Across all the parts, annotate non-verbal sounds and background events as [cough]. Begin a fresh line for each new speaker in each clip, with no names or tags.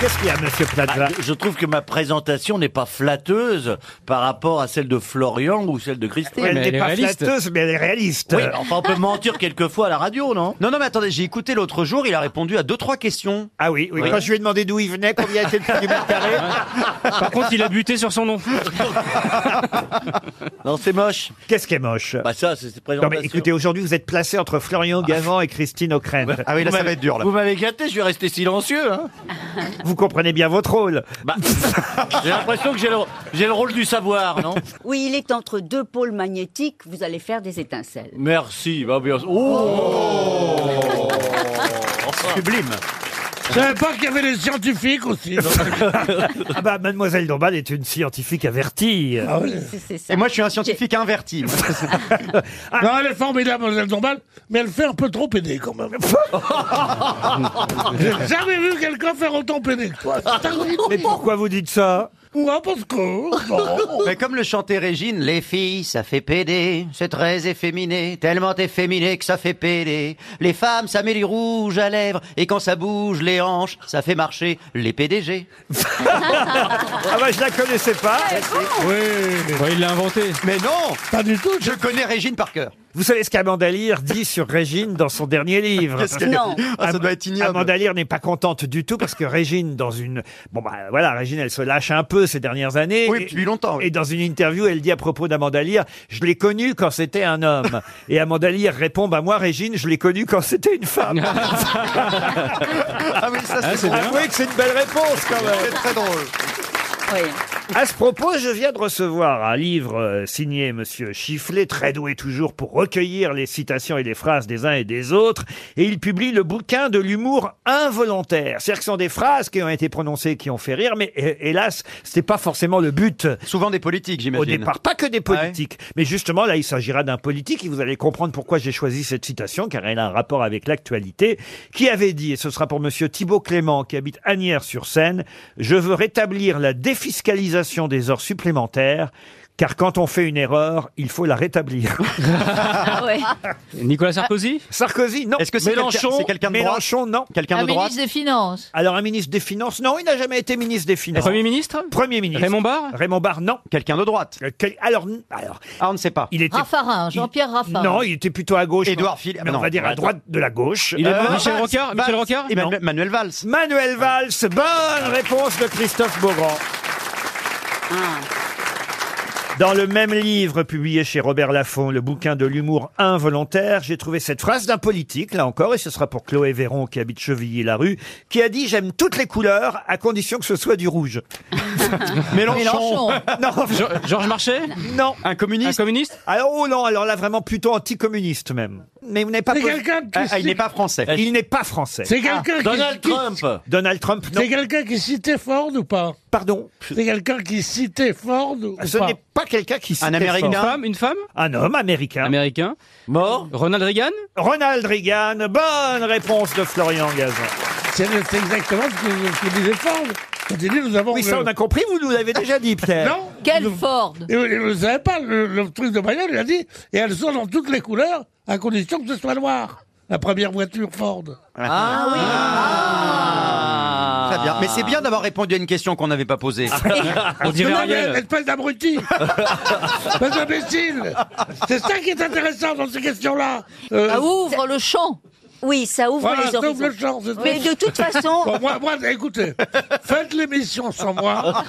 Qu'est-ce qu'il y a, Monsieur
Bah,
Plaza
Ah, Je trouve que ma présentation n'est pas flatteuse par rapport à celle de Florian ou celle de Christine.
Elle
mais
n'est
elle est
pas
réaliste.
flatteuse, mais elle est réaliste.
Oui, enfin, on peut mentir quelquefois à la radio, non
Non, non, mais attendez, j'ai écouté l'autre jour, il a répondu à deux, trois questions.
Ah oui, oui,
Oui.
quand je lui ai demandé d'où il venait, combien était le prix du mètre carré,
Par contre, il a buté sur son nom.
[laughs] Non, c'est moche.
qu'est-ce qui est moche
Bah ça, c'est cette
Non
présentation.
mais écoutez, aujourd'hui vous êtes placé entre Florian Gavant et Christine O'Krent.
Ah oui, là, ça va être dur,
Vous m'avez gâté, je vais rester silencieux.
[laughs]
Hein
Vous comprenez bien votre rôle.
bah, [laughs] j'ai l'impression que j'ai le, j'ai le rôle du
[laughs]
savoir, non
[laughs] Oui, il est entre deux pôles magnétiques, vous allez faire des étincelles.
Merci. bah, bien- Oh Sublime.
Je savais pas qu'il y avait les scientifiques aussi.
[laughs] Ah bah mademoiselle Dombal est une scientifique avertie.
Ah
C'est- c'est ça.
Et moi, je suis un scientifique inverti.
[laughs]
moi.
[laughs] Non, elle est formidable, Mademoiselle Dombal, mais elle fait un peu trop pédé quand
[laughs]
même. J'ai jamais vu quelqu'un faire autant pédé que toi.
Mais pourquoi vous dites ça
Ouais, parce que. bon.
Oh. Mais comme le chantait Régine, les filles, ça fait pédé, c'est très efféminé, tellement efféminé que ça fait pédé. Les femmes, ça met les rouges à lèvres, et quand ça bouge les hanches, ça fait marcher les PDG.
Ah bah je la connaissais pas.
Ouais, il l'a inventé.
Mais non
Pas du tout.
Je connais Régine par cœur.
Vous savez ce qu'Amandalir dit sur Régine dans son dernier livre
Non,
Ah,
Am- Amanda Lear n'est pas contente du tout parce que Régine, dans une. Bon, bah voilà, Régine, elle se lâche un peu ces dernières années.
Oui,
Et-
depuis longtemps, oui.
Et dans une interview, elle dit à propos d'Amanda Lear Je l'ai connue quand c'était un homme. et Amanda Lear répond Bah, moi, Régine, je l'ai connue quand c'était une
[laughs]
femme.
Ah oui, ça
Ah, c'est bien.
Avouez que c'est une belle réponse quand même.
très drôle.
oui.
À ce propos, je viens de recevoir un livre euh, signé Monsieur Chifflet, très doué toujours pour recueillir les citations et les phrases des uns et des autres, et il publie le bouquin de l'humour involontaire. C'est-à-dire que ce sont des phrases qui ont été prononcées, qui ont fait rire, mais hé- hélas, c'était pas forcément le but
Souvent des politiques, j'imagine.
au départ, pas que des politiques. Mais justement, là, il s'agira d'un politique, et vous allez comprendre pourquoi j'ai choisi cette citation, car elle a un rapport avec l'actualité, qui avait dit, et ce sera pour monsieur Thibaut Clément, qui habite Agnières-sur-Seine, « Je veux rétablir la défiscalisation des heures supplémentaires, car quand on fait une erreur, il faut la rétablir. [laughs]
Ah ouais.
Nicolas Sarkozy »
Sarkozy, non.
Est-ce que c'est quelqu'un- c'est quelqu'un de droite
Mélenchon, non.
Quelqu'un
Un
de droite
ministre des Finances.
Alors, un ministre des Finances, non, il n'a jamais été ministre des Finances.
Premier ministre
Premier ministre.
Raymond Barre
Raymond Barre, non.
Quelqu'un de droite
Euh, quel- Alors, alors,
Ah, on ne sait pas.
il était...
Raffarin, Jean-Pierre Raffarin.
Non, il était plutôt à gauche.
Édouard Philippe.
Mais on
Non,
va dire à
attends.
droite de la gauche.
Il est
Euh,
Michel
Valls,
Rocard
Valls,
Michel Rocard
ben,
et
Non.
Manu- Manuel Valls.
Manuel Valls, bonne réponse de Christophe Beaugrand.
Ah.
Dans le même livre publié chez Robert Laffont, le bouquin de l'humour involontaire, j'ai trouvé cette phrase d'un politique, là encore, et ce sera pour Chloé Véron qui habite Chevilly-la-Rue, qui a dit J'aime toutes les couleurs à condition que ce soit du rouge. [laughs]
Mélenchon.
Non,
Jo- Georges Marchais
non.
Un
Un
communiste
communiste
Alors, oh non, alors là vraiment plutôt anticommuniste même. Mais vous n'avez pas.
C'est
posé-
quelqu'un qui.
Ah, ah, Il n'est
cite-
pas français.
Il n'est pas français.
C'est quelqu'un qui.
Donald
qui-
Trump.
Donald Trump, non.
C'est quelqu'un qui citait Ford ou pas
Pardon.
C'est quelqu'un qui citait Ford ou
Ah, Ce
pas
n'est pas quelqu'un qui citait
Un
Une
Américain.
femme Une femme
fort. Un homme américain.
Américain
Mort.
Ronald Reagan
Ronald Reagan, bonne réponse de Florian Gazan.
C'est c'est exactement ce que, ce que disait Ford. Quand il dit nous avons.
Oui, ça on a compris, vous nous l'avez déjà dit, Pierre.
Non
Quel
nous-
Ford
Et Il ne savait pas, le, le truc de bagnole, il a dit, et elles sont dans toutes les couleurs, à condition que ce soit noir. La première voiture Ford.
Ah oui Très
Ah.
bien. Mais c'est bien d'avoir répondu à une question qu'on n'avait pas
[laughs]
posée.
On dirait
non, mais
Ariel.
espèce d'abruti Espèce d'imbécile C'est ça qui est intéressant dans ces questions-là Euh,
Ah, ouvre le champ.
Oui, ça ouvre
Voilà,
les
ça ouvre
horizons.
le champ, c'est tout.
Mais de toute façon,
[laughs] Bon, moi, moi, écoutez, faites l'émission sans moi.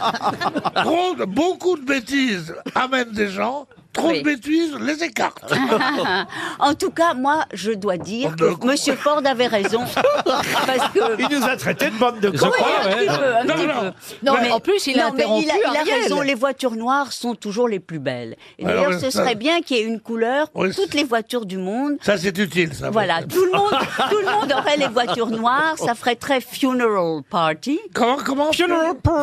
Trop de- beaucoup de bêtises amènent des gens, trop
Oui.
de bêtises les écarte.
en tout cas, moi, je dois dire
Bande de
que
cons.
Monsieur Ford avait
[laughs]
raison. [laughs] Parce que.
Il nous a traité de bande de
Je
cons.
Oui,
crois,
un
ouais.
petit peu, un
Non,
petit
non.
peu.
Non,
Ouais.
mais en plus, il a
Non, mais
interrompu
il a, il a
Ariel.
raison, les voitures noires sont toujours les plus belles. Et
Alors,
D'ailleurs, ce
ça-
serait bien qu'il y ait une couleur pour
Oui,
toutes
c'est-
les voitures du monde.
Ça, c'est utile,
Ah
ça.
Voilà, tout
[laughs]
le, monde, tout le monde aurait les voitures noires, ça ferait très funeral party.
Comment, comment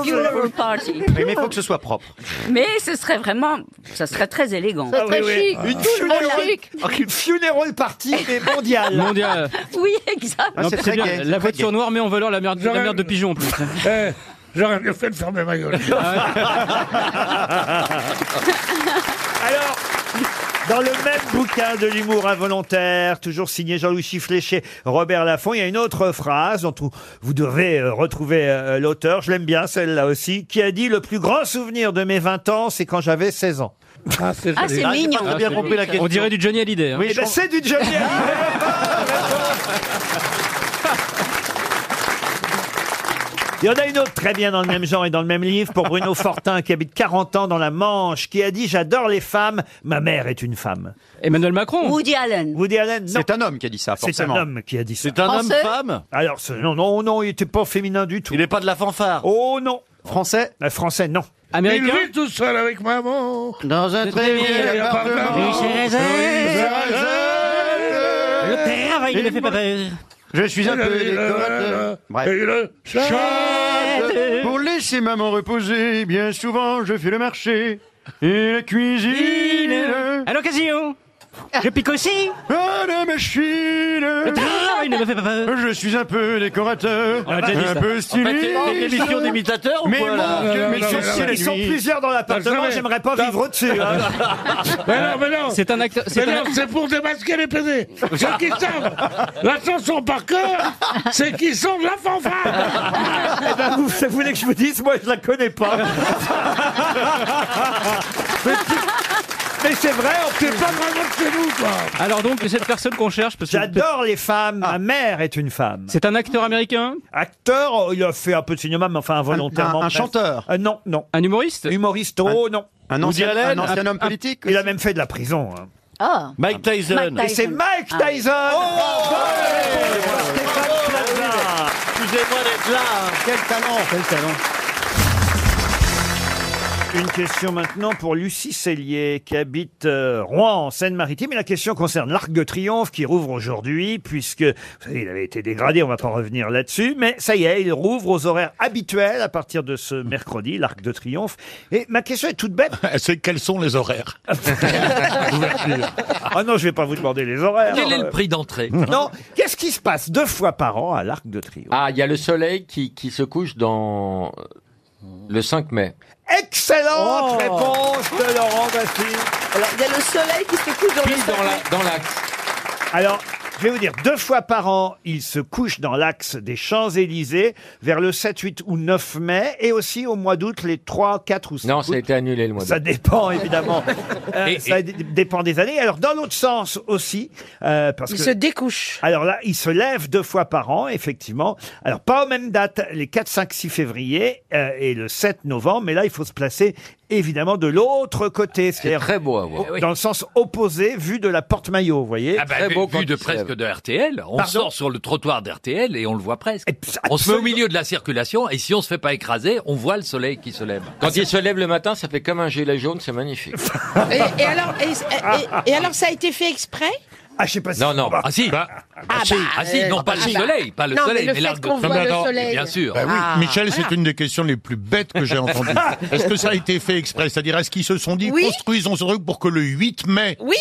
Funeral party.
Oui, mais il faut que ce soit propre.
Mais ce serait vraiment, ça serait très élégant.
C'est très
oui, Ah oui.
chic.
Une funeral,
chic.
une Oh, funeral
[laughs]
party, mais mondiale.
Mondial.
Oui, exact.
Ah,
Non,
c'est
c'est
très
bien.
gay, c'est
La
très
voiture
gay.
noire met en valeur la merde, la
J'aurais-
merde de pigeon en plus.
Eh, J'aurais mieux fait de
[laughs]
fermer ma
[laughs]
gueule.
Alors, Dans le même bouquin de l'humour involontaire, toujours signé Jean-Louis Chifflet chez Robert Laffont, il y a une autre phrase dont vous- vous devez euh, retrouver euh, l'auteur, je l'aime bien celle-là aussi, qui a dit « Le plus grand souvenir de mes 20 ans, c'est quand j'avais 16 ans
Ah, c'est
Ah, c'est mignon.
T'as bien compris la question.
On dirait du Johnny Hallyday. ». hein.
Eh ben, c'est du Johnny Hallyday. Il y en a une autre très bien dans le même genre et dans le même livre pour
[laughs]
Bruno Fortin qui habite 40 ans dans la Manche qui a dit j'adore les femmes ma mère est une femme
Emmanuel Macron.
Woody Allen.
Woody Allen non
C'est un homme qui a dit ça,
c'est un
forcément.
homme qui a dit ça
C'est un
Français
homme-femme
Alors, ce- non, non, non, il était pas féminin du tout.
Il n'est pas de la fanfare.
Oh non
Français
Un Français, non.
Il
Américain.
vit tout seul avec maman.
Dans un très vieil appartement.
Le
travail ne fait pas Je suis un peu décote. Bref.
Et le chat.
Pour laisser maman reposer, bien souvent je fais le marché. Et la cuisine et le...
À l'occasion. Je pique aussi.
Ah, la machine
Il ne me fait pas peur.
Je suis un peu décorateur,
Ah, bah,
a déjà dit
un
ça.
peu stylé.
L'émission d'imitateur ou
mais
quoi là
mon Dieu, mais
Non, non,
ceci
non,
la
Ils sont
nuit.
plusieurs dans
Non,
l'appartement,
mais-
j'aimerais pas vivre au-dessus.
[laughs]
hein.
[laughs] Mais non, mais non.
C'est un acteur.
Mais
C'est
non,
un...
c'est pour démasquer les PD. Ceux qui savent la chanson par cœur, c'est qu'ils sont de la fanfare.
[laughs]
Eh ben, vous, vous voulez que je vous dise, moi, je la connais pas. [laughs] mais c'est- mais c'est vrai, on peut
C'est
pas...
pas vraiment de chez nous, quoi.
Alors donc c'est cette personne qu'on cherche parce que Ah.
J'adore les femmes, ma mère est une femme.
C'est un acteur américain,
Acteur, oh, il a fait un peu de cinéma, mais enfin involontairement.
Un- un
presque.
chanteur.
Euh, Non, non.
un humoriste.
Humoriste, oh non.
Un ancien,
Allen,
un ancien homme politique
Il a même fait de la prison. hein.
Ah,
Mike Tyson. Oh,
Mike Tyson.
Et c'est Mike
Ah.
Tyson
Oh,
Bonne réponse de Stéphane Plaza.
Excusez-moi d'être là. hein.
Quel talent
Quel talent.
Une question maintenant pour Lucie Cellier qui habite euh, Rouen en Seine-Maritime. Et la question concerne l'Arc de Triomphe qui rouvre aujourd'hui puisque, vous savez, il avait été dégradé, on va pas revenir là-dessus. Mais ça y est, il rouvre aux horaires habituels à partir de ce mercredi, l'Arc de Triomphe. Et ma question est toute bête.
[laughs] C'est quels sont
[laughs]
les horaires
Ah non, je vais pas vous demander les horaires.
Quel est le prix d'entrée
Non, qu'est-ce qui se passe deux fois par an à l'Arc de Triomphe
Ah, il y a le soleil qui, qui se couche dans le 5 mai.
Oh.
Excellente réponse de Laurent Bassi.
Alors, il y a le soleil qui se couche dans le
Pile
sol.
dans la- dans l'axe.
Alors, je vais vous dire, deux fois par an, il se couche dans l'axe des Champs-Élysées vers le 7, 8 ou 9 mai et aussi au mois d'août, les 3, 4 ou 5
non, ça a été annulé le mois
Ça
d'août.
dépend évidemment. Euh,
[laughs] Et-
ça
et-
d- dépend des années. Alors dans l'autre sens aussi, euh, parce
Il
que
se découche.
alors là, il se lève deux fois par an, effectivement. Alors pas aux mêmes dates, les 4, 5, 6 février euh, et le 7 novembre. Mais là, il faut se placer évidemment de l'autre côté,
C'est
c'est-à-dire
très beau à voir.
au- dans le sens opposé, vu de la porte maillot, vous voyez.
ah bah,
Très
vu,
beau
vu
quand
de
il se
presque
lève.
de RTL, on
Pardon
sort sur le trottoir d'RTL et on le voit presque.
Et puis,
On se met au
absolument.
milieu de la circulation et si on se fait pas écraser, on voit le soleil qui se lève.
Quand il se lève le matin, ça fait comme un gilet jaune, c'est magnifique.
Et, et alors, et, et- et alors, ça a été fait exprès
[laughs] Ah, je sais pas si-
Non, non.
Ah si,
Ah, bah,
ah si,
euh,
non pas
ah
le
bah.
soleil, pas le
Non, mais
soleil,
le fait
l'arc de
qu'on voit
triomphe.
le soleil.
Bien sûr.
oui, Ah, Michel, voilà. c'est
une des questions les plus bêtes que j'ai entendues.
Ah.
Est-ce que ça a été fait exprès C'est-à-dire, est-ce qu'ils se sont dit,
Oui.
construisons ce truc pour que le 8 mai... euh,
Oui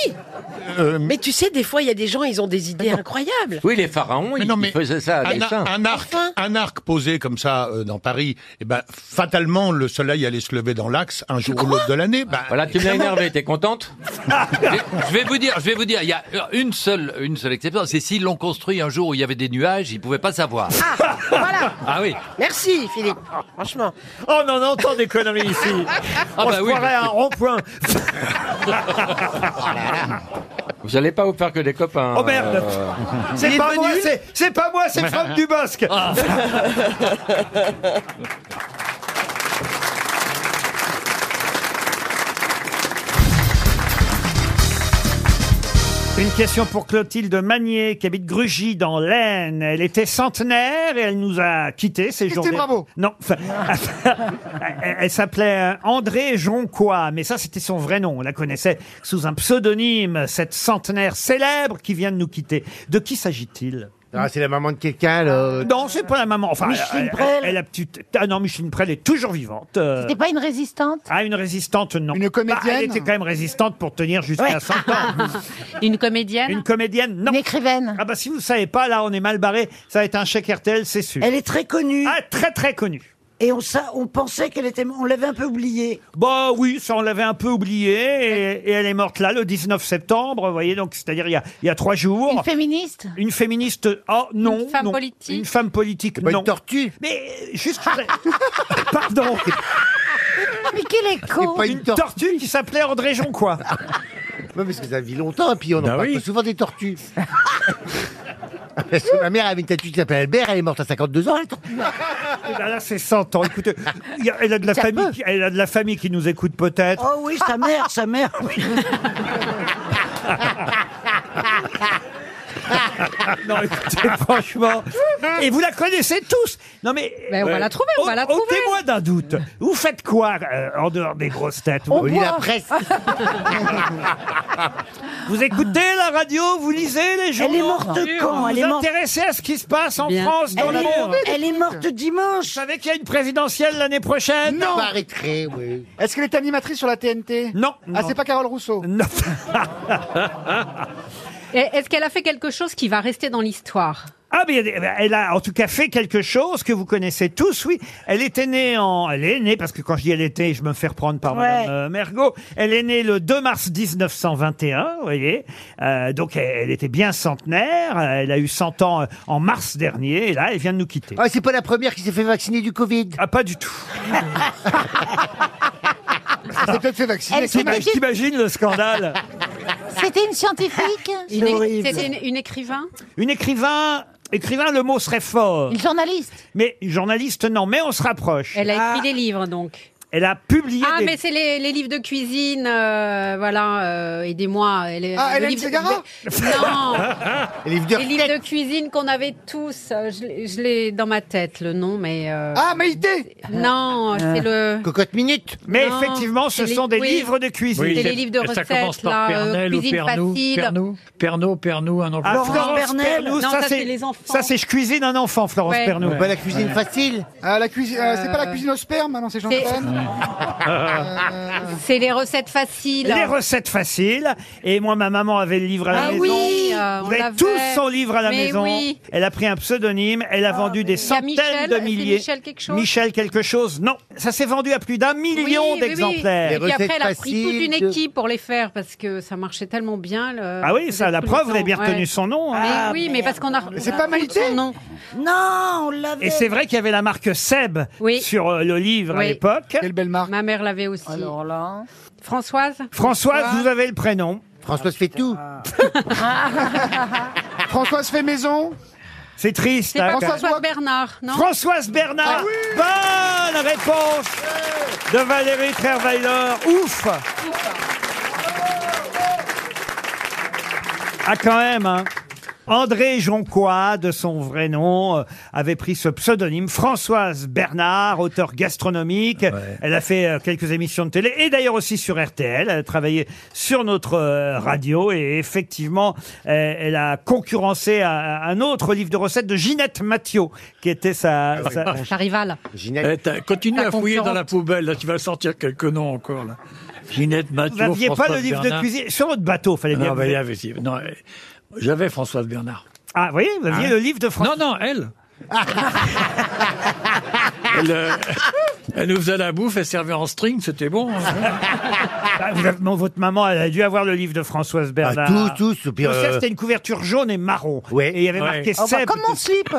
Mais tu sais, des fois, il y a des gens, ils ont des idées incroyables.
Oui, les pharaons,
Mais
ils,
non,
ils
mais
faisaient ça à
un,
dessein.
un arc,
Enfin.
un arc posé comme ça euh, dans Paris, et ben fatalement le soleil allait se lever dans l'axe un jour ou l'autre de l'année. Ben,
Voilà, tu m'as énervé, t'es contente
[laughs] je vais vous dire, je vais vous dire, il y a une seule, une seule exception, c'est s'ils l'ont construit un jour où il y avait des nuages, ils pouvaient pas savoir.
Ah, voilà
Ah oui.
Merci, Philippe.
Ah,
Franchement.
Oh non, non, tant d'économie [laughs] ici. On
bah
se
oui.
croirait à un [laughs] rond-point.
Vous allez pas vous faire que des copains.
Oh merde.
euh,
C'est
est
pas,
venu
moi, c'est- c'est pas moi,
[laughs]
c'est Franck Dubosc. Une question pour Clotilde Magnier, qui habite Grugy dans l'Aisne. Elle était centenaire et elle nous a quittés ces jours.
Bravo.
Non. enfin, elle elle s'appelait euh, André Jonquois, mais ça c'était son vrai nom. On la connaissait sous un pseudonyme, cette centenaire célèbre qui vient de nous quitter. De qui s'agit-il
Ah, c'est la maman de quelqu'un, là.
Non, c'est pas la maman. Enfin,
Micheline
elle- elle-
Prel.
elle a petite- Ah non, Micheline Prel est toujours vivante. euh.
t'es pas une résistante
Ah, une résistante, non.
Une comédienne
Bah, Elle était quand même résistante pour tenir jusqu'à 100 ans.
[laughs] Une comédienne
Une comédienne, non.
écrivaine
Ah bah si vous savez pas, là on est mal barré, ça va être un chèque RTL, c'est sûr.
Elle est très connue.
Ah très très connue.
Et on, sa- on pensait qu'elle était. On l'avait un peu oubliée.
Bah oui, ça on l'avait un peu oublié et, et elle est morte là le 19 septembre, vous voyez donc c'est-à-dire il y a, il y a trois jours. Une
féministe
Une féministe Ah non. Une
femme
politique Une femme politique non. Une tortue Mais euh, juste je voudrais- Pardon.
Mais quel est con
une tortue qui s'appelait André
[laughs]
Jonquois. Bah
Oui, parce que ça vit longtemps, et puis on en parle pas souvent des tortues. [laughs] parce que ma mère avait une tortue qui s'appelait Albert, elle est morte à 52 ans, la tortue.
Eh ben là, c'est 100 ans. Écoutez, il y a- elle, a de la
Ça
famille,
peut.
qui- elle a de la famille qui nous écoute peut-être.
Oh oui, sa mère, sa mère. oui.
[laughs] non, écoutez, [laughs] franchement. Et vous la connaissez tous. Non, mais. euh,
Mais Eh, Ben, on va la trouver, on va la
au- Ôtez-moi d'un doute. Vous faites quoi euh, en dehors des grosses têtes
On
vous
boit.
[laughs] Vous écoutez la radio, vous lisez les journaux.
Elle est morte quand
Vous
Elle est
vous
morte.
intéressez à ce qui se passe en
Bien.
France, dans
Elle
le
est-
monde.
elle est morte
dimanche. Vous savez qu'il y a une présidentielle l'année prochaine Non.
Arrêterait, oui.
Est-ce qu'elle est animatrice sur la TNT
Non.
Ah,
non.
c'est pas Carole Rousseau
Non.
[laughs]
Et Est-ce qu'elle a fait quelque chose qui va rester dans l'histoire
Ah, mais elle- elle a en tout cas fait quelque chose que vous connaissez tous, oui. Elle était née en. Elle est née, parce que quand je dis elle était, je me fais reprendre par
Ouais.
Madame euh, Mergot. Elle est née le 2 mars 1921, vous voyez. Euh, donc elle, elle était bien centenaire. Euh, Elle a eu 100 ans euh, en mars dernier, et là, elle vient de nous quitter.
Ah, c'est pas la première qui s'est fait vacciner du Covid
Ah, pas du
[laughs]
tout.
Elle s'est peut-être fait vacciner.
Elle s'est
T'imagines-
fait-
T'imagines le
[laughs]
scandale
C'était une scientifique
C'est horrible.
C'était [laughs] une, une écrivain
Une écrivain. Écrivain, le mot serait fort.
Une journaliste
Mais journaliste, non, mais on se rapproche.
Elle a écrit des livres, donc.
Elle Ah. a publié
Ah,
des...
mais c'est les, les livres de cuisine, euh, voilà, euh, aidez-moi. Elle est-
Ah,
le
Hélène
livre de-
Ségara
[laughs]
Non
Les livres de
Les livres de cuisine qu'on avait tous, euh, je, l'ai- je l'ai dans ma tête le nom, mais... euh,
Ah, Maïté
Non, Oh, c'est le...
Cocotte minute.
Mais
Non,
effectivement, ce
c'est les-
sont des
oui.
livres de cuisine.
Oui, C'est les livres de
ça
recettes,
commence par
là, euh,
Pernel ou
cuisine
Pernou,
facile.
Pernou, Pernou, Pernou, un
Ah,
enfant.
Florence
Pernel.
Pernoud,
Non,
ça,
ça,
c'est
c'est les enfants.
Ça c'est je cuisine un enfant, Florence
Ouais.
Pernoud.
Pas la cuisine facile.
Ah, la cuisine, euh, c'est pas la
Euh,
cuisine au sperme, ah non, c'est
c'est- [laughs]
Jean-Claude. Euh,
C'est les recettes
[laughs]
faciles.
Les recettes faciles. Et moi, ma maman avait le livre à la
Ah
maison.
oui, euh,
Vous
on
avez
l'avait.
tous son livre à la
Mais
maison.
oui. Ah,
Elle a pris un pseudonyme. Elle a vendu des
Il y a
centaines
Michel,
de
c'est
milliers.
Michel quelque chose
Michel quelque chose. Non, ça s'est vendu à plus d'un million
Oui, oui, oui.
d'exemplaires.
Et puis après, elle a pris toute une équipe pour les faire parce que ça marchait tellement bien. le-
Ah oui, ça, la
tout le
preuve, vous
temps,
avez bien
ouais.
retenu son nom. hein.
Mais oui, mais parce qu'on a. C'est pas Maïté Non.
Non, on l'avait.
Et c'est vrai qu'il y avait la marque Seb
Oui.
sur euh, le livre à l'époque.
Quelle belle marque. Ma mère l'avait aussi. Alors là. Françoise
Françoise,
[laughs]
vous avez le prénom.
Françoise fait tout.
Françoise fait maison.
C'est triste.
C'est
hein,
pas
quand-
Françoise Bernard, non Ah
Françoise Bernard. Bonne réponse de Valérie Trierweiler. Ouf. Ah quand même. hein. André Jonquois, de son vrai nom, euh, avait pris ce pseudonyme Françoise Bernard, auteur gastronomique. Elle a fait euh, quelques émissions de télé et d'ailleurs aussi sur RTL. Elle a travaillé sur notre euh, radio et effectivement, euh, elle a concurrencé à- à un autre livre de recettes de Ginette Mathieu, qui était
Ah
sa... sa-
Ta rivale.
Eh, t'as- Continue
Ta
à fouiller dans
concurrente.
la poubelle, là, tu vas sortir quelques noms encore. Là. Ginette Mathieu.
Vous n'aviez pas le
Françoise
livre de
Bernard.
cuisine sur votre bateau, fallait bien.
Non,
vous-
mais il y avait- si- non, euh, j'avais Françoise Bernard.
Ah, vous voyez, vous aviez
Hein
le livre de Françoise.
Non, non, elle. elle, euh, elle nous faisait la bouffe, elle servait en string, c'était bon. hein.
Ah, vous avez- bon, votre maman, elle a dû avoir le livre de Françoise Bernard.
Ah, tous, tous, puis,
Le ciel,
euh,
c'était une couverture jaune et marron. Et il y avait
Ouais.
marqué
Oh, bah,
Seb.
comme mon slip.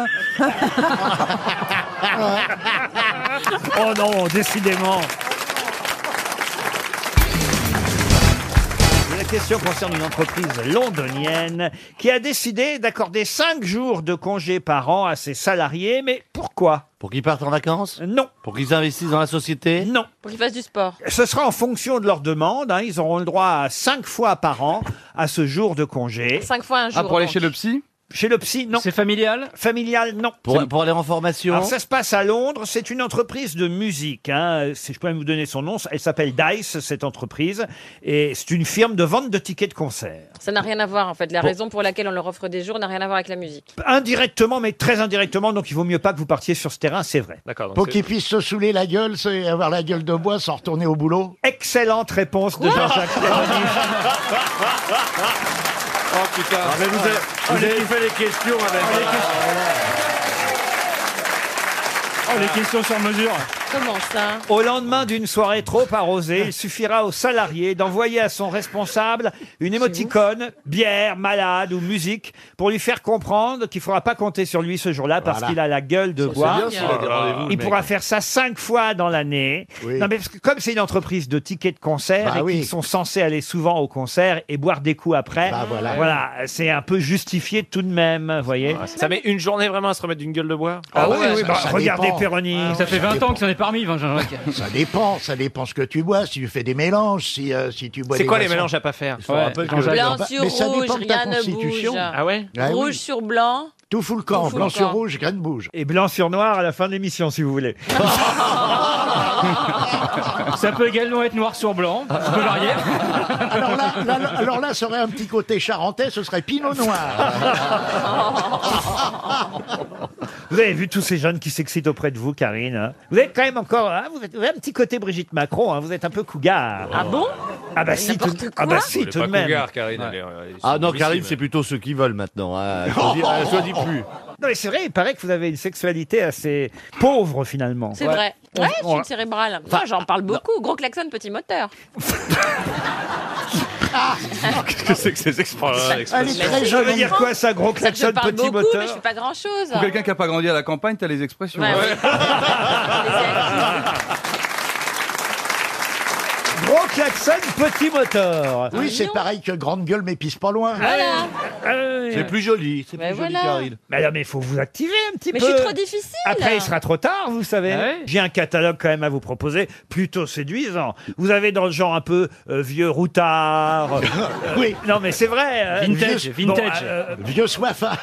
Oh non, décidément. La question concerne une entreprise londonienne qui a décidé d'accorder 5 jours de congé par an à ses salariés. Mais pourquoi
Pour qu'ils partent en vacances
Non.
Pour qu'ils investissent dans la société
Non.
Pour qu'il fasse du sport.
Ce sera en fonction de leur demande. hein. Ils auront le droit à 5 fois par an à ce jour de congé.
Cinq fois un jour. donc.
le psy Ah, Chez le psy, non. C'est familial Familial, non.
Pour,
C'est-
pour aller en formation
Alors ça se passe à Londres, c'est une entreprise de musique. Hein. Si je peux même vous donner son nom, elle s'appelle Dice, cette entreprise. Et c'est une firme de vente de tickets de concert.
Ça n'a rien à voir en fait. La
Bon.
raison pour laquelle on leur offre des jours n'a rien à voir avec la musique.
Indirectement, mais très indirectement, donc il vaut mieux pas que vous partiez sur ce terrain, c'est vrai.
D'accord.
Pour
Pour qu'ils puissent se saouler la gueule, c'est avoir la gueule de bois sans retourner au boulot.
Excellente réponse de Jean-Jacques Perroni.
Oh putain. Oh, Ah,
Ah, mais vous avez, vous avez fait les questions avec.
Oh, les questions sur mesure.
Comment ça
Au lendemain d'une soirée trop arrosée, il suffira au salarié d'envoyer à son responsable une émoticône, bière, malade ou musique, pour lui faire comprendre qu'il ne faudra pas compter sur lui ce jour-là parce
Voilà.
qu'il a la gueule de
Ça, c'est
bois.
bien, s'il a des rendez-vous, le
il
mec.
pourra faire ça cinq fois dans l'année. Non, mais parce que comme c'est une entreprise de tickets de concert
Bah
et
oui.
qu'ils sont censés aller souvent au concert et boire des coups après,
Bah,
voilà, c'est un peu justifié tout de même, vous voyez.
[laughs] Ça met une journée vraiment à se remettre d'une gueule de bois
Ah oui, oui, bah, regardez Perroni.
Ah
Ça fait 20 ans que s'en est parmi, Jean-Jacques.
[laughs] Ça dépend, ça dépend ce que tu bois. Si tu fais des mélanges, si, euh, si tu bois
C'est
des
quoi les
boissons-
mélanges à pas faire
Je vous rappelle que-
Blanc
Bah,
sur
mais ça
rouge,
dépend de ta
rien ne
constitution.
bouge.
Ah ouais
Ah oui.
Rouge sur blanc.
Tout fout le camp,
Tout fout le
blanc sur
camp.
rouge, graine bouge.
Et blanc sur noir à la fin de l'émission, si vous
[laughs]
voulez.
Ça peut
[laughs]
également être noir sur blanc. Ça peut varier.
Alors là, Bah, là, là- alors là, ça aurait un petit côté charentais, ce serait pinot noir.
Vous avez vu tous ces jeunes qui s'excitent auprès de vous, Karine. hein vous êtes quand même encore, hein, vous, êtes- vous avez un petit côté Brigitte Macron. hein, vous êtes un peu cougar.
Ah bon
Ah bah si, tout, ah bah si, tout de même.
euh,
Ah non, Karine, c'est plutôt ceux qui veulent maintenant. hein. Elle choisit- Elle choisit plus.
Non mais c'est vrai, il paraît que vous avez une sexualité assez pauvre finalement.
C'est vrai. Ouais, je suis une cérébrale. Enfin, j'en parle beaucoup. Gros klaxon, petit
[laughs]
moteur.
Ah.
Qu'est-ce que c'est que ces expressions
Ça veut dire quoi ça, gros
C'est que je
klaxon,
parle
petit
beaucoup,
moteur
mais je fais pas grand chose.
Pour quelqu'un qui n'a pas grandi à la campagne, t'as les expressions. hein.
Ouais,
[laughs]
Gros klaxon, petit moteur.
Oui, c'est pareil que grande gueule, mais pisse pas loin.
C'est
plus joli, c'est
Mais plus joli, voilà. Karine.
Mais non, mais il faut vous activer un petit
Mais je
peu.
suis trop difficile.
Après, il sera trop tard, vous savez.
Ah ouais
J'ai un catalogue quand même à vous proposer, plutôt séduisant. Vous avez dans le genre un peu euh, vieux
[laughs]
routard. oui. Non, mais c'est vrai. euh,
Vintage,
bon,
vintage.
euh,
Vieux soifard.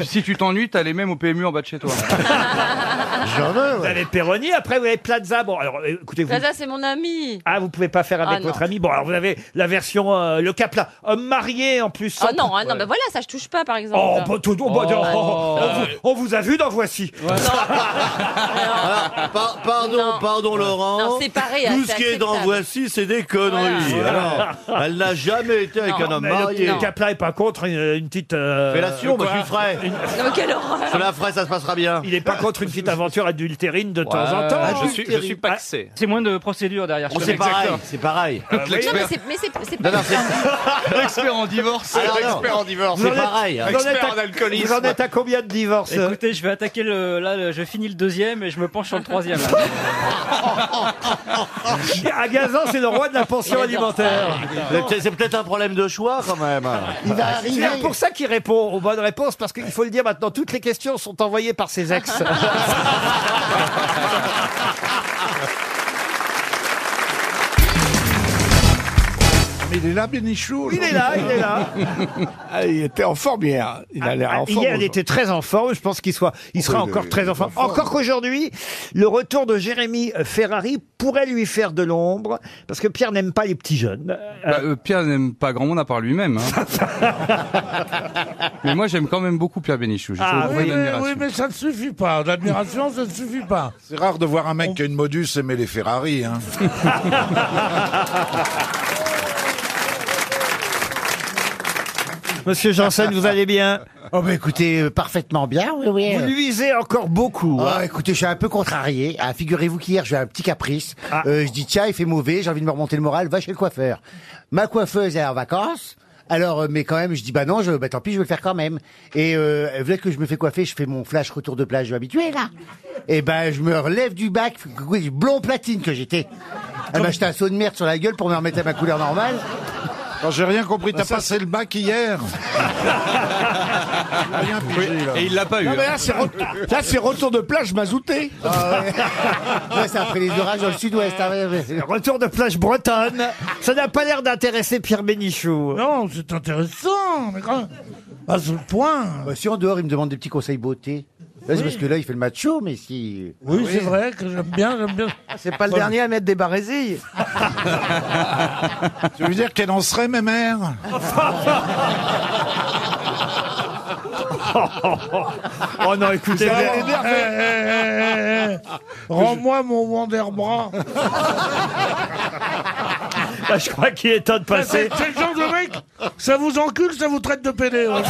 si tu t'ennuies, t'as les mêmes au PMU en bas de
[laughs]
chez toi.
J'en veux. Vous avez Perroni, après vous avez Plaza. Bon, alors euh, écoutez, vous.
Plaza, c'est mon ami.
Ah, vous pouvez pas faire avec
Ah, non.
votre ami. Bon, alors vous avez la version euh, le Capla, homme marié en plus.
Ah
sans-
non, ah non, bah voilà, ça je touche pas par exemple.
Oh, bah, tout- oh, bah, non,
Oh.
on, vous, on vous a vu dans Voici.
Ah, pardon, pardon Laurent.
Non, c'est pareil,
Tout
c'est
ce qui est dans
acceptable.
Voici, c'est des conneries.
Voilà. [laughs]
Alors, elle n'a jamais été avec
Non,
un homme
mais le-
marié.
Le Capla est pas contre une, une petite. euh,
Fellation, bah, je lui
quoi
ferai.
Une-
Non, quelle horreur.
Je la ferai, ça se passera bien.
Il est pas contre une petite aventure adultérine de temps en
Ouais.
temps.
Je suis- je suis paxé.
Ah, C'est moins de procédure derrière.
Bon, c'est pareil, c'est pareil.
Ah,
Non, mais c'est- mais c'est c'est
Non,
pas.
non,
L'expert en divorce.
Alors, non.
Vous en êtes- vous en êtes à- Vous en êtes à combien de divorces
Écoutez, je vais attaquer le. Là, le- je finis le deuxième et je me penche sur le troisième.
À Gazan, c'est le roi de la pension
Il adore ça.
alimentaire.
Ah,
C'est peut-être- C'est peut-être un problème de choix quand
[laughs]
même.
C'est pour ça qu'il répond aux bonnes réponses, parce qu'il faut le dire maintenant, toutes les questions sont envoyées par ses
[laughs]
ex.
Mais il est là, Bénichou.
Il est là, il est
[laughs]
là.
Ah, il était en forme hier. Il a l'air
Ah,
en
Hier,
forme.
il
aujourd'hui.
était très en forme. Je pense qu'il soit, il sera
Oui,
encore
oui,
très en
il est en
forme.
forme.
Encore qu'aujourd'hui, le retour de Jérémy Ferrari pourrait lui faire de l'ombre, parce que Pierre n'aime pas les petits jeunes.
Bah, euh, Pierre n'aime pas grand monde à part lui-même.
[laughs]
hein. mais moi, j'aime quand même beaucoup Pierre Bénichou. J'ai toujours beaucoup
Ah oui, mais,
d'admiration.
oui, mais ça ne suffit
Ah,
pas. L'admiration, ça ne suffit pas.
C'est rare de voir un mec qui a une modus aimer les Ferrari.
[laughs]
Hein.
Monsieur Janssen, vous allez bien
[laughs] Oh bah écoutez, euh, parfaitement bien, oui, oui. euh.
Vous luisez encore beaucoup. hein.
Ah, écoutez, je suis un peu contrarié. Ah, Figurez-vous qu'hier, j'ai eu un petit caprice.
Ah.
Euh, je dis, tiens, il fait mauvais, j'ai envie de me remonter le moral, va chez le coiffeur. Ma coiffeuse est en vacances. Alors, euh, mais quand même, je dis, bah non, je, bah tant pis, je vais le faire quand même. Et euh, vous que je me fais coiffer, je fais mon flash retour de plage habitué, là. Et ben, je me relève du bac, oui, blond platine que j'étais. Elle m'a acheté un saut de merde sur la gueule pour me remettre à ma couleur normale. Bah,
Quand j'ai rien compris, t'as passé le bac hier. Rien pigé, là.
Et il l'a pas eu.
Non, mais
hein.
là, c'est ret- là, c'est retour de plage mazouté.
[laughs]
Ah ouais. Ouais, c'est après les orages dans le sud-ouest. hein, ouais, ouais.
Retour de plage bretonne. Ça n'a pas l'air d'intéresser Pierre Bénichou.
Non, c'est intéressant. Mais quand... À ce point.
Bah, si en dehors, il me demande des petits conseils beauté. Là, c'est parce que là, il fait le macho, mais si.
Oui, c'est vrai que j'aime bien, j'aime
[laughs]
bien.
C'est pas le dernier
à mettre des barésilles.
[laughs]
Ah,
Tu veux dire qu'elle en serait, mes mères
Oh, oh, oh. Oh non, écoutez.
Ça va,
Pierre-
les nerfs,
eh,
eh, eh, eh, eh. Rends-moi mon
[laughs]
Wonderbra.
Ah, je crois qu'il est temps de
Ça,
passer.
C'est c'est le genre de mec, ça vous encule, ça vous traite
[laughs]
de pédé. ouais.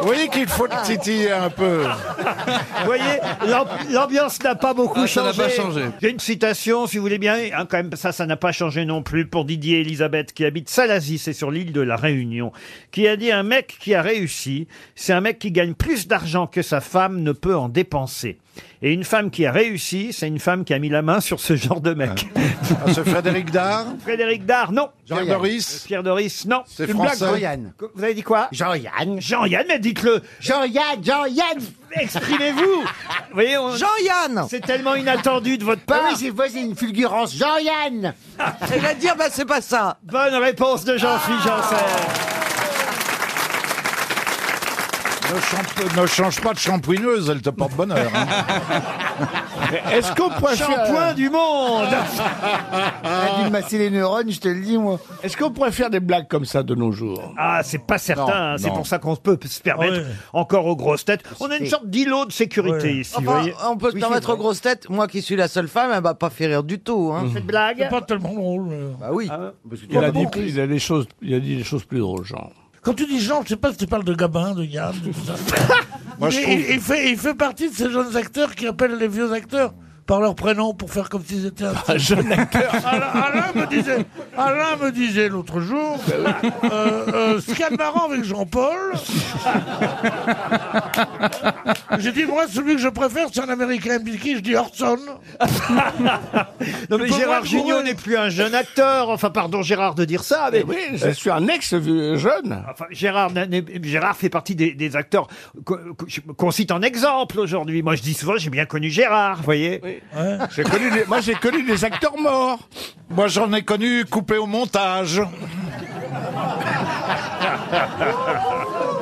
voyez qu'il faut le titiller un peu.
Vous voyez, l'amb- l'ambiance n'a pas beaucoup
Ah, ça
changé.
n'a pas changé.
J'ai une citation, si vous voulez bien. hein, quand même, ça, ça n'a pas changé non plus pour Didier et Elisabeth qui habite Salazie, c'est sur l'île de la Réunion, qui a dit un mec qui a réussi, c'est un mec qui gagne plus d'argent que sa femme ne peut en dépenser. Et une femme qui a réussi, c'est une femme qui a mis la main sur ce genre de mec. [laughs]
Ah, c'est Frédéric Dard
Frédéric Dard, non. Euh,
Jean-Yann. Pierre Doris
Pierre Doris, non.
C'est Une blague, français
Jean-Yann.
Vous avez dit quoi
Jean-Yann.
Jean-Yann, mais dites-le.
Jean-Yann, Jean-Yann.
Exprimez-vous. Vous voyez, on-
Jean-Yann.
C'est tellement inattendu de votre part.
oui, c'est moi, c'est une fulgurance.
[laughs]
Jean-Yann.
à dire, bah c'est pas ça. Bonne réponse de
Ah.
Jean-Philippe Janssen.
Ne, champ- ne change pas de shampooineuse, elle te porte bonheur. hein.
[laughs]
Est-ce qu'on pourrait faire-
Shampoing du monde
Elle Ah. a dû masser les neurones, je te le dis, moi.
Est-ce qu'on pourrait faire des blagues comme ça de nos jours
Ah, c'est pas certain.
Non,
hein. C'est
non.
pour ça qu'on peut se permettre encore aux grosses têtes. On a une sorte d'îlot de sécurité ici, vous
Enfin,
voyez.
on peut se permettre aux grosses têtes. Moi qui suis la seule femme, elle va pas fait rire du tout. Hein.
Cette blague Ah,
C'est pas tellement drôle.
Bah oui.
il a, dit, il, a des choses, il a dit des choses plus drôles, Jean.
Quand tu dis Jean, je sais pas si tu parles de Gabin, de Yann, de tout ça.
[laughs] Moi,
il,
je trouve-
il- il fait, il fait partie de ces jeunes acteurs qui appellent les vieux acteurs par leur prénom pour faire comme s'ils étaient un
Ah, jeune acteur.
[laughs] Alain, Alain me disait, Alain me disait
[laughs]
l'autre jour,
Ben
euh, euh, ce qu'il y a de marrant avec Jean-Paul, j'ai dit moi celui que je préfère c'est un Américain, Il me dit qui je dis
[laughs]
Orson.
Non mais
Tu peux
Gérard
pas
Jugnot
trouver.
n'est plus un jeune acteur. Enfin pardon Gérard de dire ça, mais euh,
Mais Eh oui, je suis un ex-jeune.
Enfin, Gérard, n'a- n'est- Gérard fait partie des, des acteurs qu'on qu'on cite en exemple aujourd'hui. Moi, je dis souvent, j'ai bien connu Gérard, vous voyez.
J'ai connu des- moi, j'ai connu des acteurs morts.
Moi, j'en ai connu coupé au montage.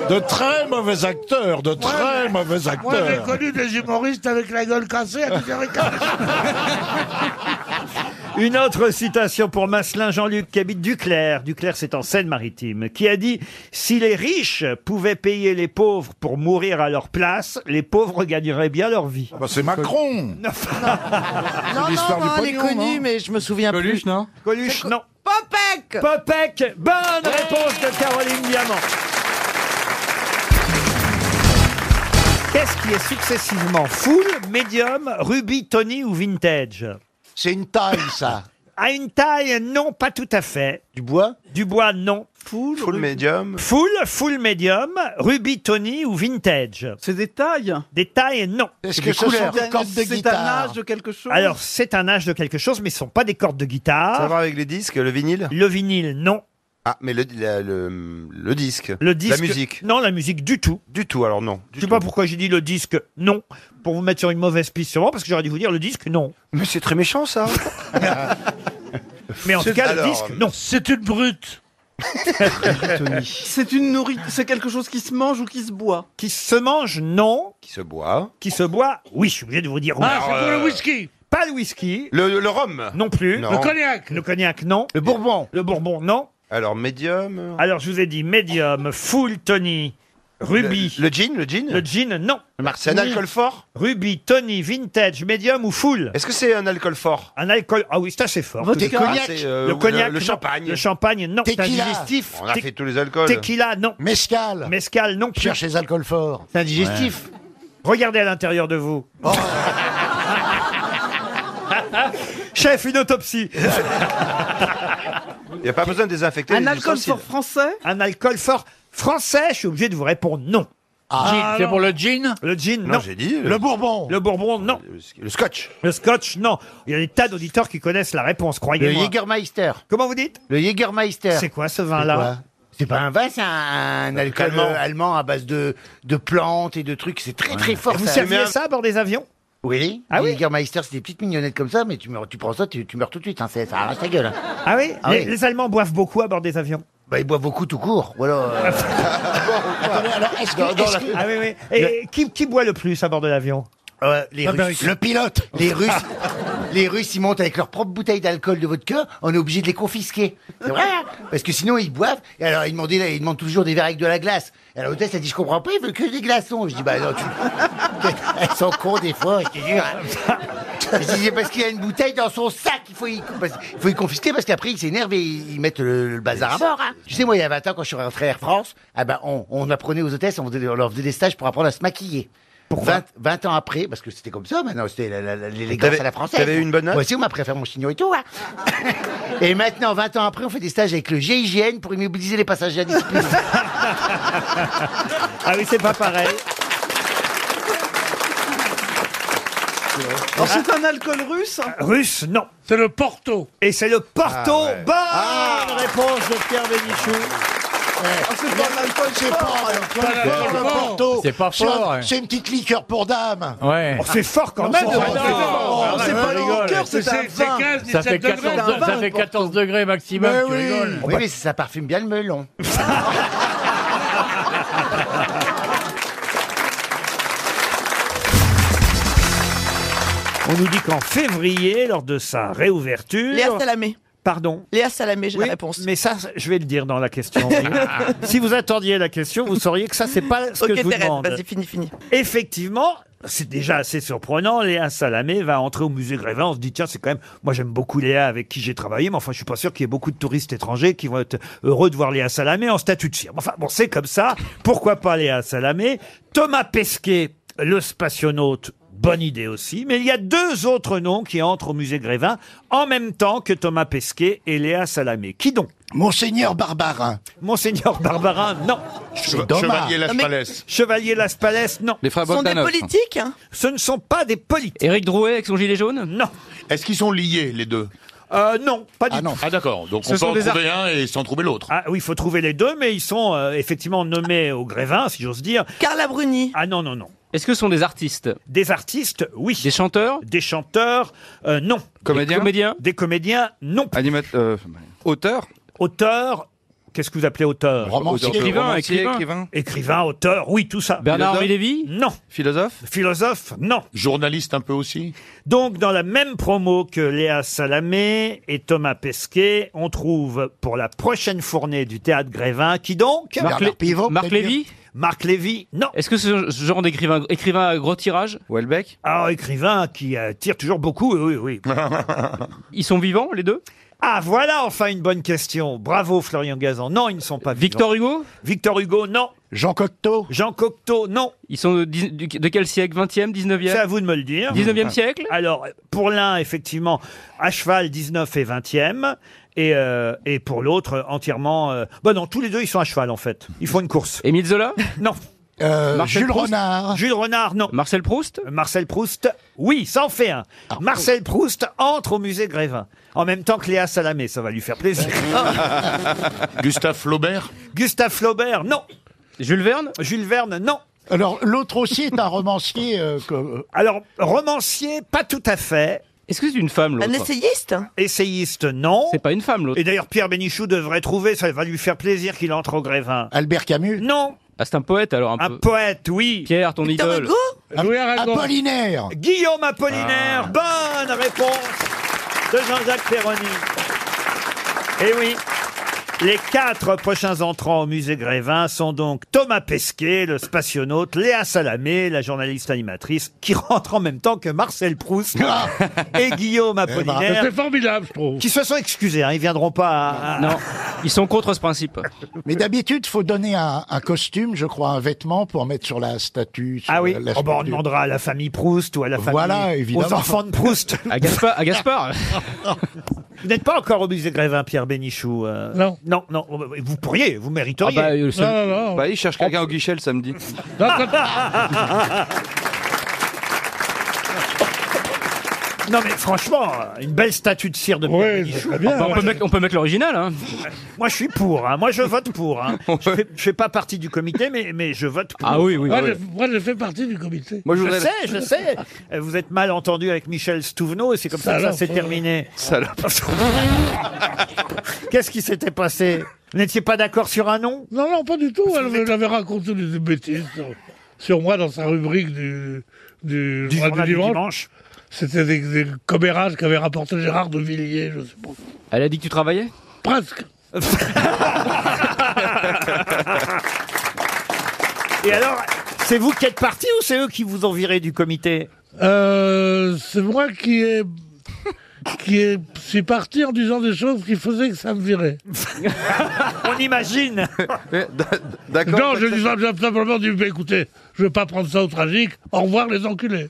De très mauvais acteurs, de très mauvais
Moi j'ai
acteurs.
connu des humoristes avec la gueule cassée à
[laughs]
10h15.
Une autre citation pour Masselin Jean-Luc qui habite Duclerc. Duclerc, c'est en Seine-Maritime, qui a dit Si les riches pouvaient payer les pauvres pour mourir à leur place, les pauvres gagneraient bien leur vie.
Ah bah, c'est Macron
Non, non,
l'histoire
non,
du
elle est
pognon,
connue,
non
mais je me souviens plus.
non Coluche, non.
Popek
Popek Bonne réponse de Caroline Diamant. Qu'est-ce qui est successivement full, medium, ruby, Tony ou vintage
C'est une taille, ça.
[laughs] À une taille, non, pas tout à fait. Du bois Du bois, non. Full,
Full medium.
Full, full medium, ruby, Tony ou vintage C'est des tailles Des tailles, non.
Est-ce que ce sont des cordes de guitare
quelque chose Alors, c'est un âge de quelque chose, mais ce ne sont pas des cordes de guitare.
Ça va avec les disques, le vinyle
Le vinyle, non.
Ah, mais le, la- le, le disque.
Le disque.
La musique.
Non, la musique du tout.
Du tout, alors non.
Je sais pas pourquoi j'ai dit le disque non, pour vous mettre sur une mauvaise piste sûrement, parce que j'aurais dû vous dire le disque non.
Mais c'est très méchant, ça.
[laughs] Mais en tout
C'est-
cas,
alors,
le disque non.
C'est
[laughs]
une brute.
C'est une nourriture, c'est quelque chose qui se mange ou qui se boit.
Qui se mange, non.
Qui se boit.
Qui se boit, oui, je suis obligé de vous dire. oui.
Ah, c'est pour le whisky.
Pas le whisky.
Le, le rhum.
Non plus.
Non. Le
cognac.
Le cognac, non. Le bourbon. Le bourbon, non.
Alors, médium. euh,
Alors, je vous ai dit médium, full, Tony, Ruby.
Le, le gin, le gin.
Le gin, non.
C'est un alcool fort
Ruby, Tony, vintage, medium ou full
Est-ce que c'est un alcool fort
Un alcool, ah oui, c'est assez fort.
Vodka.
Tout à fait.
Ah, c'est, euh,
le
ou
cognac,
le- le
non.
champagne.
Le champagne, non.
Tequila.
C'est indigestif.
On a
Te-
fait tous les alcools.
Tequila, non. Mescal. Mescal, non.
Cherche
les alcools forts. C'est indigestif. Regardez à l'intérieur de vous. [laughs] Chef, une autopsie.
Il n'y a pas besoin de désinfecter. les ustensiles.
français Un alcool fort français, je suis obligé de vous répondre non.
Gin, c'est alors. pour
le gin Le gin, non.
Non, j'ai dit, le-
Le bourbon. Le bourbon, non.
Le scotch.
Le scotch, non. Il y a des tas d'auditeurs qui connaissent la réponse,
Le
croyez-moi.
Jägermeister.
Comment vous dites
Le Jägermeister.
C'est quoi ce vin-là
C'est pas un vin, c'est un alcool euh,
allemand.
allemand. à base de, de plantes et de trucs. C'est très très fort.
Et vous serviez ça à bord des avions
Oui.
Ah
le
oui
Jägermeister, c'est des petites mignonnettes comme ça, mais tu, meurs- tu prends ça, tu, tu meurs tout de suite. hein, c'est- ça arrache ta gueule. hein.
Ah oui,
Ah
les,
oui.
les Allemands boivent beaucoup à bord des avions.
Bah, ils boivent beaucoup tout court. Ou alors, euh,
Ah oui, oui. Et qui, qui boit le plus à bord de l'avion
Euh, les
Ah ben,
Russes.
oui.
Le pilote. Les Russes. [laughs] les Russes, ils montent avec leur propre bouteille d'alcool de vodka. On est obligé de les confisquer. C'est vrai, hein Parce que sinon, ils boivent. Et alors, ils demandent, ils demandent toujours des verres avec de la glace. Et alors, l'hôtesse, elle dit, je comprends pas, il veut que des glaçons. Je dis, bah non, tu... Elles sont cons des fois, je te jure. hein. Je dis, c'est parce qu'il a une bouteille dans son sac. Il faut y, parce- il faut y confisquer parce qu'après, ils s'énervent et ils mettent le, le bazar à bord. hein. Tu sais, moi, il y a 20 ans, quand je suis rentré à Air France, ah ben, on, on apprenait aux hôtesses, on, faisait- on leur faisait des stages pour apprendre à se maquiller. Pourquoi 20, 20 ans après, parce que c'était comme ça, maintenant, c'était la- la- la- l'élégance
T'avais-
à la française.
t'avais eu une bonne note
Moi aussi, on m'a préféré mon chignon et tout. hein. et maintenant, 20 ans après, on fait des stages avec le GIGN pour immobiliser les passagers à discipline.
Ah oui, c'est pas pareil. Ah.
Alors, c'est un alcool russe
[laughs] Russe, non. C'est le Porto. Et c'est le
Ah,
Porto.
ouais.
Bonne
Ah.
réponse de Pierre Bénichou.
Ah,
c'est pas l'alcool, c'est fort, alors.
Pas l'alcool
le
fort.
Porto.
C'est pas
un-
fort, hein.
C'est une petite liqueur pour dame.
Oh, c'est fort quand
Non,
même.
c'est
de
pas
rentrer
fort.
dedans.
Non, c'est
Ah,
pas
ouais,
l'alcool,
rigole.
c'est un vin.
Ça fait 14,
degrés,
ça
un
fait
vin,
14 degrés maximum,
Mais
tu
oui.
rigoles.
Oui, mais ça parfume bien
[laughs]
le melon.
On nous dit qu'en février, lors de sa réouverture.
Léa Salamé.
Pardon
Léa Salamé, j'ai
Oui,
la réponse.
Mais ça, je vais le dire dans la
[laughs]
question. si vous attendiez la question, vous sauriez que ça, c'est pas ce
ok,
que je vous
Thérèse,
demande.
vas-y, fini, fini.
Effectivement, c'est déjà assez surprenant. Léa Salamé va entrer au musée Grévin. On se dit, tiens, c'est quand même. Moi, j'aime beaucoup Léa avec qui j'ai travaillé, mais enfin, je suis pas sûr qu'il y ait beaucoup de touristes étrangers qui vont être heureux de voir Léa Salamé en statut de cire. Enfin, bon, c'est comme ça. Pourquoi pas Léa Salamé Thomas Pesquet, le spationaute. Bonne idée aussi, mais il y a deux autres noms qui entrent au musée Grévin en même temps que Thomas Pesquet et Léa Salamé. Qui donc Monseigneur Barbarin. Monseigneur Barbarin, non.
Chevalier dommage. Laspalès.
Chevalier Laspalès, non. Les
frères Ce sont des Bogdanov. politiques,
hein. Ce ne sont pas des politiques. Éric Drouet avec son gilet jaune Non.
Est-ce qu'ils sont liés, les deux
Euh, non, pas du
Ah
tout.
non. Ah d'accord, donc
Ce
on peut
sont
en
des
trouver un et sans trouver l'autre.
Ah oui, il faut trouver les deux, mais ils sont euh, effectivement nommés au Grévin, si j'ose dire. Carla Bruni. Ah non, non, non. Est-ce que ce sont des artistes Des artistes, oui. Des chanteurs Des chanteurs, euh, non.
Comédiens Des comédiens
Des comédiens, non.
Animateur.
euh, Auteurs Auteurs. Qu'est-ce que vous appelez auteur
Romancier. Écrivain, Romancier, écrivain. écrivain.
Écrivain, auteur, oui, tout ça.
Bernard-Henri
Lévy Non. Philosophe Philosophe, non.
Journaliste un peu aussi
Donc, dans la même promo que Léa Salamé et Thomas Pesquet, on trouve pour la prochaine fournée du théâtre Grévin, qui donc
Marc Lé- Marc Lévy
Marc Lévy, non.
Est-ce que ce genre d'écrivain écrivain à gros tirage
Welbeck Ah, écrivain qui euh, tire toujours beaucoup, oui, oui. [laughs] ils sont vivants, les deux Ah, voilà enfin une bonne question. Bravo, Florian Gazan. Non, ils ne sont pas
Victor
vivants.
Hugo
Victor Hugo, non.
Jean Cocteau
Jean Cocteau, non.
Ils sont de, dix- du- de quel siècle 20e, 19e
C'est à vous de me le dire.
19e siècle
Alors, pour l'un, effectivement, à cheval 19 et 20e. Et, euh, et pour l'autre, euh, entièrement. euh, Bah non, tous les deux, ils sont à cheval, en fait. Ils font une course.
Émile Zola
[laughs] Non.
Jules
Renard. Euh, Jules Renard, non.
Marcel Proust
Marcel Proust, Ah, oui, ça en fait un. Marcel Proust entre au musée Grévin. En même temps que Léa Salamé, ça va lui faire [laughs] plaisir.
Gustave Flaubert
Gustave Flaubert, non.
Jules Verne
Jules Verne, non.
Alors, l'autre aussi est un romancier. euh, que-
Alors, romancier, pas tout à fait.
Est-ce que c'est une femme, l'autre
Un essayiste Essayiste, non. C'est
pas une femme, l'autre.
Et d'ailleurs, Pierre Bénichou devrait trouver, ça va lui faire plaisir qu'il entre au Grévin.
Albert Camus
Non.
Ah, c'est un poète alors un, peu.
Poète, oui.
Pierre, ton idole.
Apollinaire
Guillaume Apollinaire,
Ah.
bonne réponse de Jean-Jacques Perroni. Et Eh oui. Les quatre prochains entrants au musée Grévin sont donc Thomas Pesquet, le spationaute, Léa Salamé, la journaliste animatrice, qui rentre en même temps que Marcel
[laughs]
Proust et Guillaume Apollinaire.
Eh, C'est formidable, je trouve.
Qui se sont excusés, hein, ils viendront pas. à- à-
Non, ils sont contre ce principe.
Mais d'habitude, faut donner un, un costume, je crois, un vêtement pour mettre sur la statue. sur
Ah oui,
la- la
Oh, bah, on
sculpture.
demandera à la famille Proust ou à la famille
Voilà, évidemment.
aux enfants de Proust.
Ah,
À Gaspard. À Gaspard.
Vous n'êtes pas encore au musée Grévin, Pierre Bénichou. euh,
Non.
Non, non. Vous pourriez, vous
Ah
mériteriez.
Ah
bah,
euh,
euh,
Bah, il cherche quelqu'un au guichet le samedi.
Non mais franchement, une belle statue de cire de Pierre Bénichou.
Enfin, on, peut mettre, on peut mettre l'original. Hein.
Moi je suis pour, hein. moi je vote pour.
[laughs]
hein. je, fais, je fais pas partie du comité, mais, mais je vote pour.
Ah oui, oui,
Moi, je, moi, je fais partie du comité.
je, sais, je sais. Euh, Vous êtes mal entendu avec Michel Stouvenot et c'est comme ça que ça
Salope.
s'est terminé.
Salope.
Qu'est-ce qui s'était passé Vous n'étiez pas d'accord sur un nom
Non, non, pas du tout. Elle m'avait raconté des bêtises. sur moi dans sa rubrique du, du,
Du
journal
journal du dimanche.
C'était des, des commérages qu'avait rapporté Gérard de Villiers, je sais pas.
Elle a dit que tu travaillais
Presque.
[laughs] Et alors, c'est vous qui êtes parti ou c'est eux qui vous ont viré du comité
Euh, c'est moi qui ai, qui ai, suis parti en disant des choses qui faisaient que ça me virait.
[laughs] On imagine
Non, je dis ça, j'ai simplement dit, mais écoutez, je vais pas prendre ça au tragique, au revoir les enculés.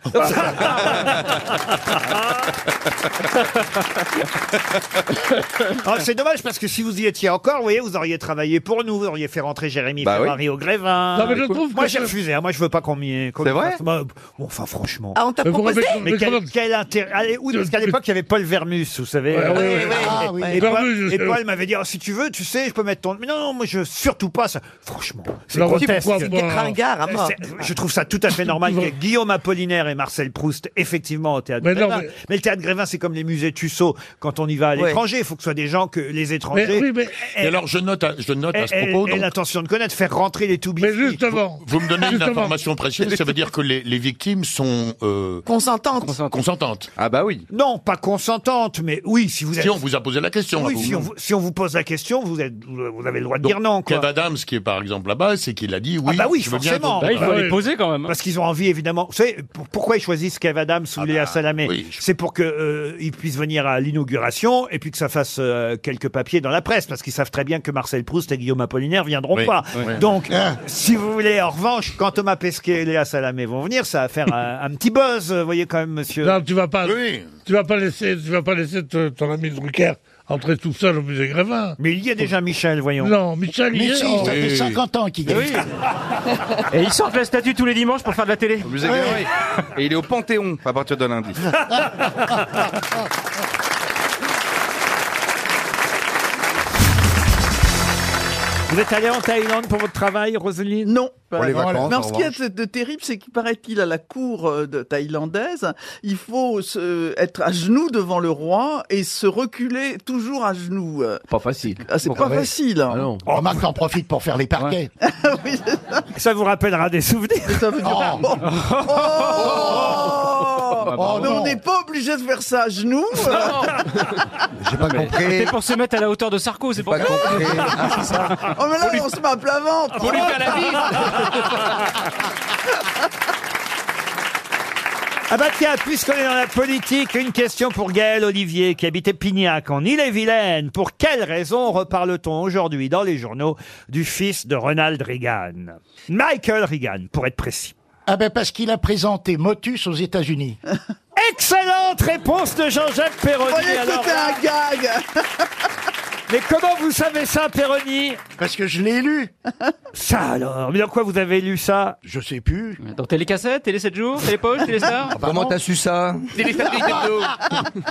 Ah, [laughs] c'est dommage parce que si vous y étiez encore, vous voyez, vous auriez travaillé pour nous, vous auriez fait rentrer Jérémy
Bah
Ferrari
oui.
au Grévin.
Non, mais je trouve
moi
que-
j'ai refusé, hein, moi je veux pas qu'on m'y ait- qu'on
C'est
m'y
vrai
fasse- Bah, bon, Enfin franchement.
Ah, on t'a Mais vous proposé rappelez-
Mais
mais
quel,
comment-
quel intérêt Allez, oui, parce qu'à l'époque il y avait Paul Vermus, vous savez.
Ouais,
Euh,
ouais, ouais.
et-
Ah,
et-
oui.
Et, Paul,
Vermus, je
et
sais.
Paul m'avait dit Ah, si tu veux, tu sais, je peux mettre ton. Mais non, non, moi je surtout pas ça. Franchement, c'est
Alors,
grotesque. Euh,
pourquoi C'était moi ringard à mort.
C'est- Je trouve ça tout à fait normal que Guillaume Apollinaire et Marcel Proust, effectivement, au théâtre
Mais non,
Grévin.
mais-
Mais le théâtre Grévin, c'est comme les musées Tussaud quand on y va à
Ouais.
l'étranger. Il faut que ce soit des gens que les étrangers.
Mais oui, mais-
aient-
Et alors, je note, à- je note à ce
aient-
propos.
aient
donc,
l'intention de connaître, faire rentrer les toubis. Mais
justement.
vous me donnez une
Justement.
information précise. Ça veut dire que les, les victimes sont euh,
Consentante.
consentantes. Ah bah oui.
Non, pas consentante, mais oui, si vous
Si
êtes-
on vous a posé la question,
Oui,
à vous.
si, on, vous- si on vous pose la question, vous, êtes, vous avez le droit de
Donc,
dire non. Quoi.
Kev Adams, qui est par exemple là-bas, c'est qu'il a dit oui.
ah bah oui,
je veux bien être au
forcément.
contrat.
quand même. hein. Parce qu'ils ont envie, évidemment. Vous savez, pour- pourquoi ils choisissent Kev Adams
Ah
ou
bah,
Léa Salamé C'est pour qu'ils puissent venir à l'inauguration et puis que ça fasse euh, quelques papiers dans la presse, parce qu'ils savent très bien que Marcel Proust et Guillaume Apollinaire viendront
Oui,
pas.
oui.
Donc,
Ah.
si vous voulez, en revanche, quand Thomas Pesquet et Léa Salamé vont venir, ça va faire euh, un, un petit buzz, vous voyez quand même, monsieur.
Non, tu vas pas, tu vas pas laisser, tu vas pas laisser te- ton ami Drucker entrer tout seul au musée Grévin.
Mais il y a déjà Michel, voyons.
Non, Michel, il
Mais
y est.
si,
Oh.
ça fait Oui. 50 ans qu'il y est. Oui.
Et ils sortent la statue tous les dimanches pour faire de la télé.
Vous avez raison. Et il est au Panthéon à partir de lundi.
Vous êtes allé en Thaïlande pour votre travail, Roselyne
Non.
Pour les
Non,
vacances,
Mais
en
alors, ce qu'il y a
revanche.
de- de terrible, c'est qu'il paraît-il à la cour euh, de- thaïlandaise, il faut se- euh, être à genoux devant le roi et se reculer toujours à genoux. euh.
Pas facile.
Ah, c'est pas facile. hein.
Remarque, t'en profites pour faire les parquets.
Ça vous rappellera des souvenirs.
Oh,
Oh.
bah,
Oh, mais on n'est pas obligé de faire ça à genoux. euh.
J'ai pas compris. C'était pour se mettre à la hauteur de Sarko, c'est pour ça. [laughs]
Oh, mais là, on se met à plat ventre.
Faut lui faire la
Ah bah tiens, puisqu'on est dans la politique, une question pour Gaël Olivier qui habitait Pignac en Ille-et-Vilaine. Pour quelle raison reparle-t-on aujourd'hui dans les journaux du fils de Ronald Reagan Michael Reagan, pour être précis.
Ah ben parce qu'il a présenté Motus aux États-Unis.
[laughs] Excellente réponse de Jean-Jacques Perroni.
Vous voyez que
alors.
c'était un gag.
Mais comment vous savez ça, Perroni
Parce que je l'ai
[laughs]
lu.
Ça alors Mais dans quoi vous avez lu ça
Je sais plus. Ah,
Dans Télécassette, Télé 7 jours, Télé Poche, Télé Star
Comment t'as su ça [laughs]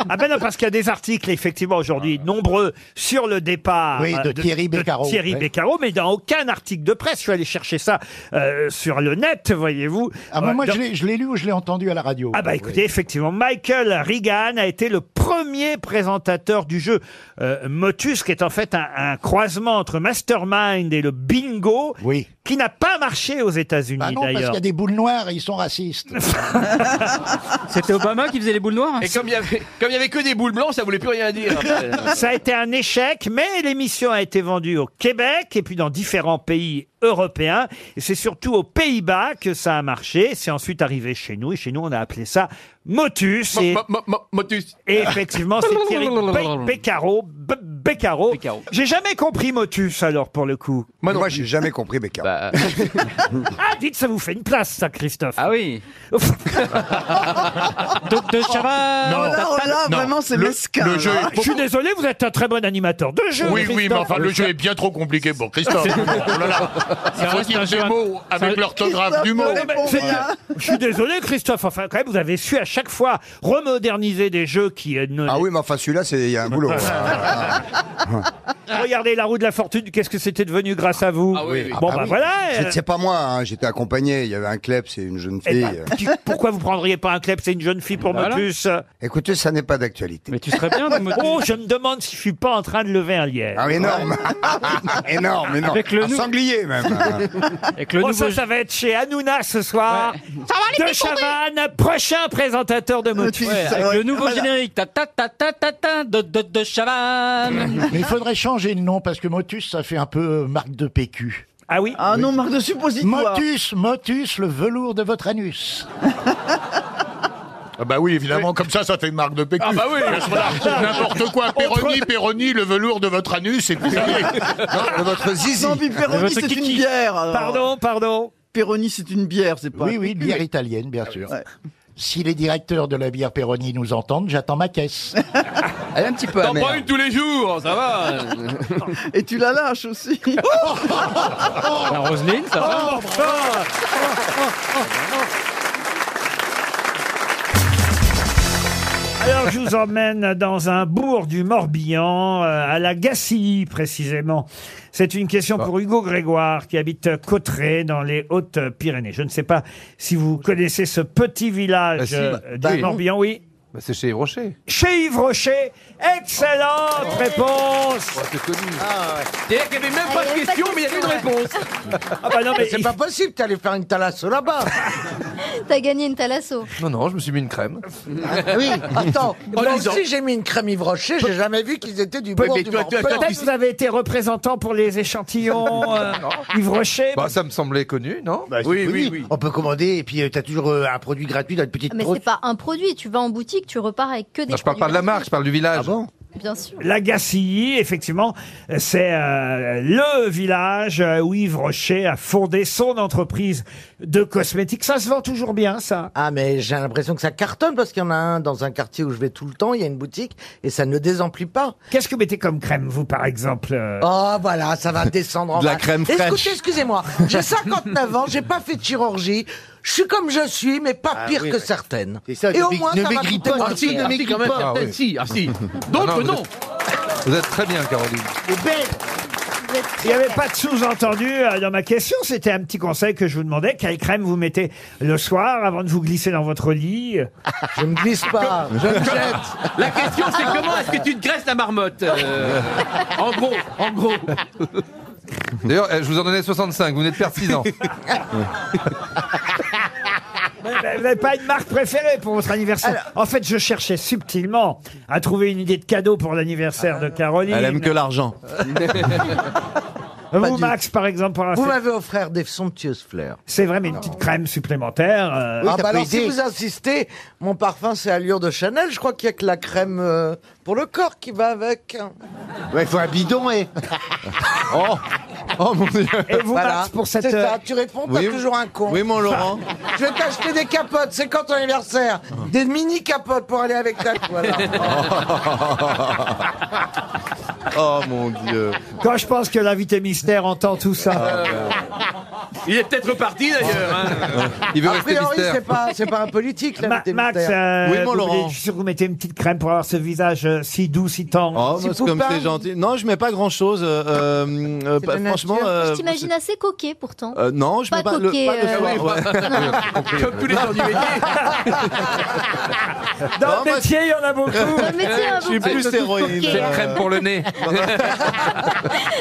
Ah ben non, parce qu'il y a des articles, effectivement, aujourd'hui, nombreux, sur le départ
Ah. Oui, de
euh,
Thierry Beccaro,
Thierry
ouais.
Beccaro, mais dans aucun article de presse. Je suis allé chercher ça euh, sur le net, voyez-vous.
Ah, moi,
Euh,
moi,
dans-
je l'ai- je l'ai lu ou je l'ai entendu à la radio.
Ah bah écoutez, effectivement, Michael Reagan a été le premier présentateur du jeu euh, Motus, qui est en fait un, un croisement entre Mastermind et le Bingo, qui n'a pas marché aux États-Unis
Ah non, parce qu'il
d'ailleurs.
y a des boules noires et ils sont
[laughs]
racistes. [laughs]
C'était Obama qui faisait les boules noires hein.
Et comme il y avait, comme il y avait que des boules blanches, ça voulait plus rien dire.
Ça a été un échec, mais l'émission a été vendue au Québec et puis dans différents pays européens. Et c'est surtout aux Pays-Bas que ça a marché. C'est ensuite arrivé chez nous. Et chez nous, on a appelé ça Motus. Et,
Motus.
et effectivement,
[laughs]
c'est Thierry Pe- Beccaro. Be- Beccaro. J'ai jamais compris Motus, alors, pour le coup.
Moi, Moi j'ai jamais compris Beccaro.
[laughs] Ah, dites, ça vous fait une place, ça, Christophe.
Bah, euh.
[laughs]
Ah oui.
de, Chaval.
Oh, Non, là, là, vraiment, c'est mesquin,
le jeu
là.
est
Je suis désolé, vous êtes un très bon animateur de jeu.
oui, oui, mais
Christophe.
enfin, le jeu est bien trop compliqué pour
[laughs]
Christophe. Oh là là. Il faut qu'il y ait des mots avec l'orthographe du mot.
C'est- Je suis désolé, Christophe. Enfin, quand même, vous avez su à chaque fois remoderniser des jeux qui euh, ne. [laughs]
hein.
Ah oui, mais enfin, celui-là, c'est- il y a un boulot.
Ah. Regardez la roue de la fortune, qu'est-ce que c'était devenu grâce à vous
Ah
Bon, bah voilà. euh,
C'est pas moi, hein, j'étais accompagné. Il y avait un kleps et une jeune
eh
fille.
ben, tu- pourquoi vous prendriez pas un club C'est une jeune fille pour
Voilà.
Motus.
Écoutez, ça n'est pas d'actualité. Mais
tu serais
[laughs]
bien dans Motus. Oh, je me demande si je suis pas en train de lever un lièvre.
Ah, énorme. [laughs] énorme, énorme.
Avec le
un
nou-
sanglier, même.
[laughs] Avec le Oh, ça, ça va être chez Hanouna ce soir. de Chavannes, prochain présentateur de Motus.
Ouais, avec le nouveau générique, ta ta ta ta ta ta de de de
[laughs]
Ah,
Chavannes.
Mais il faudrait changer de nom parce que Motus, ça fait un peu euh, marque de PQ.
Ah oui
Ah non, marque de
suppositoire.
Motus, Motus, le velours de votre anus.
Ah bah oui, évidemment, comme ça, ça fait une marque de PQ.
Ah bah
[laughs]
oui.
À ce moment-là, n'importe quoi. Péroni, Péroni, le velours de votre anus, et puis ça y est.
[laughs]
Non, de votre zizi.
[laughs] Ah, Non, puis Peroni, c'est une bière. alors.
Pardon, pardon.
Peroni, c'est une bière, c'est pas.
Oui, oui, une bière italienne, bien sûr. Si les directeurs de la bière Peroni nous entendent, j'attends ma caisse.
Elle est un petit peu T'en
euh.
prends une tous les jours, ça va.
Et tu la lâches aussi.
La Roselyne, ça va
Alors, je vous emmène dans un bourg du Morbihan, euh, à la Gacilly, précisément. C'est une question pour Hugo Grégoire, qui habite Cotteret, dans les Hautes-Pyrénées. Je ne sais pas si vous connaissez ce petit village euh, du Morbihan, oui.
Bah, c'est chez Rocher.
Chez Yves Rocher, excellente
Oh,
réponse
C'est-à-dire qu'il n'y avait même pas de question, mais il y avait une réponse.
Ah bah non, mais
c'est pas possible, t'es allé faire une thalasso là-bas.
T'as gagné une thalasso.
Non, non, je me suis mis une crème.
Ah oui, attends,
En
moi
lisant.
aussi j'ai mis une crème Yves Rocher, j'ai jamais vu qu'ils étaient du
Pe-
bord
mais
du
toi,
Morbihan.
toi, toi, Peut-être vous avez été représentant pour les
[laughs]
échantillons euh, Yves Rocher.
Bah, ça me semblait connu, non
oui, Bah, oui,
On peut commander et puis euh, t'as toujours euh, un produit gratuit dans une petite
Ah, Mais
trousse.
c'est pas un produit. Tu vas en boutique, tu repars avec que des.
Non, je parle pas de
La marque, je parle du
Ah
village.
Bien sûr.
La Gacilly, effectivement, c'est euh, le village euh, où Yves Rocher a fondé son entreprise de cosmétiques. Ça se vend toujours bien, ça.
Ah mais j'ai l'impression que ça cartonne parce qu'il y en a un dans un quartier où je vais tout le temps, il y a une boutique et ça ne désemplit pas.
Qu'est-ce que vous mettez comme crème, vous, par exemple euh
Oh voilà, ça va descendre en
De la
bas.
crème
Écoutez,
fraîche.
excusez-moi, j'ai 59 ans, j'ai pas fait de chirurgie, je suis comme je suis, mais pas
Ah
pire que certaines. et au moins, ça va coûter moins
Ah, si,
cher.
ah, si, quand même, certaines, si, ah, si. D'autres, non. Vous êtes très bien, Caroline.
Il n'y avait pas de sous-entendu euh, dans ma question. C'était un petit conseil que je vous demandais. Quelle crème vous mettez le soir avant de vous glisser dans votre lit Je ne glisse pas.
je me jette.
La
question, c'est comment est-ce que
tu te graisses la marmotte
euh,
En gros, en gros. D'ailleurs, euh, je vous en donnais 65, vous venez de perdre 6 ans.
Vous n'avez pas une marque préférée pour votre anniversaire En fait, je cherchais subtilement à trouver une idée de cadeau pour
Ah.
l'anniversaire de Caroline.
Elle aime que l'argent.
Vous, Max, par exemple, pour un
Vous
fait-
m'avez offert des somptueuses fleurs.
C'est vrai, mais une petite crème supplémentaire. euh,
ah bah alors si vous insistez, mon parfum c'est allure de Chanel, je crois qu'il y a que la crème euh, pour le corps qui va avec.
Ouais, il faut un bidon [laughs] et.
Oh,
mon dieu.
Et vous, Max, pour cette, C'est ça, euh, tu réponds, t'as oui, toujours un con. oui, mon Laurent. Je vais t'acheter des capotes, c'est quand ton anniversaire
Oh.
Des mini capotes pour aller avec
[laughs]
ta voilà.
oh mon dieu.
Quand je pense que l'invité mystère entend tout ça.
Euh, Il est peut-être reparti d'ailleurs. hein. Il veut
A
rester
priori,
mystère.
c'est pas, c'est pas un politique,
Ma-
l'invité
Max,
mystère.
euh, vous voulez- je suis sûr que vous mettez une petite crème pour avoir ce visage euh, si doux, si tendre.
Oh,
Si
moi, c'est comme
poupin.
c'est gentil. Non, je mets pas grand chose. franchement, euh,
je t'imagine assez coquet pourtant.
euh, non, je
pas
mets pas le,
coquet,
pas le
euh,
soir,
[laughs] oui,
ouais.
Comme tous les gens du métier. [laughs]
Dans le métier, il y en a beaucoup.
Dans le métier, il y en a Je suis beaucoup. plus héroïne.
C'est une crème pour le nez.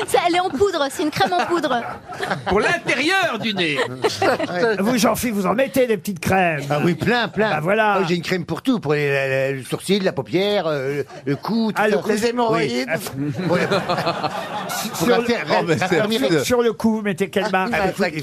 Ça, elle est en poudre. C'est une crème en poudre.
[laughs] pour l'intérieur du nez.
euh.
[laughs]
Vous, jean philippe vous en mettez des petites crèmes.
Ah oui, plein, plein.
Bah voilà.
Oh, J'ai une crème pour tout, pour les, la- la- le sourcil, la paupière, euh, le, le cou, tout
Ah, le
ça.
cou, Les hémorroïdes. oui.
Ouais. Pour
Sur
la
le-
faire-
Oh, mais c'est
faire-
absurde. Sur le cou, vous mettez quelle marque
Ah, mais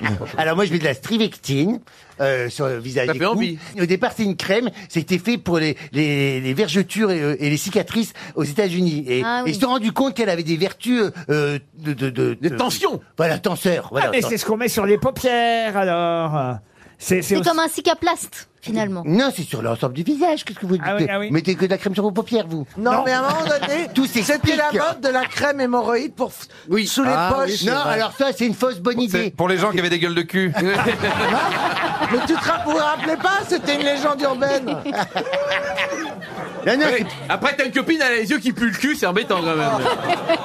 faut- Alors moi je mets de la strivectine euh, sur le visage
Ça
et
fait
cou.
envie.
Au départ c'est une crème, c'était fait pour les, les, les vergetures et, euh, et les cicatrices aux États-Unis et,
Ah oui.
et ils se sont rendu compte qu'elle avait des vertus euh, de, de, de, de
tensions.
Voilà, tenseur. Voilà,
Ah, mais
tenseur.
c'est ce qu'on met sur les paupières, alors. C'est
C'est
aussi-
comme un cicaplaste finalement.
Non, c'est sur l'ensemble du visage. Qu'est-ce que vous dites
Ah oui, ah oui.
Mettez que de la crème sur vos paupières, vous.
Non, mais à un moment donné,
Tout
c'était
s'explique.
la mode de la crème hémorroïde pour f- sous les poches.
non, alors ça, c'est une fausse bonne idée.
Pour les gens qui avaient des gueules de cul.
[laughs]
Hein
Mais tu te ra- vous vous rappelez pas C'était une légende urbaine.
Ouais. Après, t'as une copine, elle a les yeux qui puent le cul, c'est embêtant quand
Oh.
même.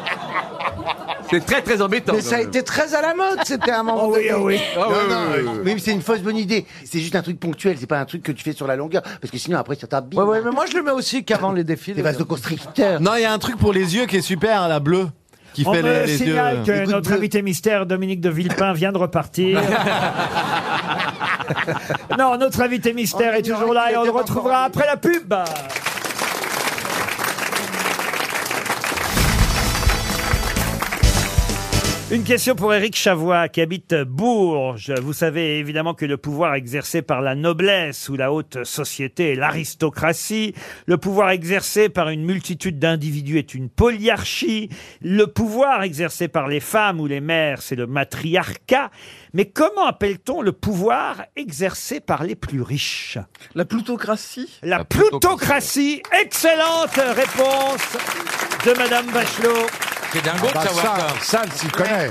C'est très très embêtant.
Mais ça a
quand même.
été très à la mode, c'était un moment. donné.
Ah oui,
Non, non,
oui, oui,
mais c'est une fausse bonne idée. C'est juste un truc ponctuel, c'est pas un truc que tu fais sur la longueur. Parce que sinon, après, ça t'abîme. Ouais, ouais, mais moi, je le mets aussi qu'avant les défilés. Les vases de constricteur.
Non, il y a un truc pour les yeux qui est super, à la bleue. Qui
On
fait
me
les, les yeux.
signale
Les
que
gouttes
notre
bleues.
invité mystère, Dominique de Villepin, vient de [laughs] repartir. non, notre invité mystère est toujours là et on le retrouvera après la pub. Une question pour Éric Chavois qui habite Bourges. Vous savez évidemment que le pouvoir exercé par la noblesse ou la haute société est l'aristocratie. Le pouvoir exercé par une multitude d'individus est une polyarchie. Le pouvoir exercé par les femmes ou les mères, c'est le matriarcat. Mais comment appelle-t-on le pouvoir exercé par les plus riches
La plutocratie
La plutocratie. Excellente réponse de Madame Bachelot.
C'est dingo de Ah bah savoir ça, ça. ça, s'y connaît.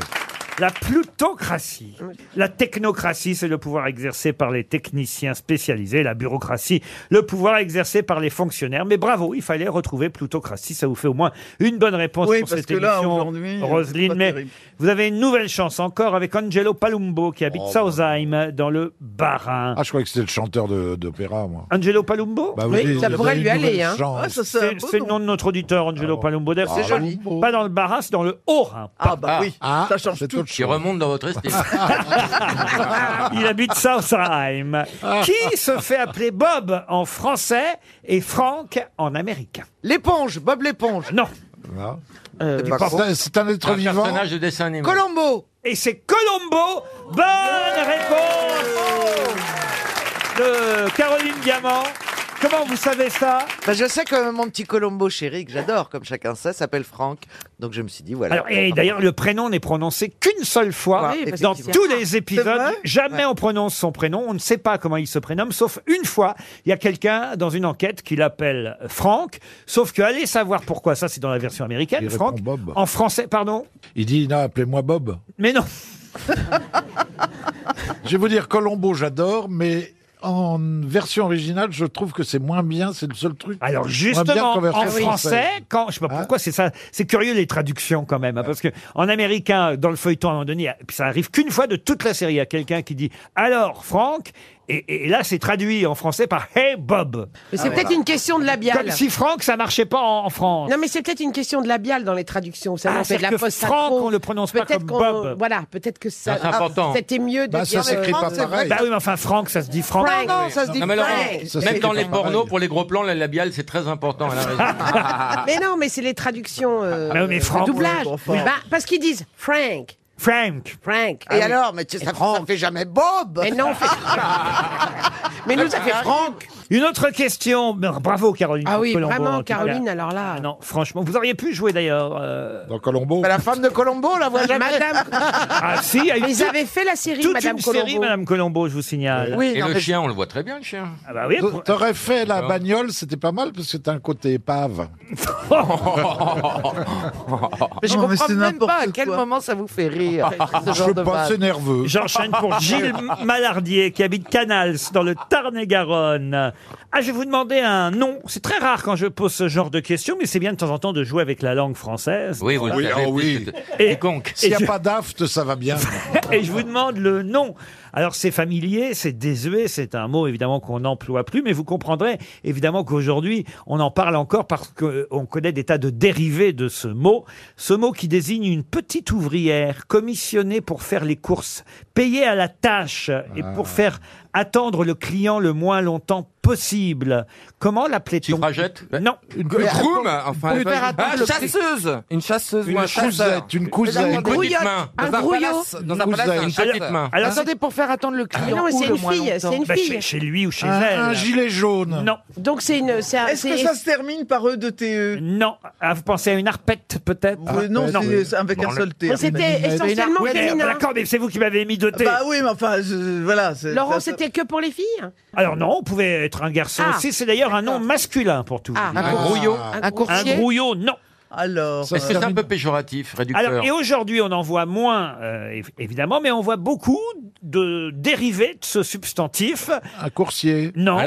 La plutocratie. La technocratie, c'est le pouvoir exercé par les techniciens spécialisés. La bureaucratie, le pouvoir exercé par les fonctionnaires. Mais bravo, il fallait retrouver plutocratie. Ça vous fait au moins une bonne réponse
Oui,
pour
parce
cette
que là,
émission,
aujourd'hui, euh, c'est
Roselyne.
pas
Mais
terrible.
vous avez une nouvelle chance encore avec Angelo Palumbo qui habite Sausheim dans le Bas-Rhin.
Ah, je croyais que c'était le chanteur de- d'opéra, moi.
Angelo Palumbo
Bah oui, Oui, ça vous pourrait avez lui une aller, nouvelle hein. chance. Ouais, ça, c'est un
C'est
beau
c'est le nom de notre auditeur, Angelo Palumbo. D'ailleurs,
C'est joli.
Pas dans le Bas-Rhin, c'est dans le Haut-Rhin. Ah
bah oui, Ah, ça change c'est tout. autre
Qui remonte dans votre esprit.
[laughs] Il habite Southheim. Qui se fait appeler Bob en français et Frank en américain L'éponge, Bob l'éponge. Non.
C'est pas con. Euh, C'est un être vivant.
personnage de dessin animé.
Colombo. Et c'est Colombo. Bonne réponse de Caroline Diamant. Comment vous savez ça
Bah, Je sais que mon petit Colombo chéri, que j'adore, comme chacun sait, s'appelle Franck. Donc je me suis dit, voilà.
Alors, et d'ailleurs, le prénom n'est prononcé qu'une seule fois
Oui, parce
dans
que c'est
tous
rare.
les épisodes.
C'est vrai
Jamais
Ouais.
on prononce son prénom. On ne sait pas comment il se prénomme, sauf une fois. Il y a quelqu'un dans une enquête qui l'appelle Franck. Sauf que allez savoir pourquoi. Ça, c'est dans la version américaine.
Il
Franck.
répond Bob.
En français, pardon.
Il dit, non, appelez-moi Bob.
Mais non.
Je vais vous dire, Colombo, j'adore, mais en version originale, je trouve que c'est moins bien. C'est le seul truc.
Alors
moins bien
justement,
qu'en version
en français,
française. Hein
quand je sais pas pourquoi c'est ça, c'est curieux les traductions quand même, hein, parce que en américain, dans le feuilleton à un moment donné, puis ça arrive qu'une fois de toute la série, il y a quelqu'un qui dit alors Franck, et, et- et là c'est traduit en français par Hey Bob.
Mais
Ah,
c'est peut-être une question de labiale.
Ah, Comme si Franck ça marchait pas en, en France.
Non, mais c'est peut-être une question de labiale dans les traductions. Vous savez,
Ah,
on fait de
c'est-à-dire
la
que
post
Franck, on le prononce pas
Peut-être
comme
qu'on-
Bob.
Voilà, peut-être que ça.
Ah, c'est important.
C'était mieux de
Bah, ça
dire. euh,
s'écrit pas
Franck, c'est vrai.
Bah oui, mais enfin Franck, ça se dit Franck.
Franck, non, ça se dit
Non, mais Laurent,
pareil. Ça,
même
c'est
dans
pas
les
pareil.
pornos, pour les gros plans, la labiale, c'est très important. Elle a
[laughs]
Ah,
raison.
Ah, Mais non, mais c'est les traductions. euh,
Ah, mais
de
Franck,
doublage.
ouais, bon, Franck.
Bah, parce qu'ils disent Ah Frank.
Frank.
Frank.
Et alors, mais tu sais, ça, ça fait jamais Bob
Mais non,
[laughs]
on fait- Mais nous, ça fait Franck.
Une autre question. Bravo Caroline.
Ah oui,
Colombo, en
vraiment,
tout cas.
Caroline, alors là.
Non, franchement, vous auriez pu jouer d'ailleurs. euh,
Dans Colombo.
Bah, la femme de Colombo, la voit jamais.
[laughs]
Madame.
Ah si, il y a eu
Mais ils
toute-
avaient fait la série
toute
Madame
une
Colombo.
série Madame Colombo, je vous signale.
Et le chien, on le voit très bien, le chien.
Ah bah oui.
T'a- T'aurais fait la
D'accord.
bagnole, c'était pas mal parce que t'as un côté épave. Ah,
Mais je
Oh,
Non, mais
comprends
c'est
même
n'importe
pas à quel moment ça vous fait rire.
Ah,
ce genre de vanne.
J'enchaîne
[laughs]
pour Gilles Malardier qui habite Canals dans le Tarn-et-Garonne. Ah, je vais vous demander un nom. C'est très rare quand je pose ce genre de questions, mais c'est bien de temps en temps de jouer avec la langue française.
Oui, vous le
Oui,
savez,
ah oui.
puisque-
Et,
S'il n'y
et
a
je-
pas d'aft, ça va bien.
[laughs] et je vous demande le nom. Alors c'est familier, c'est désuet, c'est un mot évidemment qu'on n'emploie plus, mais vous comprendrez évidemment qu'aujourd'hui on en parle encore parce qu'on connaît des tas de dérivés de ce mot. Ce mot qui désigne une petite ouvrière commissionnée pour faire les courses, payée à la tâche et pour faire attendre le client le moins longtemps possible. Comment l'appelait-on Non. Une
Une groom, enfin. elle fait- Ah, chasseuse [laughs] Une chasseuse ou un chasseur. Une petite main. Dans un palace. Dans un palace, une petite main. Ah
Alors, attendez, pour faire attendre le client.
non, Ah, mais
où
c'est
le
une
moins
fille,
longtemps
c'est une
Bah,
fille.
chez, chez lui ou chez
Un-
elle.
un
gilet jaune.
Non.
Donc c'est une. c'est un-
Est-ce que
c'est-
ça se termine par E E-D-T-E
Non. Ah, vous pensez à une arpette, peut-être Ah, euh,
Oui, non, Arpette, c'est- oui. c'est avec un seul T. Mais c'était essentiellement
Ouais, mais,
féminin.
D'accord, mais c'est vous qui m'avez mis deux T.
Bah oui, mais enfin, je- voilà. c'est-
Laurent,
ça-
c'était que pour les filles hein
Alors non, on pouvait être un garçon
Ah,
aussi. C'est d'ailleurs un nom masculin pour tout. vous
Ah,
dire.
un Ah. grouillot. Un
Un
coursier
grouillot, non.
Alors.
Est-ce que c'est un peu péjoratif, réducteur
Alors, et aujourd'hui, on en voit moins, euh, év- évidemment, mais on voit beaucoup de dérivés de ce substantif.
Un coursier
Non.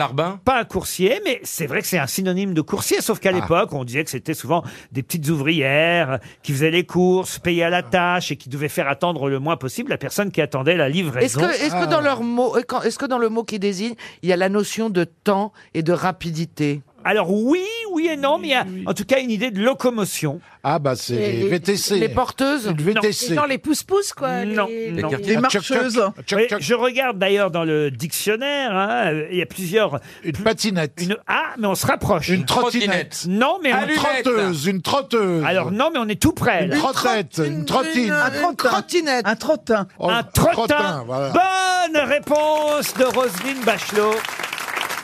Pas un coursier, mais c'est vrai que c'est un synonyme de coursier, sauf
Ah.
qu'à l'époque, on disait que c'était souvent des petites ouvrières qui faisaient les courses, payaient
Ah.
à la tâche et qui devaient faire attendre le moins possible la personne qui attendait la livraison.
Est-ce que, est-ce
Ah.
que
Ah.
dans leur mot, euh, quand- est-ce que dans le mot qui désigne, il y a la notion de temps et de rapidité
Alors oui, oui et non, mais il y a en tout cas une idée de locomotion.
Ah bah c'est
Et-
les VTC.
les porteuses
Une VTC.
Non.
Dans les pouces-pouces, quoi.
Non,
les-
non.
les
Ah,
marcheuses.
Oui, je regarde d'ailleurs dans le dictionnaire, hein, euh, il y a plusieurs... Une
patinette.
Ah, mais on se rapproche. Une
trottinette.
Non, mais...
Une trotteuse, une trotteuse.
Alors non, mais on est tout près. là.
Une trottette, une trottine.
Un trottinette. Un trottin.
Un trottin.
trottin, voilà.
Bonne réponse de Roselyne Bachelot.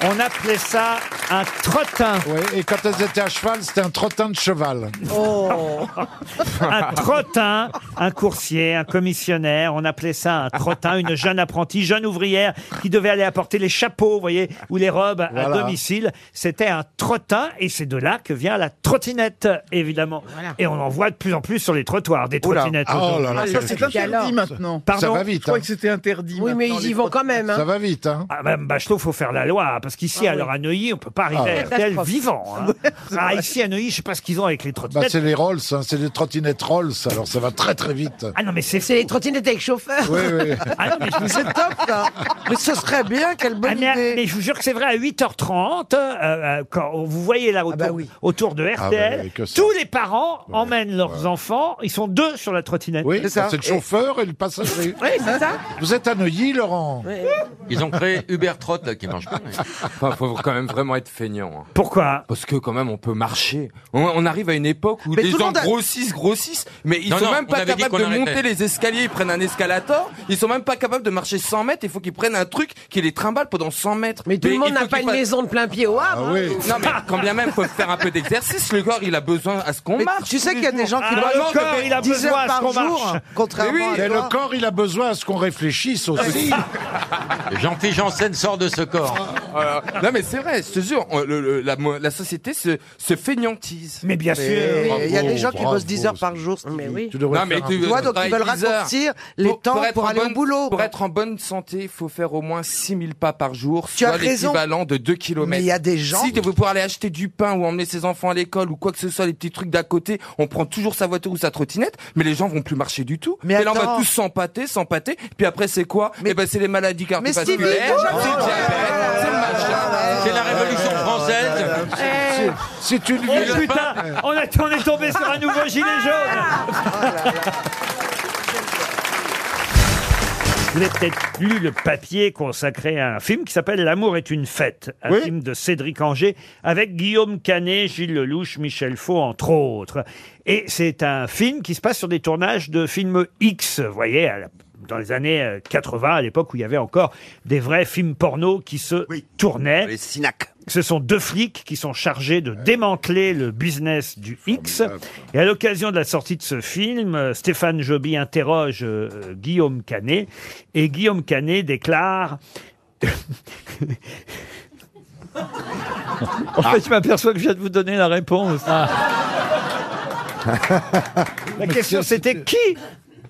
On appelait ça un trottin.
Oui, et quand elles étaient à cheval, c'était un trottin de cheval.
Oh.
[laughs]
un trottin, un coursier, un commissionnaire. On appelait ça un trottin, une jeune apprentie, jeune ouvrière qui devait aller apporter les chapeaux, vous voyez, ou les robes à- à
Voilà.
domicile. C'était un trottin et c'est de là que vient la trottinette, évidemment. Et on en voit de plus en plus sur les trottoirs, des
Oula.
trottinettes.
Ah, oh
aujourd'hui.
là là, Ah, ça, c'est
interdit maintenant.
Pardon
Ça va vite.
Je crois
hein.
que
C'était interdit.
Oui, mais
maintenant,
ils
les
y vont
trottinettes.
quand même.
Ça
Hein.
va vite, hein
Ah, Madame Bachelot, faut faire la loi, parce qu'ici, alors à Neuilly, on peut pas arriver
Ah,
à RTL
Catastrophe.
vivant. hein.
[laughs]
Ah, ici à Neuilly, je sais pas ce qu'ils ont avec les
Bah,
trottinettes.
c'est les Rolls, hein, c'est les trottinettes Rolls, alors ça va très très vite.
ah non, mais c'est
C'est les trottinettes avec chauffeur.
Oui, oui.
Ah non, mais je vous-
C'est top, ça. Mais ce serait bien, quelle bonne
Ah, mais,
idée.
mais je vous jure que c'est vrai, à 8h30, euh, euh, quand vous voyez là
bah
autour, autour de
Ah
RTL,
bah oui, que ça.
tous les parents emmènent leurs enfants, ils sont deux sur la trottinette.
Oui, c'est le chauffeur et le passager.
Oui, c'est ça.
Vous êtes à Neuilly, Laurent
Ils ont créé Uber Trot, là, qui marche pas. mais- Enfin, faut quand même vraiment être feignant. hein.
Pourquoi
Parce que quand même, on peut marcher.
On, on arrive à une époque où
Mais
les
tout le
gens
monde a-
grossissent, grossissent,
Mais ils
Non,
sont
non,
même
on
pas
avait dit
capables
qu'on
de
arrêtait.
monter les escaliers, ils prennent un escalator, ils sont même pas capables de marcher 100 mètres, il faut qu'ils prennent un truc qui les trimballe pendant 100 mètres.
Mais tout le monde
il
n'a
faut
pas
qu'ils
une
fassent-
maison de plein pied au
Ah
Havre. hein.
Non mais quand bien même faut faire un peu d'exercice, le corps il a besoin à ce qu'on
Mais
marche.
tu sais
tous les
qu'il y a des
jours.
gens
Ah,
qui doivent
non,
Ah, corps,
mais-
il a
10
besoin
heures
à ce
par
qu'on
jour,
marche.
contrairement
Mais,
à toi.
[laughs]
le corps, il a besoin à ce qu'on réfléchisse aussi.
Jean-Philippe Janssen sort de ce corps.
[laughs] Voilà. Euh, non mais c'est vrai, je te jure, on- le- le- la, mo- la société se, se fainéantise.
Mais bien
Et Il y a
bravo,
des gens qui
bravo,
bossent 10 heures par jour. Mais oui.
Tu devrais
Non, mais
faire un
tu-
peu-
Toi, donc, ils
travailles
veulent
10 heures.
raccourcir les temps
être
pour
en
aller
bonne-
au boulot.
Pour être en bonne santé, il faut faire au moins 6000 pas par jour,
Tu as
soit
raison.
l'équivalent de 2 km.
Mais il y a des gens-
Si vous pouvez aller acheter du pain ou emmener ses enfants à l'école ou quoi que ce soit, les petits trucs d'à côté, on prend toujours sa voiture ou sa trottinette, mais les gens vont plus marcher du tout.
Mais
et là, on va
attends.
tous s'empâter, s'empâter. Puis après, c'est quoi Eh ben, c'est les maladies
[laughs]
Mais
cardiovasculaires.
Stevie, déjà-
Ah, c'est le diabète, c'est le machin, c'est la révolution française.
C'est une
Oh
vie.
putain,
Ah.
on, a- on est tombé sur un nouveau gilet jaune Vous avez peut-être lu le papier consacré à un film qui s'appelle L'amour est une fête, un film de Cédric Anger avec Guillaume Canet, Gilles Lelouch, Michel Faux, entre autres. Et c'est un film qui se passe sur des tournages de films X, vous voyez, à la- dans les années euh, 80, à l'époque où il y avait encore des vrais films porno qui se tournaient. Les
Sinac.
Ce sont deux flics qui sont chargés de démanteler le business du X. Et à l'occasion de la sortie de ce film, euh, Stéphane Joby interroge euh, euh, Guillaume Canet. Et Guillaume Canet déclare... en fait, je m'aperçois que je viens de vous donner la réponse. la question, c'était qui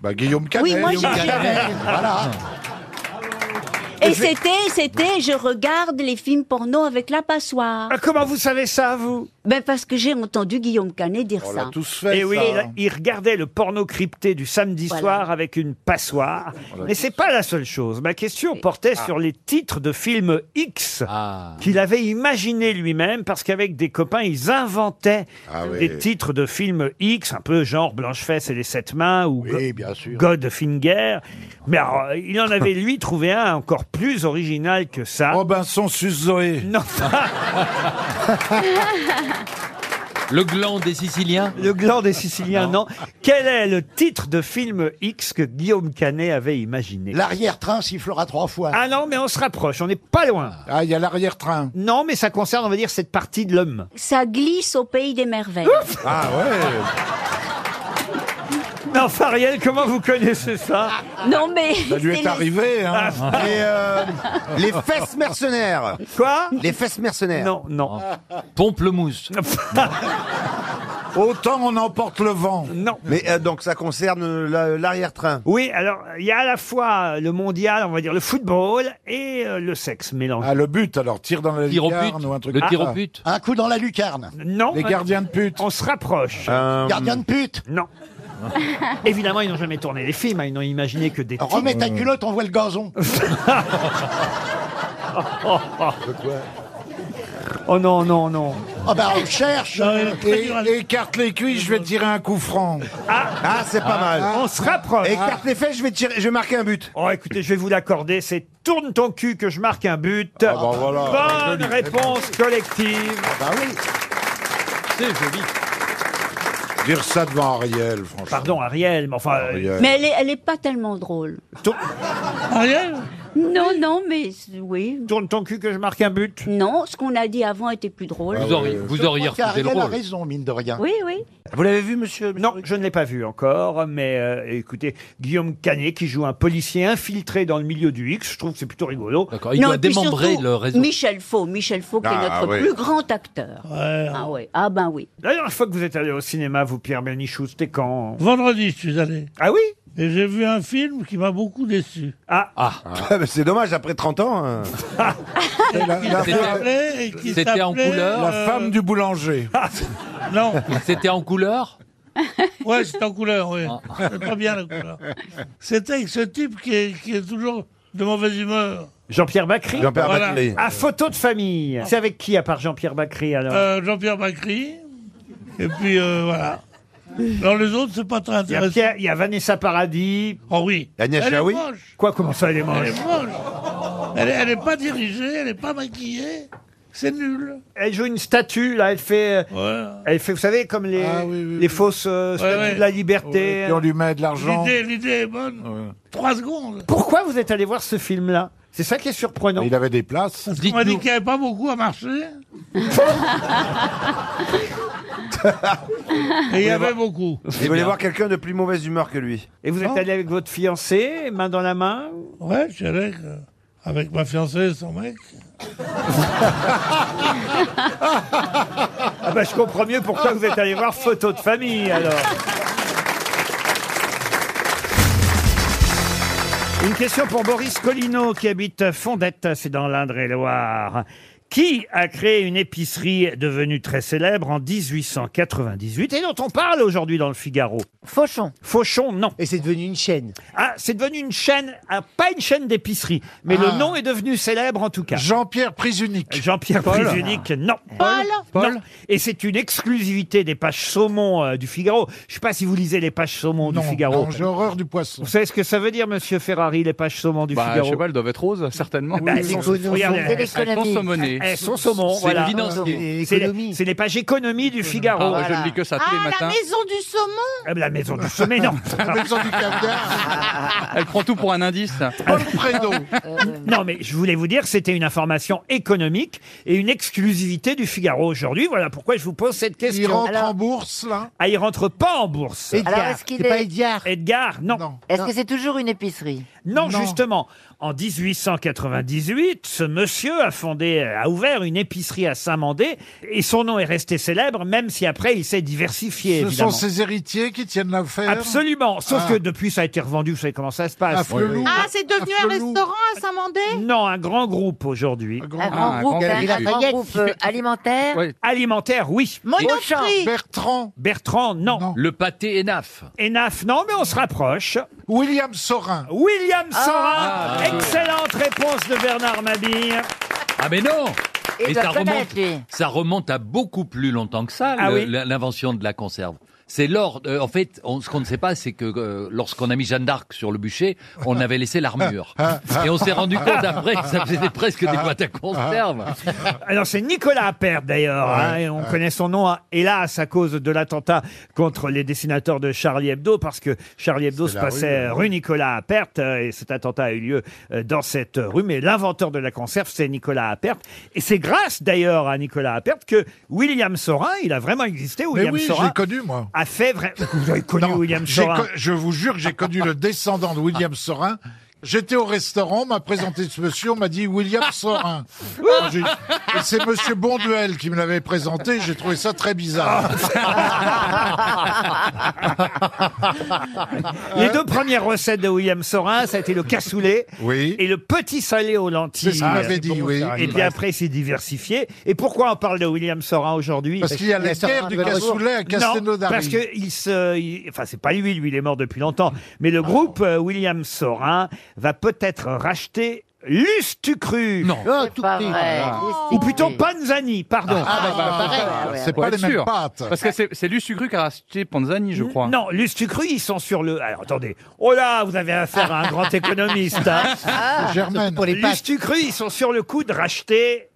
Bah, Guillaume Canet.
Oui, moi,
Guillaume
j'ai-
Canet.
j'ai-
Voilà.
Et c'était, c'était, je regarde les films porno avec la passoire.
Ah, comment vous savez ça, vous
Ben parce que j'ai entendu Guillaume Canet
Oh
dire ça.
Et oui,
ça.
il, il regardait le porno crypté du samedi
Voilà.
soir avec une passoire. Mais c'est pas la seule chose. Ma question portait sur les titres de films X qu'il avait imaginé lui-même parce qu'avec des copains, ils inventaient des
oui.
titres de films X, un peu genre Blanche-Fesse et les Sept Mains ou Go- Godfinger. Mais alors, euh, il en avait, lui, trouvé un encore plus original que ça.
Robinson Suzoé.
Non.
Le gland des Siciliens.
Le gland des Siciliens, non. Quel est le titre de film X que Guillaume Canet avait imaginé
L'arrière-train sifflera trois fois.
Ah non, mais on se rapproche, on n'est pas loin.
Ah, il y a l'arrière-train.
Non, mais ça concerne, on va dire, cette partie de l'homme.
Ça glisse au pays des merveilles.
Ah ouais.
[laughs] Non, Fariel, comment vous connaissez ça
[laughs]
Non mais.
Ça lui
c'est
est
les-
arrivé,
Ah,
Ah,
Ah.
hein.
[laughs]
Et, euh, les fesses mercenaires.
Quoi
Les fesses mercenaires.
Non, non.
[laughs]
Pompe le mousse.
Autant on emporte le vent. Non.
Mais euh, donc ça concerne euh, la- l'arrière-train.
Oui, alors il y a à la fois le mondial, on va dire le football et euh, le sexe mélangé. Ah, le but, alors tire dans la
Tir au lucarne but. ou un truc Le comme tir ça. au but.
Un coup dans la lucarne. Non.
Les gardiens
de pute. On se rapproche.
Ah.
Euh,
Gardiens de
pute. Non. Évidemment, ils n'ont jamais tourné les films, hein, ils n'ont imaginé que des.
Remets ta culotte, on voit le gazon.
Oh non, non, non.
Ah bah on cherche Écarte les cuisses, je vais tirer un coup franc.
Ah,
c'est pas mal.
On se rapproche.
Écarte les fesses, je vais, tirer, je vais marquer un but.
Oh, écoutez, je vais vous l'accorder. C'est tourne ton cul que je marque un but. Bonne
Ah, bah, Joli.
réponse collective. C'est joli.
Dire ça devant Ariel, franchement.
Pardon, Ariel, mais enfin.
Ariel.
Mais elle est, elle est pas tellement drôle.
Ariel
Non, non, mais oui.
Tourne ton cul que je marque un but.
Non, ce qu'on a dit avant était plus drôle.
Vous
Euh,
auriez- vous
Je
auriez
crois qu'Ariel
refusé le
a
rôle.
raison, mine de rien.
Oui, oui.
Vous l'avez vu, monsieur, Non, je ne l'ai pas vu encore, mais euh, écoutez, Guillaume Canet qui joue un policier infiltré dans le milieu du X, je trouve que c'est plutôt rigolo.
Bah,
D'accord,
Non, et puis surtout, Michel Faux, Michel Faux qui
Ah,
est notre
ouais.
plus grand acteur. Ah ouais. Ah ben oui.
La dernière fois que vous êtes allé au cinéma, vous, Pierre Bénichou, c'était quand
Vendredi, je suis allé.
Ah oui
Et j'ai vu un film qui m'a beaucoup déçu.
Ah
[laughs] ben,
Mais c'est dommage, après 30 ans. hein.
Qui s'appelait- et qui s'appelait, euh, Ah,
La femme du boulanger.
Non.
C'était en couleur
[laughs]
Ah.
Ouais, c'est en couleur, oui. C'est pas bien la couleur. C'était avec ce type qui est, qui est toujours de mauvaise humeur.
Jean-Pierre Bacry
Jean-Pierre Voilà. Bacri.
À photo de famille. C'est avec qui, à part Jean-Pierre Bacry, alors
Euh, Jean-Pierre Bacry. Et puis euh, voilà. Dans les autres, c'est pas très
Il y, a
intéressant.
Pierre- il y a Vanessa Paradis.
Oh oui.
Agnès
Elle est
Jaoui.
moche.
Quoi, comment ça, elle est
Elle
moche
est moche. Elle est- elle est pas dirigée, elle est pas maquillée. C'est nul.
Elle joue une statue, là, elle fait, euh, elle fait vous savez, comme les,
Ah,
les fausses euh, statues
ouais.
de la liberté.
Et on lui met de l'argent.
L'idée, l'idée est bonne. Trois secondes.
Pourquoi vous êtes allé voir ce film-là C'est ça qui est surprenant.
Il avait des places.
On m'a dit qu'il n'y avait pas beaucoup
[laughs]
à marcher.
Vous
Et il y
voulez
avait
voir-
beaucoup. Oh.
Vous voulez voir quelqu'un de plus mauvaise humeur que lui.
Et vous êtes allé avec votre fiancé, main dans la main
Ouais, je suis allé avec, euh, avec ma fiancée et son mec.
Ah bah je comprends mieux pourquoi vous êtes allé voir photo de famille alors.
[laughs]
Une question pour Boris Collineau qui habite Fondette, c'est dans l'Indre-et-Loire. Qui a créé une épicerie devenue très célèbre en 1898 et dont on parle aujourd'hui dans le Figaro Fauchon. Fauchon, non. Et c'est devenu une chaîne. Ah, c'est devenu une chaîne, ah, pas une chaîne d'épicerie, mais le nom est devenu célèbre en tout cas. Ah. Jean-Pierre Prisunic. Jean-Pierre
Paul.
Prisunic, non. Paul, Non. Et c'est une exclusivité des pages saumon euh, du Figaro. Je sais pas si vous lisez les pages saumon du Figaro.
non, j'ai horreur du poisson.
Vous savez ce que ça veut dire, monsieur Ferrari, les pages saumon du
Bah,
Figaro Ah,
je sais pas,
elles doivent être roses, certainement.
Oui, oui, oui.
regardez,
C'est
elles
l'économie.
sont saumonées. Elles sont saumon,
C'est
voilà.
financier.
C'est les, c'est les pages économie du Figaro.
Ah, je ne lis que ça tous les Ah, la matins.
maison du
[laughs]
saumon
Ah, La maison du sommet, Hein non.
[laughs] La maison du
Elle prend tout pour un indice. Ah, [laughs] non, mais je voulais vous dire, c'était une information économique et une exclusivité du Figaro aujourd'hui. Voilà pourquoi je vous pose cette question.
Il rentre en
bourse, là Ah, il rentre pas en bourse.
Edgar. Alors, est-ce qu'il C'est est- pas
Edgar Edgar, non.
Est-ce que c'est toujours une épicerie
Non, justement, en 1898, ce monsieur a fondé, a ouvert une épicerie à Saint-Mandé et son nom est resté célèbre, même si après il s'est diversifié.
Ce
évidemment.
sont ses héritiers qui tiennent l'affaire.
Absolument. Sauf
Ah.
que depuis, ça a été revendu. Vous savez comment ça se passe.
À Flelou.
Ah, c'est devenu un restaurant à Saint-Mandé
Non, un grand groupe Ah, aujourd'hui.
Un grand groupe, un, un grand groupe,
[laughs]
euh, alimentaire
Alimentaire, oui.
Monoprix. Auchan.
Bertrand. Bertrand, non. Le pâté Enaf. Enaf, non, mais on se rapproche. William Sorin. William
Ah.
Sorin.
Ah.
Excellente réponse de Bernard Mabille.
Ah mais non
Il
Mais
doit
ça remonte,
connaître, lui.
ça remonte à beaucoup plus longtemps que ça,
Ah
le-
oui
la- l'invention de la conserve. C'est lors, euh, en fait, on- ce qu'on ne sait pas, c'est que euh, lorsqu'on a mis Jeanne d'Arc sur le bûcher, on avait laissé l'armure.
Ah,
Et on s'est rendu compte après que ça faisait presque des boîtes à
ah.
conserve.
Alors c'est Nicolas Appert d'ailleurs, hein, et on connaît son nom hein, hélas à cause de l'attentat contre les dessinateurs de Charlie Hebdo parce que Charlie Hebdo se
la rue,
passait
hein.
rue, Nicolas Appert euh, et cet attentat a eu lieu euh, dans cette rue mais l'inventeur de la conserve c'est Nicolas Appert et c'est grâce d'ailleurs à Nicolas Appert que William Sorin, il a vraiment existé
Mais
William
oui, je
Sorin
l'ai connu, moi.
a fait vraiment vous avez connu William
J'ai
Sorin.
co- je vous jure, j'ai connu le descendant de William Sorin J'étais au restaurant, on m'a présenté ce monsieur, on m'a dit William
[laughs]
Sorin. J'ai- et C'est monsieur Bonduel qui me l'avait présenté, j'ai trouvé ça
[laughs]
très bizarre. Hein
Les deux premières recettes de William Sorin, ça a été le cassoulet et le petit salé aux lentilles.
C'est ce qu'il m'avait dit, oui.
Et puis après, c'est diversifié. Et pourquoi on parle de William Sorin aujourd'hui
Parce qu'il y a la guerre du cassoulet à
Non, [laughs]
Castelnaudary.
parce que il se, il- enfin, c'est pas lui, lui, il est mort depuis longtemps. Mais
Ah
le groupe euh, William Sorin va peut-être racheter Lustucru. Non,
Ah,
tout pas petit. vrai.
Ou plutôt Panzani, pardon.
Ah, bah, bah, pareil. Ah, ouais, C'est
Pour
pas
être
les mêmes
sûr.
pâtes.
Parce que c'est c'est Lustucru qui a racheté Panzani, je crois.
Non, Lustucru, ils sont sur le. Alors attendez. Oh là, vous avez affaire à un
[laughs]
grand économiste. hein.
Ah. Germaine. Pour les pâtes.
Lustucru, ils sont sur le coup de racheter.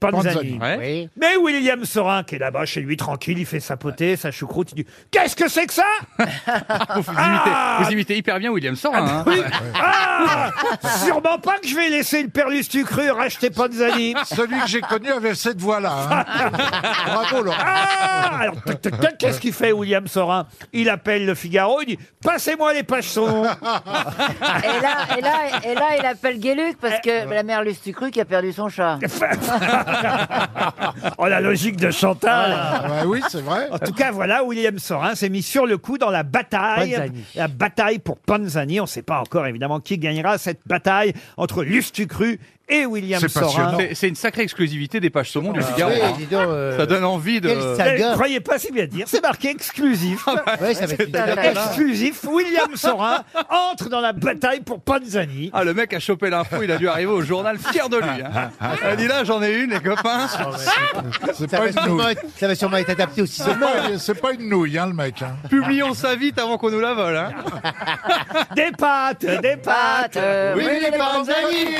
Panzani.
Ah,
Panzani, ouais.
Mais William Sorin, qui est là-bas chez lui, tranquille, il fait sa potée, sa choucroute, il dit Qu'est-ce que c'est que ça
[laughs] Vous, imitez, vous imitez hyper bien William Sorin. hein.
Ah Sûrement pas que je vais laisser une perlus du cru racheter Panzani.
Celui que j'ai connu avait cette voix-là. hein.
[laughs] Bravo, Laurent. Ah Alors, tac, tac, tac, qu'est-ce qu'il fait, William Sorin Il appelle le Figaro, il dit Passez-moi les pages
[laughs]
son.
[laughs] Et là, et là, et là, il appelle Guéluc parce que la mère Lustucru qui a perdu son chat.
Oh, la logique de Chantal
Ah, bah, Oui, c'est vrai.
En tout cas, voilà, William Sorin s'est mis sur le coup dans la bataille.
Panzani.
La bataille pour Panzani. On ne sait pas encore, évidemment, qui gagnera cette bataille entre Lustucru et William
hein.
Sorin.
C'est- C'est une sacrée exclusivité des pages saumon du
Ah,
Figaro.
oui,
hein.
dis donc, euh,
Ça donne envie de.
Ne croyez pas si bien dire, c'est marqué exclusif.
Ah, Ouais, ça va être C'est bizarre. étonnant.
exclusif. William [laughs] Sorin entre dans la bataille pour Panzani.
Ah, le mec a chopé l'info, il a dû arriver au journal fier de lui.
[laughs]
Hein. Il a dit là, j'en ai une, les copains.
Ah,
C'est
Ça
pas
va
une
sûrement
nouille.
être-
Ça va sûrement être adapté aussi. C'est pas, c'est pas une nouille, hein, le mec. hein.
Publions ça vite avant qu'on nous la vole.
[laughs]
Hein.
Des pâtes, des pâtes.
euh,
Oui, les
[laughs]
Panzani.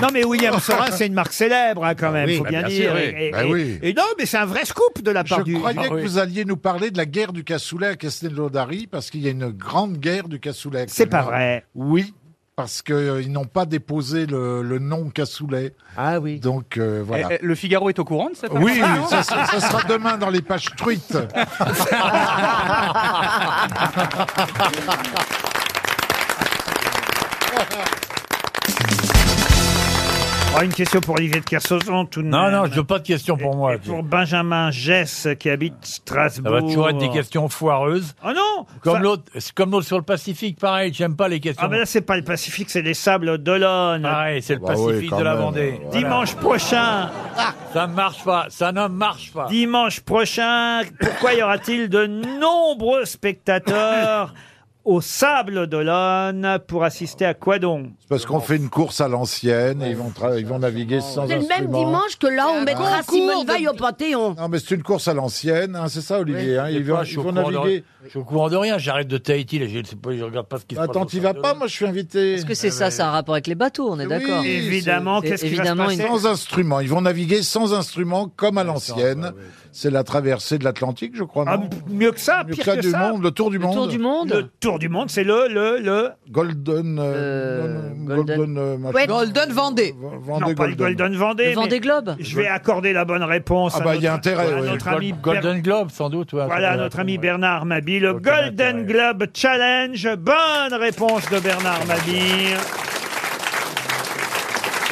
Non mais William Sorin c'est une marque célèbre hein, quand même,
oui,
faut
bah,
bien
bien
dire.
sûr, oui.
Et, et-
Bah oui.
et non mais c'est un vrai scoop de la part
Je
du.
croyais
Ah,
que vous alliez nous parler de la guerre du cassoulet à Castelnaudary parce qu'il y a une grande guerre du cassoulet.
C'est pas vrai.
Oui, parce qu'ils n'ont pas déposé le, le nom cassoulet.
Ah oui.
Donc euh, voilà.
Eh,
[laughs]
eh, le Figaro est au courant de cette
Oui,
information
ça, ça- ça sera demain dans les pages truites.
Oh, une question pour Olivier de Kersauzon tout de
Non,
même.
Ah non, je veux pas de questions pour moi.
Pour Benjamin Gess qui habite
Ça
Strasbourg.
va toujours être des questions foireuses.
Oh non
Comme
Ça-
l'autre, c'est comme l'autre sur le Pacifique, pareil, j'aime pas les questions.
Ah ben là c'est pas le Pacifique, c'est les sables d'Olonne.
Pareil, c'est le
Bah
Pacifique de la Vendée. Ah,
Dimanche prochain.
Ça marche pas, ça ne marche pas.
Dimanche prochain, pourquoi y aura-t-il de nombreux
[laughs]
spectateurs au Sable d'Olonne pour assister à quoi donc
C'est parce qu'on fait une course à l'ancienne et ils vont, tra- ils vont naviguer sans
C'est le
instrument.
même dimanche que là,
Ah,
on mettra
Ah, bah, concours
Simone
de-
Veil au Panthéon.
Non, mais c'est une course à l'ancienne, hein, c'est ça, Olivier. hein,
Je sais
ils vont,
pas, je suis
ils
au
vont
courant de-
naviguer.
Je suis au courant de rien, j'arrête de Tahiti, là, je ne sais pas, je regarde pas ce qui se passe.
Attends, tu vas Ah, pas Moi, je suis invité.
Parce que c'est ça, ça a un rapport avec les bateaux, on est d'accord.
Oui, c'est-
C'est évidemment une-
Sans instrument. Ils vont naviguer sans instrument, comme à l'ancienne. C'est la traversée de l'Atlantique, je crois. non
Ah, Mieux que ça,
Mieux
pire
que ça
que
du
ça.
monde, le tour du monde.
Le tour du monde, c'est le le le
Golden euh, non, non, Golden euh, machin.
Golden Vendée. non,
Vendée
pas le
Golden.
Golden Vendée.
Le Vendée
mais
Globe.
Je vais accorder la bonne réponse.
Ah
à
bah, il y a
notre-
intérêt,
à
oui.
notre
Gold-
ami Ber-
Golden Globe, sans doute. ouais, ça
Voilà
doit
notre
être-
ami Bernard Mabille, le Golden Globe Challenge. Bonne réponse de Bernard Mabille.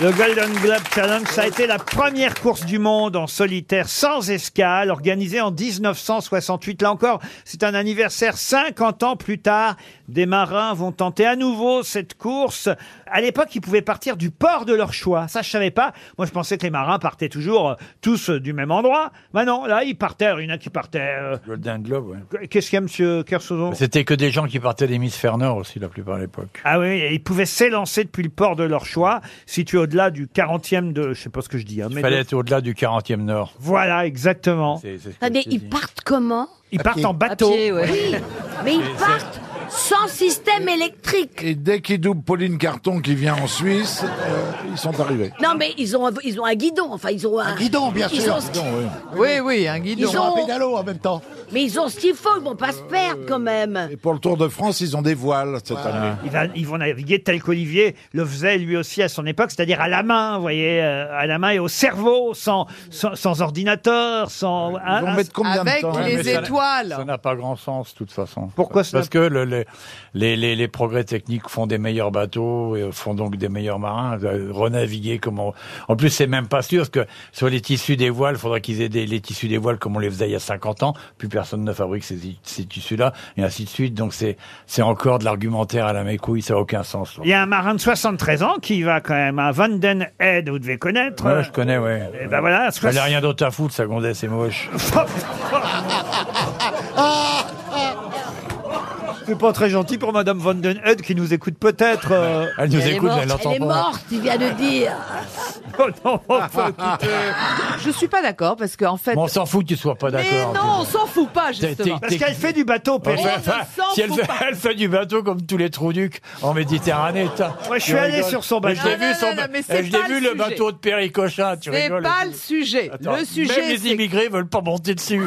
Le Golden Globe Challenge, ça a été la première course du monde en solitaire sans escale, organisée en 1968. Là encore, c'est un anniversaire 50 ans plus tard. Des marins vont tenter à nouveau cette course. À l'époque, ils pouvaient partir du port de leur choix. Ça, je savais pas. Moi, je pensais que les marins partaient toujours euh, tous euh, du même endroit. Bah non, là, ils partaient. Il y en a qui partaient. euh,
Golden Globe, ouais.
Qu'est-ce qu'il y a, monsieur Kersauzon
C'était que des gens qui partaient l'hémisphère nord aussi, la plupart à l'époque.
Ah oui, et ils pouvaient s'élancer depuis le port de leur choix, situé au-delà du 40e de... Je sais pas ce que je dis. hein,
Il
mais
fallait
de-
être au-delà du 40e nord.
Voilà, exactement.
[laughs] Attendez, ils partent comment
Ils partent en bateau.
Eh
Oui, mais ils partent sans système électrique.
Et dès qu'ils doublent Pauline Carton qui vient en Suisse, euh, ils sont arrivés.
Non, mais ils ont, ils ont un guidon. Enfin, ils ont un,
guidon, bien
ils
sûr.
ont-
Guidon, Eh oui.
Oui, oui, un
guidon.
Ils
Ils ont un
ont
pédalo en même temps.
Mais ils ont ce qu'il faut, ils vont pas se perdre quand même.
Et pour le Tour de France, ils ont des voiles
euh,
cette année.
Ils, va- ils vont naviguer tel qu'Olivier le faisait lui aussi à son époque, c'est-à-dire à la main, vous voyez, euh, à la main et au cerveau, sans, sans, sans ordinateur, sans... hein, hein,
Ouais, mais ça n'a- Ça n'a pas grand sens, de toute façon.
Pourquoi ça
Parce que le- le- le- les, les- les progrès techniques font des meilleurs bateaux, et font donc des meilleurs marins, euh, renaviguer comme on... En plus, c'est même pas sûr, parce que sur les tissus des voiles, il faudra qu'ils aient des- les tissus des voiles comme on les faisait il y a 50 ans, plus personne ne fabrique ces, ces tissus-là, et ainsi de suite, donc c'est c'est encore de l'argumentaire à la mécouille, ça n'a aucun sens. là.
Il y a un marin de 73 ans qui y va quand même à Vanden Head, vous devez connaître.
Ouais, je connais, ouais.
Eh ben voilà,
Elle n'a rien d'autre à foutre, sa gondesse, c'est moche.
Ah.
C'est pas très gentil pour Madame Vanden Head qui nous écoute peut-être. euh.
Elle nous écoute, elle
Elle est morte, il vient de dire.
Oh non, enfin, écoutez.
Je suis pas d'accord parce qu'en fait.
Mais on s'en fout que tu sois pas
Mais
d'accord.
non, on s'en fout pas
T'es-
justement.
t'es- Parce t'es- qu'elle
fait du bateau,
Elle fait-
On ne s'en
si elle
fout
fait,
pas. Ah.
elle fait du bateau comme tous les trous ducs en Méditerranée.
Moi, je suis allé sur son bateau.
Je l'ai
Non, non,
vu, son
non, non,
ba- eh,
mais c'est
je l'ai
pas
vu
le
le
sujet.
bateau de Péricochin. [laughs] Tu
C'est
rigoles.
pas le sujet.
Attends,
le
Même
sujet,
les
c'est.
immigrés veulent pas monter dessus.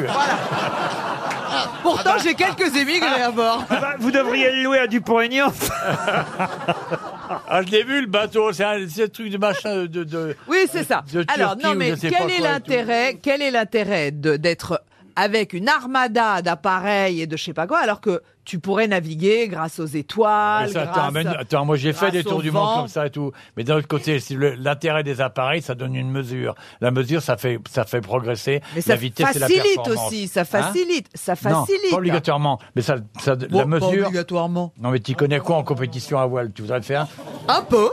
Pourtant, j'ai quelques émigrés à bord.
Vous devriez le louer à Dupont-Aignan.
[laughs] Ah, je l'ai vu le bateau, c'est un, c'est un truc de machin de. de
Oui, c'est ça.
de
Alors,
Turquie
non,
ou
mais
je sais pas
quel
quoi
est
et tout.
l'intérêt Quel est l'intérêt de- d'être avec une armada d'appareils et de je sais pas quoi, alors que tu pourrais naviguer grâce aux étoiles,
Mais ça,
Ah, grâce-
attends, mais- attends, moi j'ai fait
grâce
des
au
tours du monde
vent.
comme ça et tout. Mais d'un autre côté, si le- l'intérêt des appareils, ça donne une mesure. La mesure, ça fait, ça fait progresser.
Mais ça
la vitesse et la
facilite
performance.
aussi, ça
Hein
facilite, ça
Non,
facilite.
pas obligatoirement. Mais ça, ça-
Bon,
la
pas
mesure.
obligatoirement.
Non, mais tu connais quoi en compétition à voile Tu voudrais le faire
Un peu.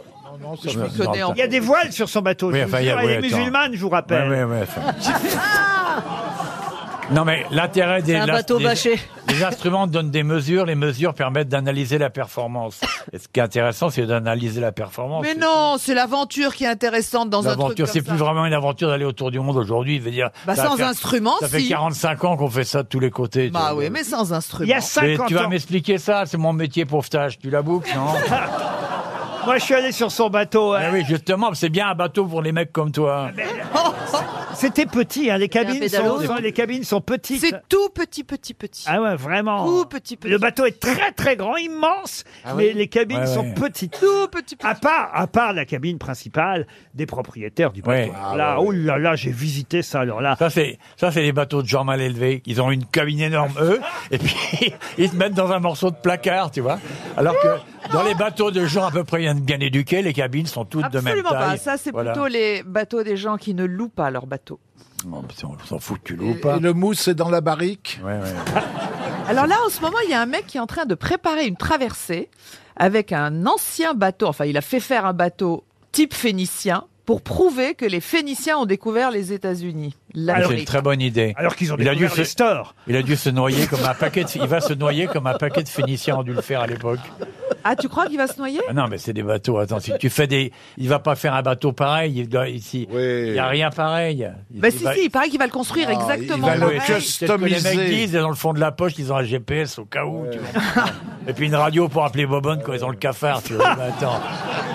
Je me
connais en-
Il y a des voiles sur son bateau. Oh,
Oui,
je
enfin,
vous
il y a-
jure, elle
oui,
est
attends.
musulmane, je vous rappelle.
Ouais, ouais, ouais, enfin. Non, mais l'intérêt des.
C'est un
la-
bateau
les-
bâché.
Les instruments donnent [laughs] des mesures. Les mesures permettent d'analyser la performance. Et ce qui est intéressant, c'est d'analyser la performance.
Mais non, c'est l'aventure qui est intéressante dans un truc
L'aventure,
comme
c'est
ça.
plus vraiment une aventure d'aller autour du monde aujourd'hui. Je veux dire,
Bah,
ça va
sans
faire-
instrument,
ça fait
si.
45 ans qu'on fait ça de tous les côtés. tu
Bah
vois.
oui, mais sans instrument.
Il y a
Mais
50
tu vas
ans.
m'expliquer ça, c'est mon métier pauvretage. Tu la boucles, non
[laughs] Moi, je suis allé sur son bateau. hein.
Ah oui, justement, c'est bien un bateau pour les mecs comme toi. hein.
C'était petit, hein, les cabines
pédalo,
sont,
c'est-
les cabines sont petites.
C'est tout petit, petit, petit.
Ah ouais, vraiment.
Tout petit, petit.
Le bateau est très très grand, immense, mais les cabines
Ah Ouais,
sont
ouais.
petites.
Tout petit,
À part, à part la cabine principale des propriétaires du bateau.
Ah
là, oh là là, j'ai visité ça. Alors là,
Ça, c'est, ça, c'est les bateaux de gens mal élevés. Ils ont une cabine énorme,
[laughs]
eux, et puis [laughs] ils se mettent dans un morceau de placard, tu vois. Alors
Ah,
que dans les bateaux de gens à peu près bien- bien éduqués, les cabines sont toutes de même
Absolument pas.
taille.
Ça, c'est
Voilà.
plutôt les bateaux des gens qui ne louent pas leurs bateaux.
Oh, putain, On s'en fout que tu
Et,
loues pas.
et le mousse est dans la barrique.
Ouais, ouais.
Alors là, en ce moment, il y a un mec qui est en train de préparer une traversée avec un ancien bateau. Enfin, il a fait faire un bateau type phénicien pour prouver que les Phéniciens ont découvert les États-Unis.
Alors, Ah, c'est une
L'Amérique.
très bonne idée.
Ah, Alors qu'ils ont
il a dû
découvert
se,
les stores.
Il a dû se noyer comme un paquet. De, il va se noyer comme un paquet de Phéniciens ont dû le faire à l'époque.
Ah, tu crois qu'il va se noyer
Ah non, mais c'est des bateaux. Attends, si tu fais des, il va pas faire un bateau pareil. Il doit ici. Il y a rien pareil. Il-
Bah
il
si,
va-
si, il paraît qu'il va le construire exactement.
Ah, Il va
pareil.
le customiser. Les mecs disent, dans le fond de la poche, ils ont un GPS au cas où. tu vois. Et puis une radio pour appeler Bobonne quand ils ont le cafard. Tu vois. Mais attends,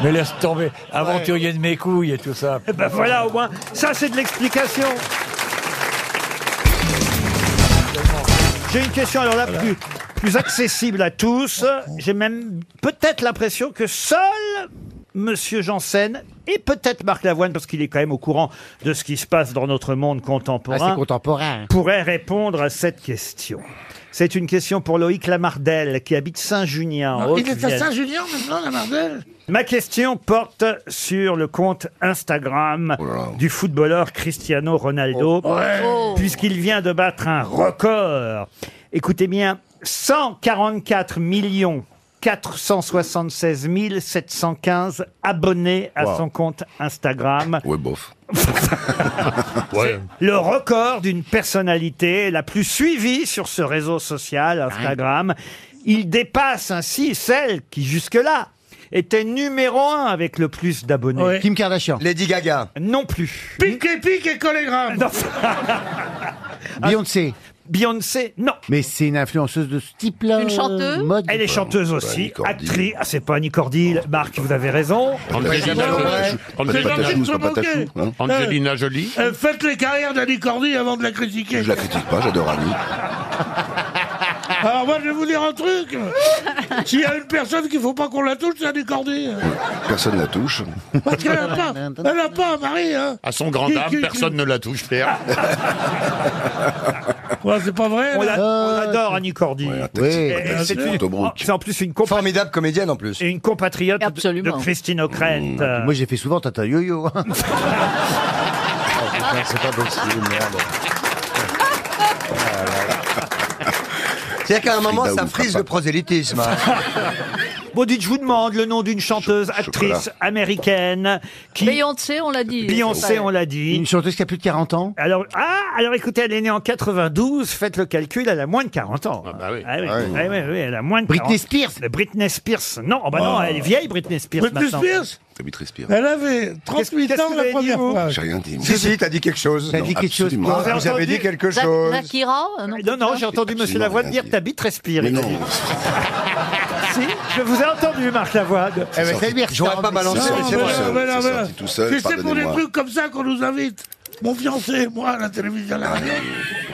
mais laisse tomber. Aventurier de mes couilles et tout ça.
[laughs] eh ben voilà, au moins, ça c'est de l'explication. J'ai une question alors là plus, plus accessible à tous. J'ai même peut-être l'impression que seul Monsieur Janssen et peut-être Marc Lavoine, parce qu'il est quand même au courant de ce qui se passe dans notre monde contemporain,
Ah, c'est contemporain.
pourrait répondre à cette question. C'est une question pour Loïc Lamardel qui habite Saint-Junien. en
Il est à
Haute-Vienne.
Saint-Julien maintenant, la Mardelle
Ma question porte sur le compte Instagram
Oh
du footballeur Cristiano Ronaldo, puisqu'il vient de battre un record. Écoutez bien, 144 millions 476 715 abonnés à
Wow.
son compte Instagram.
Ouais, bof.
C'est Le record d'une personnalité la plus suivie sur ce réseau social, Instagram. Il dépasse ainsi celle qui, jusque-là, était numéro un avec le plus d'abonnés. Kim Kardashian. Lady Gaga. Non plus.
Pique et pique et collégramme
[laughs] Beyoncé.
Ah, Beyoncé, non.
Mais c'est une influenceuse de ce type-là. euh, mode.
Elle est chanteuse aussi, actrice. Ah, c'est pas Annie Cordy, Marc, vous avez raison.
Angelina Jolie.
C'est
Angelina
gentil de
Jolie,
se
c'est pas
moquer.
Patachou, hein.
Euh,
Angelina Jolie.
euh, Faites les carrières d'Annie Cordy avant de la critiquer.
Je la critique pas, j'adore Annie.
[laughs] Alors moi, je vais vous dire un truc. S'il y a une personne qu'il faut pas qu'on la touche, c'est Annie Cordy.
Personne la touche.
Parce qu'elle n'a pas, elle a pas un mari. Hein.
À son grand
Qui-
âme,
Ah,
qui- qui-
personne ne la touche, Pierre.
Ah, c'est pas vrai.
On,
là.
l'a- on adore Annie Cordy. Et
bien
c'est
sûr.
une- c'est en plus une formidable comédienne en plus. Et une compatriote de- de Christine O'Krent. Euh,
bah, Moi, j'ai fait souvent Tata Yo-Yo. hein.
c'est pas possible, merde.
C'est-à-dire qu'à un moment,
Frida
ça
ou
frise
Papa.
le prosélytisme.
hein. [laughs] Bon, dites, je vous demande le nom d'une chanteuse, actrice
chocolat.
américaine qui.
Beyoncé, on l'a dit.
Beyoncé, on l'a dit.
Une chanteuse qui a plus de 40 ans.
Alors, ah, alors écoutez, elle est née en 92, faites le calcul, elle a moins de 40 ans. Ah oui. Ah oui,
Ah oui.
oui, elle a moins de
Britney
Spears Britney Spears, non, oh bah non,
Ah.
elle est vieille Britney Spears
Britney
maintenant.
Spears
David respire.
Elle avait
Qu'est-ce-
38
qu'est-ce
ans
que
la
vous avez dit,
première
vous
fois.
J'ai rien dit.
Si, si,
t'as dit quelque chose.
T'as dit quelque chose,
absolument.
toi.
Vous
Vous avez
avez dit quelque chose.
Nakira
Non, non, j'ai entendu Monsieur Lavoine dire ta bite respire. il a dit. [laughs] si, je vous ai entendu, Marc Lavoine.
Eh ben, c'est bien,
J'aurais pas
Non,
balancé, c'est
mais
vrai.
là, mais là,
C'est
mais là.
sorti tout seul,
Tu sais, pour des
pardonnez-moi.
trucs comme ça qu'on nous invite. Mon fiancé, moi, à la télévision, à la radio,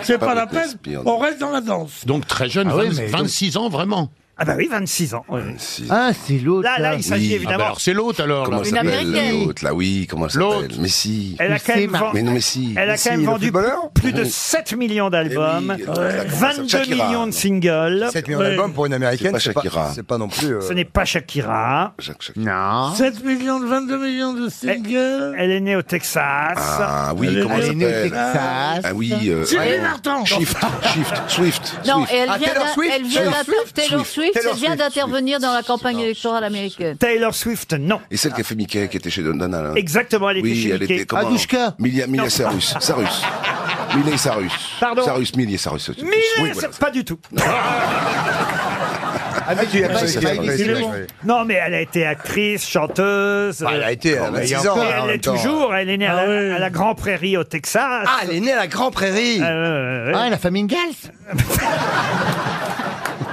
c'est pas,
pas
la
Britney
peine.
Spears.
On reste dans la danse.
Donc très jeune,
Ah oui,
20
mais-
26 ans vraiment.
Ah bah oui, 26 ans. oui.
Ah, c'est l'autre.
Là, là, il s'agit
Oui.
évidemment.
Ah bah alors, c'est l'autre alors.
Comment
là.
elle s'appelle l'autre là Oui, comment elle s'appelle Mais si.
Elle a quand même, vend-
Mais non, mais si.
elle a
Mais
quand
si,
même
le
vendu
footballeur
plus de
Oui.
7 millions d'albums,
Eh oui, euh, Shakira,
22 millions de singles.
7 millions d'albums pour une américaine,
pas
c'est pas,
Shakira.
c'est pas non plus. euh,
Ce n'est pas Shakira.
Hein
Non.
7 millions, 22 millions
Eh,
de singles.
Elle est née au Texas.
Ah oui,
Elle est
comment elle
née au
s'appelle
Texas.
Ah oui. euh,
Sylvie
ah,
Vartan.
Shift, Shift, Swift.
Non,
Swift.
et elle
Ah,
vient
Taylor
d'a-
Swift,
elle vient
Swift,
d'a- Taylor Swift, elle vient
Swift.
d'intervenir dans la campagne électorale américaine.
Taylor Swift, non.
Et celle qui a fait Mickey, qui était chez Donna. là.
Exactement, elle était
oui,
chez
elle
Mickey.
était comment
Adushka.
Milia, Milia
Non. Euh,
Sarus. Sarus. Milia Sarus.
Pardon
Sarus, Milia Sarus.
Mille et
Oui,
sept-
voilà.
Pas du
[laughs]
tout.
Ah, mais tu as pas- c'est vrai, c'est vrai.
Non, mais elle a été actrice, chanteuse.
Ah, elle a été, elle a
Mais
6 ans,
et
hein, en
Elle
même
est
temps.
toujours. Elle est née à
Ah
la-
oui.
à la Grand Prairie au Texas.
Ah, elle est née à la Grand Prairie.
Euh,
Ah, la famille Ingalls
[laughs]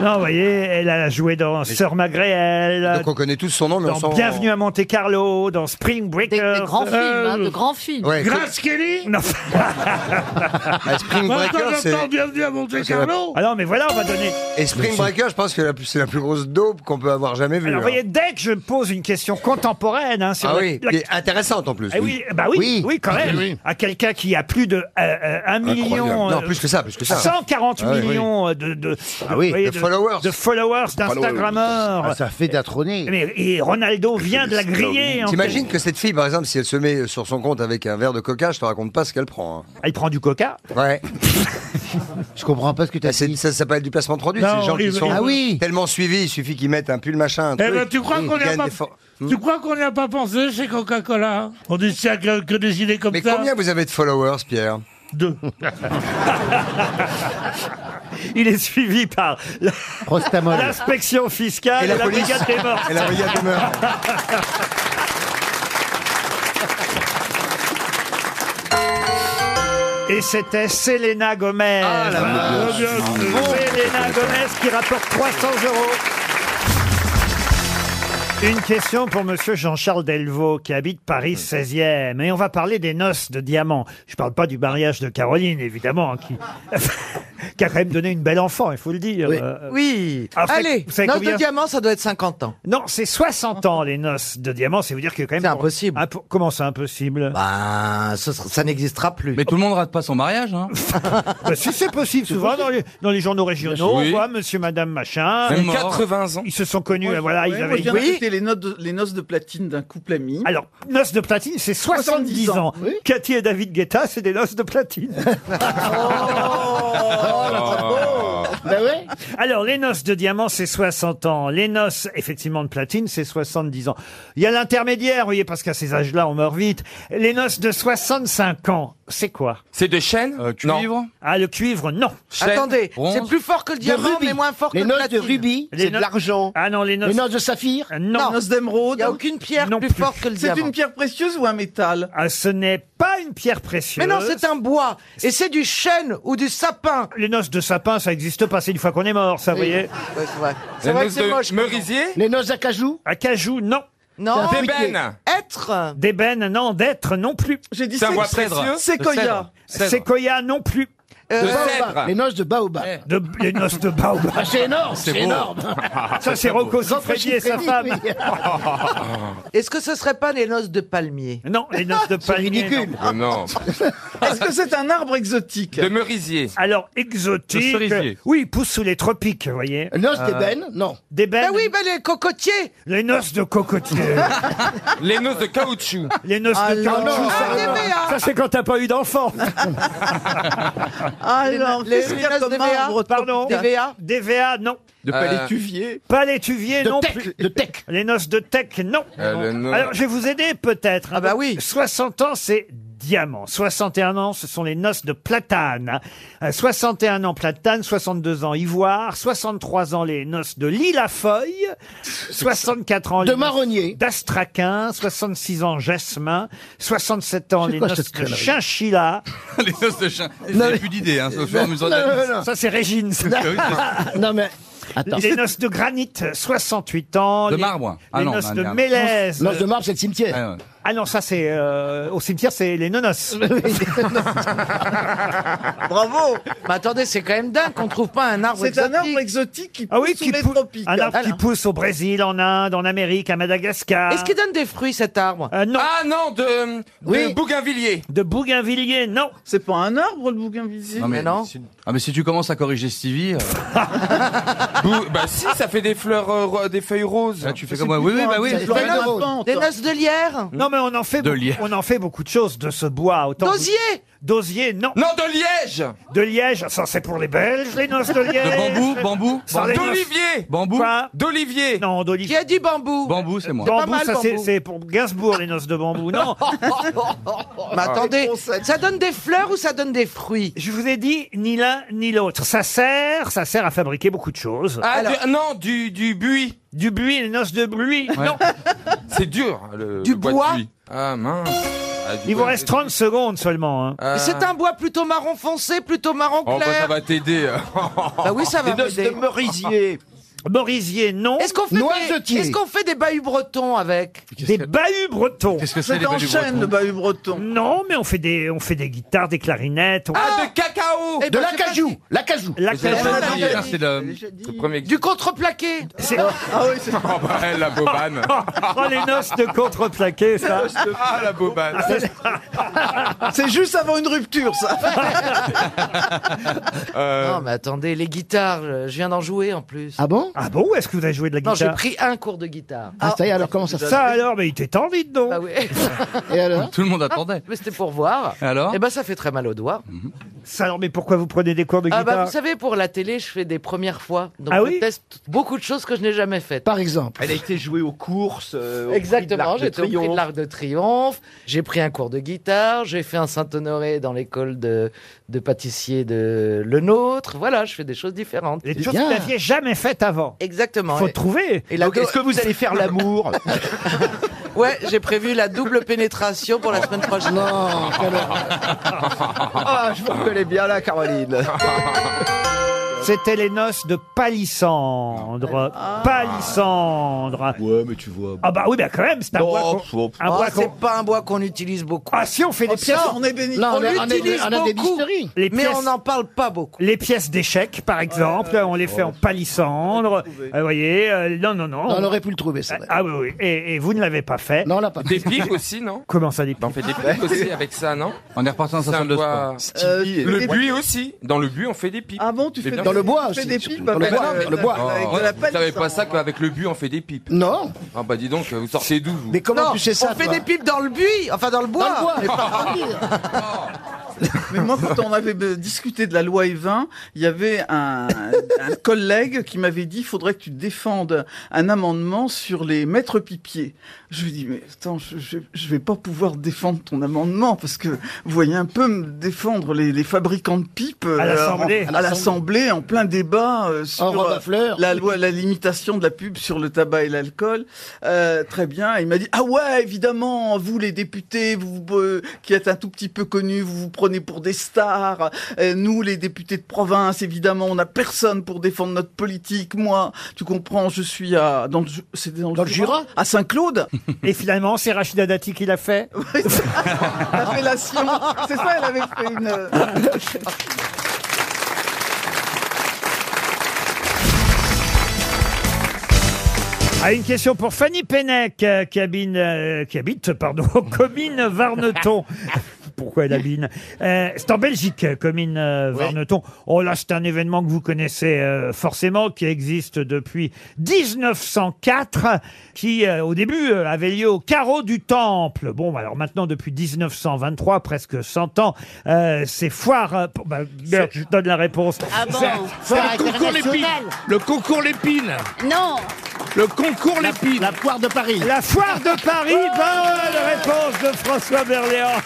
Non, vous voyez, elle a joué dans Sœur Magréel.
Donc on connaît tous son nom, mais on
Dans
s'en
Bienvenue à Monte Carlo, dans Spring Breakers.
grands films, hein,
Euh,
de grands films.
Ouais,
Grace Kelly [laughs]
Non. [laughs]
à Spring
Moi,
Breaker,
j'entends
c'est.
j'entends bienvenue à Monte Carlo.
Ah non, mais voilà, on va donner.
Et Spring Breaker, je pense que la plus- c'est la plus grosse daube qu'on peut avoir jamais vue.
Alors,
hein.
vous voyez, dès que je pose une question contemporaine hein, sur
Ah
la-
oui,
la-
qui est intéressante en plus.
Eh oui, bah oui, oui, quand même. À quelqu'un qui a plus de 1 million.
Non,
euh,
plus que ça, plus que ça.
140
Ah oui.
millions euh, de, de,
Ah oui,
vous voyez,
de followers.
de followers, d'Instagrammeurs.
Ah, Ça fait d'atronner.
Mais- Et Ronaldo vient de la griller. en
T'imagines que cette fille, par exemple, si elle se met sur son compte avec un verre de coca, je te raconte pas ce qu'elle prend.
fait. Elle prend du coca.
hein. Ouais. Bah,
Je comprends pas ce que t'as
C'est-
dit.
Ça s'appelle du placement de produit.
Non,
C'est les gens qui
il-
sont
il- Ah
oui.
tellement suivis, il suffit qu'ils mettent un pull machin. Un
Eh
truc,
ben, tu crois
ils
qu'on n'y a
gagnent
pas...
des for-
Hmm.
Tu crois qu'on n'y a pas pensé chez Coca-Cola hein On dit tiens, que, que des idées comme
Mais
ça. [laughs]
combien vous avez de followers, Pierre
Deux.
Il est suivi par la- [laughs]
Prostamol.
l'inspection fiscale
Et
et
la
la,
police.
brigade des morts.
Et la brigade des mœurs.
Et c'était Selena Gomez. Ah,
vache.
Selena Gomez qui rapporte 300 euros. Une question pour Monsieur Jean-Charles Delvaux qui habite Paris 16e. Et on va parler des noces de diamants. Je parle pas du mariage de Caroline, évidemment, hein, qui, [laughs] qui a quand même donné une belle enfant, il faut le dire. Euh,
Oui.
Ah, vous savez-
Allez,
vous savez
noce
combien
de diamant, ça doit être 50 ans.
Non, c'est 60 ans les noces de diamants, c'est vous dire que quand même. C'est impossible. Comment c'est impossible
Ben,
Bah, ce sera- ça n'existera plus.
Mais tout le monde rate pas son mariage.
[laughs]
Hein.
Bah, Si c'est possible, souvent dans les, dans les journaux régionaux,
Oui.
on voit Monsieur, Madame, machin.
Même mort. 80
ans. Ils se sont connus,
Moi,
voilà,
ouais,
ils
moi,
avaient.
j'ai
Oui.
raconté
C'était les, notes de- les noces de platine d'un couple ami.
Alors, noces de platine, c'est 70 ans. Cathy et David Guetta, c'est des noces de
[laughs]
platine.
Oh,
Oh,
Bah
Alors, les noces de diamant, c'est 60 ans. Les noces, effectivement, de platine, c'est 70 ans. Il y a l'intermédiaire, vous voyez, parce qu'à ces âges-là, on meurt vite. Les noces de 65 ans, c'est quoi
C'est de chêne
Euh,
Cuivre.
Ah, le cuivre, non.
Attendez, c'est plus fort que le diamant, mais moins fort que
Les
le
noces de
platine.
rubis,
Les
c'est de
noces-
l'argent.
Ah non, les noces...
Les noces de saphir
Euh, Non.
Les noces d'émeraude. Il n'y a aucune pierre
Non
plus,
plus.
forte que le
C'est
diamant.
une
pierre précieuse ou un métal
Ah, ce n'est pas une pierre précieuse.
Mais non, c'est un bois. Et c'est du chêne ou du sapin.
Les noces de sapin, ça n'existe pas, c'est une fois qu'on est mort, ça, vous voyez.
Ouais, c'est vrai. C'est vrai que c'est moche. comme
Les noces d'acajou
À cajou, non.
nom. Non,
C'est
Des
Ben.
bennes.
être.
D'ébène, non. D'être, non plus.
J'ai dit
C'est un bois
c'est
précieux.
séquoia.
Cèdre.
Séquoia, non plus.
Euh,
De
Baobab.
zèbre.
Les noces de Baobab.
De, les noces de Baobab.
[laughs]
Ah, c'est énorme, C'est c'est beau. énorme.
Ça, c'est Rocco Siffredi
Siffredi
et sa femme.
oui. Est-ce que ce serait pas les noces de palmier
Non, les noces
[laughs]
de palmier,
Non. Ah, non.
[laughs] Est-ce que c'est un arbre exotique
De merisier.
Alors, exotique.
Le cerisier.
Oui, il pousse sous les tropiques, vous voyez.
Noces d'ébène
Non.
D'ébène
Ah oui, ben les cocotiers
Les noces de cocotier.
[laughs] Les noces de caoutchouc.
Les noces
Ah,
de
non,
caoutchouc,
non.
ça,
Ah,
non.
mais, ah.
Ça, c'est quand t'as pas eu d'enfant.
Alors,
Les-
qu'est-ce
les
qu'il y a
noces
comme
DVA?
arbre
Pardon
DVA?
DVA, non.
De palétuvier
Pas l'étuvier, non plus. De tech. Les noces de tech, non.
Euh, le nom-
Alors, je vais vous aider peut-être. Ah bah oui. 60 ans, c'est diamant. 61 ans, ce sont les noces de platane. Euh, 61 ans, platane. 62 ans, ivoire. 63 ans, les noces de lille à feuille. 64 ans, de marronnier. D'astraquin. 66 ans, jasmin. 67 ans,
C'est
les
quoi
noces
cette
de
connerie
chinchilla.
Les noces de chien.
[laughs] Non, mais-
plus d'idée, hein. Ça,
Ça, c'est [laughs] Régine. ça.
Non, mais.
Les noces de granit, 68 ans.
De
les-
marbre. Ah
les
non,
noces
non,
de
non.
mélèze.
Noces de
marbre, c'est le cimetière. Ah, non, ça c'est... euh, au cimetière, c'est les nonos. [laughs]
Bravo Mais attendez, c'est quand même dingue qu'on trouve pas un arbre
C'est
exotique.
un
arbre exotique qui
Ah oui, qui pousse- un arbre qui pousse au Brésil, en Inde, en Amérique, à Madagascar. Euh,
Est-ce qu'il donne des fruits cet arbre
non.
Ah non, de, de
Oui.
Bougainvillier.
De Bougainvillier, non.
C'est pas un arbre le bougainvillier
Non, mais non.
Ah mais si tu commences à corriger Stevie, euh.
Bou- bah si, ça fait des fleurs, euh, ro- des feuilles roses.
tu fais comme moi. Oui, oui, bah oui.
Des noces, des noces de lierre
Non, mais on en fait,
De
beaucoup-
liège.
on en fait beaucoup de choses de ce bois. Autant
D'osier
D'osier, non.
Non, de liège.
De liège, ça c'est pour les Belges, les noces de liège.
De bambou, bambou,
Ça,
bambou.
les noces-
D'olivier.
Bambou.
Quoi
D'olivier.
Non, d'olivier.
Qui a dit bambou
Bambou, c'est moi.
Bambou,
pas mal,
ça c'est-
bambou.
c'est pour Gainsbourg, les noces de bambou.
[laughs]
Non.
Mais attendez, ça donne des fleurs ou ça donne des fruits
Je vous ai dit ni l'un ni l'autre. Ça sert, ça sert à fabriquer beaucoup de choses.
Ah, du- non, du, du buis.
Du buis, les noces de buis. Non.
C'est dur, hein, le,
Du
le de
bois.
buis. Ah mince. Ah, du
Il vous
bois.
reste 30 secondes seulement. hein.
Euh,
C'est un bois plutôt marron foncé, plutôt marron
Oh, bah, ça
clair.
va t'aider.
Bah oui, ça va
Des noces
m'aider.
de merisier.
Ah. Merisier, non.
Est-ce qu'on fait, des,
Noisetier.
est-ce qu'on fait des bahuts bretons avec
Des bahuts bretons. Qu'est-ce
que c'est, C'est les en bahuts chaîne, bretons le
bahut breton. Non, mais on fait des, on fait des guitares, des clarinettes. on-
Ah, de cacao.
Eh ben, je sais pas si-
L'acajou.
L'acajou.
hein.
hein, C'est le...
Du contreplaqué
C'est-
Ah oui, c'est la bobane.
[laughs] Oh, les noces de contreplaqué, ça.
Ah, la bobane.
C'est juste avant une rupture, ça.
Euh,
Non, mais attendez, les guitares, euh, je viens d'en jouer en plus.
Ah bon Ah bon Où est-ce que vous avez joué de la
Non, j'ai
guitare
pris un cours de guitare.
ça y est, alors comment
ça se
Ça
passe
alors, mais il était temps, vite donc.
Bah oui. Ah,
Et alors
Tout le monde attendait.
Mais c'était pour voir.
Alors
Eh ben, ça fait très mal aux doigts.
Ça alors, mais pourquoi vous prenez des cours de
Ah
guitare
bah, vous savez, pour la télé, je fais des premières fois. Donc,
Ah
je
oui
teste beaucoup de choses que je n'ai jamais faites. Par exemple
Elle a été jouée aux courses. euh, au prix de
Exactement,
l'Arc de
j'étais au prix de
Triomphe.
l'Arc de Triomphe, j'ai pris un cours de guitare, j'ai fait un Saint-Honoré dans l'école de, de pâtissier de Le Nôtre. Voilà, je fais des choses différentes.
Des choses que vous n'aviez jamais faites avant.
Exactement.
Faut
Et-
trouver.
Et la
Donc,
do-
est-ce que vous allez faire l'amour
[laughs] Ouais, j'ai prévu la double pénétration pour la semaine prochaine. Non,
hein.
[laughs]
Ah, je vous reconnais bien là, Caroline.
C'était les noces de Palissandre. Palissandre.
Ah. Ouais, mais tu vois.
Ah bah oui, bah quand même, c'est un
Non,
bois qu'on-
pff, pff.
un bois qu'on-
Ah, c'est pas un bois qu'on utilise beaucoup. Oh,
Ah si, on fait des pièces...
on est béni.
Non,
on
on a- on a-
l'utilise
on a des
beaucoup,
Les
mais
pièces-
on n'en parle pas beaucoup.
Les pièces d'échecs, par exemple, on les fait en palissandre. Vous voyez, euh, non, non, non.
Non, on aurait pu le trouver, ça.
Ah oui, oui. Et, et vous ne l'avez pas fait.
Non, on l'a pas.
Des pics aussi, non
Comment ça, des
On fait des
[laughs]
pics
bah,
aussi avec ça, non
On est reparti dans sa
C'est un
salle de
bois-
sport.
Euh, le buis aussi. Dans le buis, on fait des pipes. Ah bon, tu
fais des- Dans le bois, tu fais des pipes Dans le avec- bois, avec- le bois. avec de la
Ah, Vous savez pas ça qu'avec le buis, on fait des pipes
Non.
Ah bah dis donc, vous sortez d'où vous
Non, On fait des pipes dans le buis, enfin dans le bois. mais pas [laughs] dans le buis.
Mais moi, quand on avait euh, discuté de la loi Evin, il y avait un, un collègue qui m'avait dit il faudrait que tu défendes un amendement sur les maîtres pipiers. Je lui ai dit mais attends, je, je, je vais pas pouvoir défendre ton amendement parce que vous voyez un peu me défendre les, les fabricants de pipes euh,
À l'Assemblée.
en- à l'Assemblée, en plein débat euh, sur
robe à
euh,
fleurs.
la loi, la limitation de la pub sur le tabac et l'alcool. Euh, très bien. Et Il m'a dit ah ouais évidemment vous les députés vous euh, qui êtes un tout petit peu connus vous vous prenez pour des stars. Euh, nous les députés de province évidemment on n'a personne pour défendre notre politique. Moi tu comprends je suis à dans le Ju- c'était dans, le Jura à Saint-Claude.
Et finalement, c'est Rachida Dati qui l'a
[laughs]
fait.
euh, [laughs] L'appellation c'est ça elle avait fait une.
Ah, une question pour Fanny Pennec, euh, qui habite, euh, qui habite pardon, [laughs] Comines Varneton. [laughs] Pourquoi elle habite Euh, C'est en Belgique, Comines euh, Varneton. Oh là, c'est un événement que vous connaissez euh, forcément, qui existe depuis 1904, qui euh, au début euh, avait lieu au carreau du Temple. Bon, bah, alors maintenant, depuis 1923, presque 100 ans, euh, c'est foire... euh, pour- bah, merde, je donne la réponse.
Ah bon
C'est-
C'est
c'est
le concours l'épine.
Le concours l'épine
Non.
le concours Lépine. La foire de Paris. La foire de Paris.
Oh
Bonne réponse de François Berléand.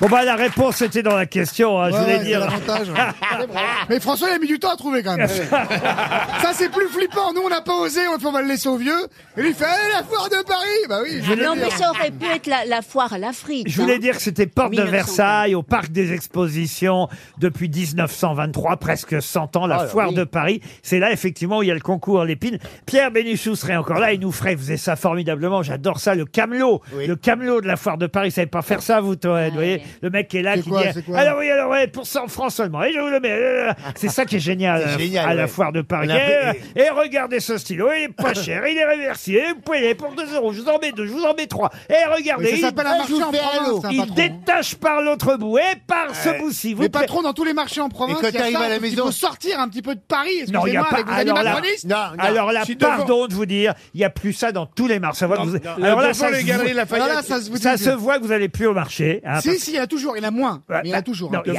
Bon bah la réponse était dans la question, hein, je
Ouais,
voulais
ouais,
dire.
c'est l'avantage, ouais. C'est vrai. [laughs] Mais François, il a mis du temps à trouver quand même. Ça, c'est plus flippant. Nous, on n'a pas osé. On a fait, on va le laisser aux vieux. Et lui, il fait Eh, la foire de Paris Bah oui, je vais
Ah non,
le
mais
dire.
ça aurait pu être la, la foire à l'Afrique.
Je voulais
hein.
dire que c'était porte de
1900.
Versailles, au parc des expositions, depuis 1923, presque 100 ans, la
Ah, alors
foire
oui.
de Paris. C'est là, effectivement, où il y a le concours Lépine. Pierre Bénichou serait encore là, il nous ferait, faisait ça formidablement, j'adore ça, le camelot. Le camelot de la foire de Paris, vous savez pas faire ça, vous, Toen, vous voyez Le mec qui est là, qui
quoi,
dit,
c'est quoi
alors oui, alors ouais, pour 100 francs seulement, et je vous le mets.
[laughs]
euh, C'est ça qui est génial,
C'est
euh,
génial,
à la
ouais.
foire de Paris.
On a-
Et, et regardez ce stylo, il
[laughs]
est pas cher, il est réversible, vous pouvez y aller pour 2 euros, je vous en mets deux, je vous en mets trois. Et regardez,
Mais ça
il-
s'appelle un marché en province, un
il
patron.
détache par l'autre bout et par ce
Ouais.
bout-ci. Vous
Les
plaît-
patrons dans tous les marchés en province,
quand
il y a
t'arrives
ça,
à la
donc il
maison-
faut sortir un petit peu de Paris,
Non, il y a
excusez-moi,
pas-
avec vos
alors là,
animatronistes.
alors là, pardon de vous dire, il n'y a plus ça dans tous les marchés. Ça va,
Non,
vous-
non.
Alors là,
Devant
ça,
les
se
galeries
voit-
Lafayette. Alors là, ça se vous dit-
se voit que vous n'allez plus au marché. hein,
Si,
parce-
si, il y en a toujours, il y en a moins, mais il y en a toujours. hein.
Non, il y a-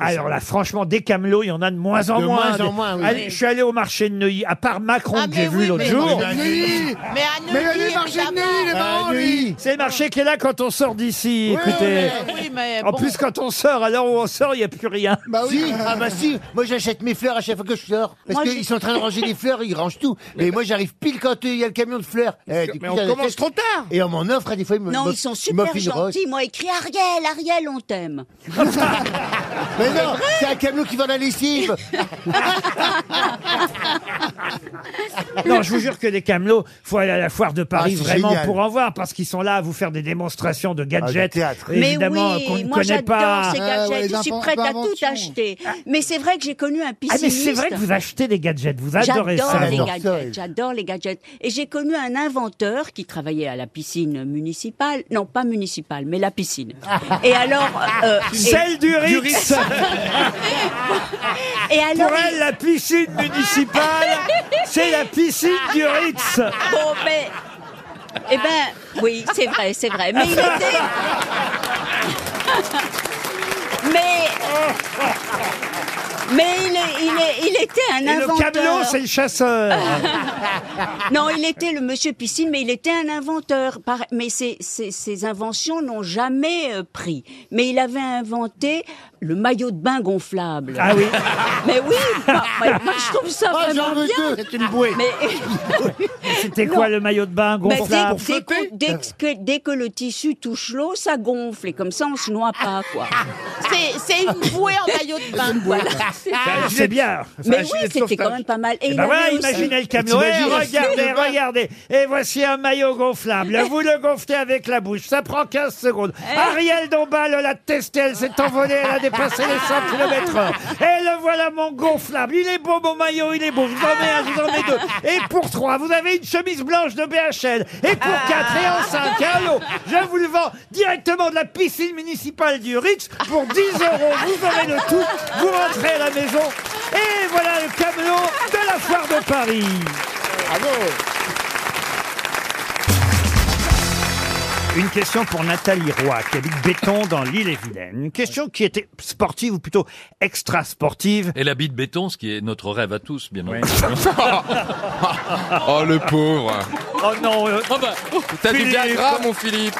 Alors là, franchement, des camelots, il y en a de moins en
De
moins.
moins en moins, oui.
Allez, je suis allé au marché de Neuilly, à part Macron que j'ai vu [laughs] l'autre jour.
Neuilly Mais à Neuilly, les marchés de Neuilly, il est marrant, lui
Ah, C'est le marché qui est là quand on sort d'ici, écoutez. en plus, quand on sort, alors où on sort, il n'y a plus rien.
Si, ah bah si, moi j'achète mes fleurs à chaque fois que je sors. Parce
Moi,
qu'ils
j'ai-
sont en train de ranger les fleurs, ils rangent tout. Mais moi j'arrive pile quand euh, il y a le camion de fleurs. Eh, du
Mais
coup,
on
j'en achète.
commence trop tard.
Et on m'en
hein,
offre, et des fois ils me
Non,
m'offrent-
ils sont
m'offrent
super
une rose.
gentils. Moi, écrit Ariel, Ariel, on
[laughs]
t'aime.
Ah,
Ah,
Mais non, c'est un camion qui vend la lessive.
Non, je vous jure que les camelots, faut aller à la foire de Paris
Ah, c'est
vraiment
génial.
pour en voir parce qu'ils sont là à vous faire des démonstrations de
Ah, de
gadgets,
théâtre.
évidemment euh,
mais
qu'on
oui,
ne
moi
connaît
j'adore
pas.
ces gadgets, bah, je suis prête à tout acheter. Mais c'est vrai que j'ai connu un
Ah
pisciniste.
mais c'est vrai que vous achetez des gadgets, vous adorez ça.
J'adore les
vous.
gadgets, j'adore les gadgets. Et j'ai connu un inventeur qui travaillait à la piscine municipale, non pas municipale, mais la piscine. Et alors... euh, et-
Ah. Celle du Ritz.
[laughs] Et alors...
Pour elle, la [laughs] piscine municipale, c'est la piscine du Ritz.
Bon, mais... Eh ben, oui, c'est vrai, c'est vrai. Mais il était... [laughs] Mais... euh, Mais il, est- il, est- il était un
Et
inventeur.
le camelot, c'est le
[laughs]
chasseur.
non, il était le monsieur piscine, mais il était un inventeur. Par- Mais ses, ses- ses inventions n'ont jamais euh, pris. Mais il avait inventé le maillot de bain gonflable.
Ah oui.
Mais oui, bah, bah, moi je trouve ça vraiment bien.
C'est une bouée. [laughs]
C'était quoi
Non.
le maillot de bain
Bah, dès,
gonflable
dès qu'on- dès que, dès que le tissu touche l'eau, ça gonfle et comme ça on se noie pas quoi.
C'est c'est une bouée en maillot de bain. Voilà.
Ah, C'est bien.
Mais oui, c'était quand même pas mal.
Et
il
ben
avait
voilà,
aussi-
imaginez le camion. Eh, regardez, regardez. Et voici un maillot gonflable. Vous le gonflez avec la bouche. Ça prend 15 secondes. Ariel Dombal l'a testé. Elle s'est envolée. Elle a dépassé les 100 km heure. Et le voilà, mon gonflable. Il est beau, mon maillot. Il est beau. Je vous en mets un, je vous en mets deux. Et pour trois, vous avez une chemise blanche de BHL. Et pour quatre, et en cinq, un lot. Je vous le vends directement de la piscine municipale du Ritz pour 10 euros. Vous aurez le tout. Vous rentrez à la maison. Et voilà le camion de la foire de Paris. Une question pour Nathalie Roy, qui habite Béton dans l'île et Vilaine. Une question qui était sportive ou plutôt extra sportive.
Et l'habit de béton, ce qui est notre rêve à tous, bien entendu. [laughs]
[laughs] Oh le pauvre.
Oh non. euh,
bah,
T'as du bien
Philippe.
gras mon Philippe.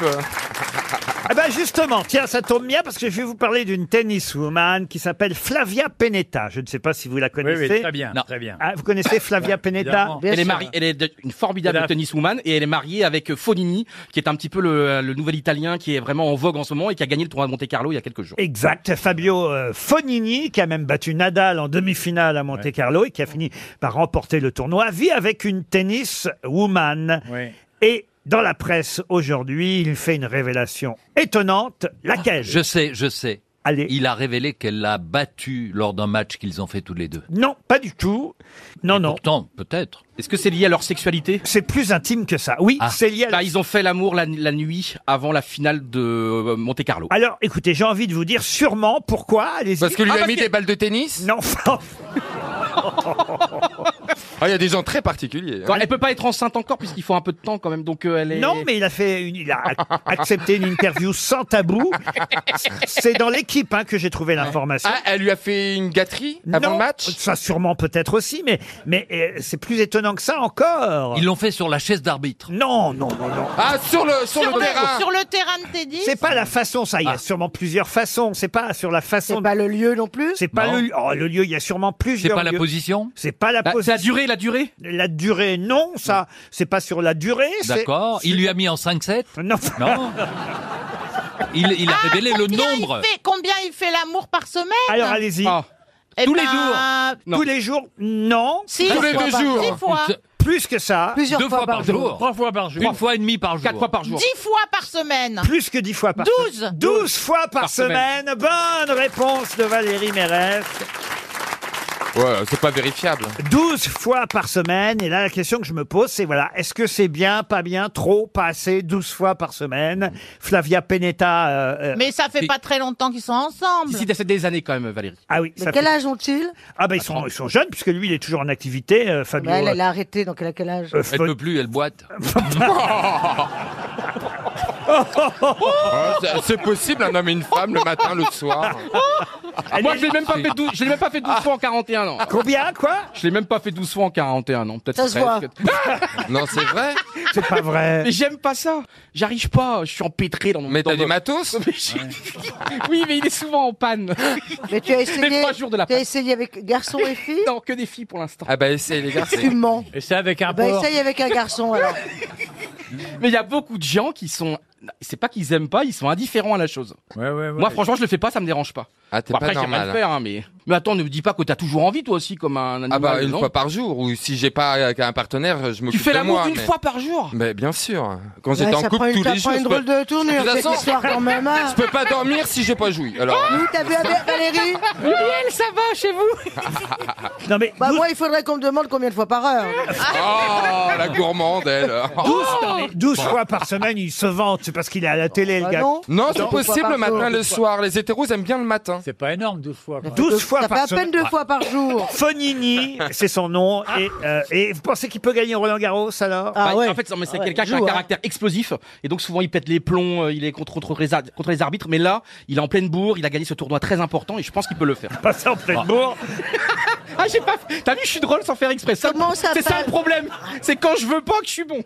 Ah ben justement, tiens, ça tombe bien parce que je vais vous parler d'une tenniswoman qui s'appelle Flavia Pennetta. Je ne sais pas si vous la connaissez.
très bien, Non. très bien.
Ah, vous connaissez Flavia Pennetta
Elle est, mariée, elle est de- une formidable
Elle a-
tenniswoman et elle est mariée avec Fognini, qui est un petit peu le, le nouvel italien qui est vraiment en vogue en ce moment et qui a gagné le tournoi de Monte Carlo il y a quelques jours.
Exact. Fabio euh, Fognini, qui a même battu Nadal en demi-finale à Monte Carlo et qui a fini par remporter le tournoi, vit avec une tennis woman. Et dans la presse aujourd'hui, il fait une révélation étonnante. Laquelle
Je sais, je sais. Il a révélé qu'elle l'a battu lors d'un match qu'ils ont fait tous les deux.
Non, pas du tout. Non, non.
Pourtant, peut-être.
Est-ce que c'est lié à leur sexualité
C'est plus intime que ça. Oui, c'est lié à
Bah, ils ont fait l'amour la, la nuit avant la finale de euh, Monte Carlo.
Alors, écoutez, j'ai envie de vous dire sûrement pourquoi. Allez-y.
Parce que lui a mis des
balles de tennis Non.
Ah, il y a des gens très
hein.
particuliers. Elle peut pas être enceinte encore puisqu'il faut un peu de temps quand même. Donc euh, elle est.
Non, mais il a fait, une-
[laughs]
il a ac- accepté une interview sans tabou. C'est dans l'équipe hein, que j'ai trouvé l'information.
Ah, elle lui a fait une gâterie avant
Non,
le match
Ça sûrement peut-être aussi, mais mais euh, c'est plus étonnant que ça encore.
Ils l'ont fait sur la chaise d'arbitre.
Non, non, non, non.
Ah, sur le, sur
Sur
le terrain
sur le terrain de Teddy
C'est pas la façon, ça. Il
Ah.
y a sûrement plusieurs façons. C'est pas sur la façon. C'est pas le lieu non plus. C'est pas
Non.
le lieu. Oh, le lieu, il y a sûrement plusieurs.
pas la
lieux.
position
C'est pas la
Bah, c'est
position.
la durée, la durée.
La durée, non, ça. C'est pas sur la durée. c'est- Euh,
D'accord. Il lui a mis en 5-7
Non.
Non. Il, il a révélé le
Ah, Combien il
nombre. Ah.
fait- Combien il fait l'amour par semaine
Alors allez-y.
Eh Tous les ben, jours.
Tous les jours Non.
Six Tous les fois deux par- jours. six fois.
Plus que ça.
Plusieurs
Deux fois fois par par jour. jour. Trois
fois par
jour. Une fois et demie par jour. Quatre fois par jour.
10 fois par semaine.
Plus que dix fois par
Douze.
semaine. Douze fois par,
Par
semaine.
semaine.
Bonne réponse de Valérie Mérès.
Ouais, c'est pas vérifiable.
12 fois par semaine. Et là, la question que je me pose, c'est voilà, est-ce que c'est bien, pas bien, trop, pas assez, 12 fois par semaine Flavia Penetta. euh, euh,
Mais ça fait pas très longtemps qu'ils sont ensemble.
Si,
Il a fait des années quand même, Valérie.
Ah oui. ça fait-
ont-ils
Ah ben ils sont, ils sont jeunes, puisque lui, il est toujours en activité, euh, Fabio.
Bah, elle, elle a arrêté, donc elle a quel âge
Euh,
Elle peut plus,
[laughs]
elle boite.
Ouais, Oh, c'est- c'est possible, un homme et une femme, le matin, le soir.
Ah,
Ah.
Moi, je l'ai même pas fait 12, je l'ai même pas fait 12 fois en 41 ans.
Combien, quoi
Je l'ai même pas fait 12 fois en 41 ans. Peut-être
Ça se
13,
voit.
peut-être.
[laughs] Non, c'est vrai.
C'est pas vrai.
Mais j'aime pas ça. J'arrive pas. Je suis empêtré dans mon.
Mais
dans
t'as des
mon-
matos
[laughs] Mais j'ai- Oui, mais il est souvent en panne. [laughs]
Mais tu as
Les
essayé,
trois jours de la
tu as
panne.
essayé avec garçon et filles
Non, que des filles pour l'instant.
Ah bah, essayez, les gars. c'est-
Tu mens.
Et c'est avec un
Bah,
Oh.
porc.
essaye avec un garçon alors.
Mais il y a beaucoup de gens qui sont. C'est pas qu'ils aiment pas, ils sont indifférents à la chose. Moi, franchement, je le fais pas, ça me dérange pas.
Ah, t'es
Bon,
pas
après, j'aime
normal.
le faire, hein, mais. Mais attends, ne me dis pas que t'as toujours envie, toi aussi, comme un animal.
Ah bah, une
non
fois par jour. Ou si j'ai pas euh, un partenaire, je
Tu
m'occupe
fais
de
l'amour
moi.
une
mais-
fois par jour.
Mais bien sûr. Quand
Ouais,
j'étais en
ça prend
couple,
une-
tous
ça
les jours.
prend une
je peux-
drôle de tournure,
De toute
cette
façon,
histoire, quand même, hein.
Je peux pas dormir si j'ai pas joui. Alors.
Oui, t'as vu avec Valérie
elle, ça va chez vous
[laughs]
Non mais
Bah moi, il faudrait qu'on me demande combien de fois par heure.
Oh, la gourmande, elle.
12, non,
Oh
mais 12 fois par semaine, il se vante. C'est parce qu'il est à la télé,
Ah
le gars.
Non, c'est possible
par
le matin,
jour.
le soir. Les hétéros aiment bien le matin.
C'est pas énorme, 12 fois.
12 fois
Ça fait
par
à peine
semaine. Ah.
deux fois par jour. Ah.
Fonini, c'est son nom. Et, euh, et vous pensez qu'il peut gagner Roland Garros alors
Bah, En fait, non, mais c'est
Ah ouais,
quelqu'un qui a
joue,
un
hein.
caractère explosif. Et donc, souvent, il pète les plombs, euh, il est contre, contre, les, ar- contre les arbitres. Mais là, il est en pleine bourre, il a gagné ce tournoi très important et je pense qu'il peut le [laughs] faire.
Passer en pleine bourre.
Ah, j'ai pas. T'as vu, je suis drôle sans faire exprès. Ça,
Comment ça
c'est ça
passe
le problème. C'est quand je veux pas que je suis
[laughs]
bon.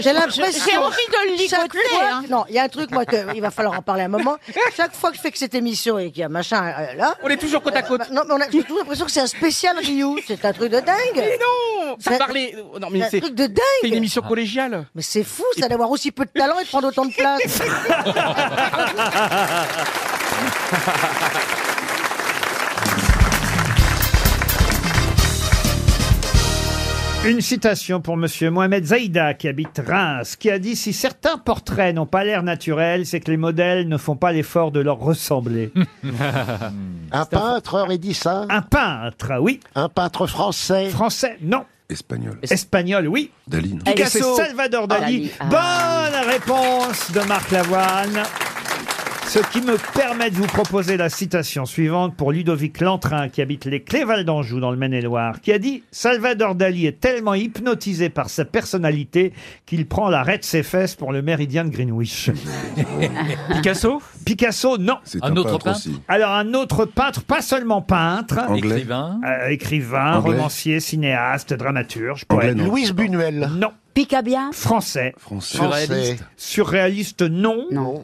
J'ai l'impression.
J'ai envie de le
Chaque
ligoter,
fois-
hein.
Non, il y a un truc, moi, que, il va falloir en parler un moment. Chaque fois que je fais que cette émission et qu'il y a machin euh, là.
On est toujours côte à côte.
bah, non, mais on a j'ai toujours l'impression que c'est un spécial Ryu. C'est un truc de
Mais
dingue.
non Ça
C'est-
parlait. Non, mais
C'est un
c'est.
truc de
C'est une
dingue.
émission collégiale.
Mais c'est fou, ça d'avoir aussi peu de talent et de prendre autant
[laughs]
de place.
Une citation pour Monsieur Mohamed Zaïda, qui habite Reims, qui a dit Si certains portraits n'ont pas l'air naturels, c'est que les modèles ne font pas l'effort de leur
[laughs]
ressembler. [laughs]
[laughs] Un peintre aurait dit ça
Un peintre, oui.
Un peintre français
Français, non.
Espagnol.
Espagnol, oui.
Dali, non
Picasso. C'est Salvador Dali. Ah. Bonne réponse de Marc Lavoine. Ce qui me permet de vous proposer la citation suivante pour Ludovic Lantrain, qui habite les Cléval d'Anjou dans le Maine-et-Loire, qui a dit Salvador Dali est tellement hypnotisé par sa personnalité qu'il prend l'arrêt de ses fesses pour le méridien de Greenwich. Picasso Picasso, non.
C'est Un un autre peintre peintre aussi.
Alors, un autre peintre, pas seulement peintre.
Anglais.
Écrivain.
Euh, écrivain,
Anglais.
romancier, cinéaste, dramaturge.
Anglais,
poète.
non.
Louise Bunuel.
Non.
Picabia
Français.
Français.
Surréaliste.
Surréaliste, non.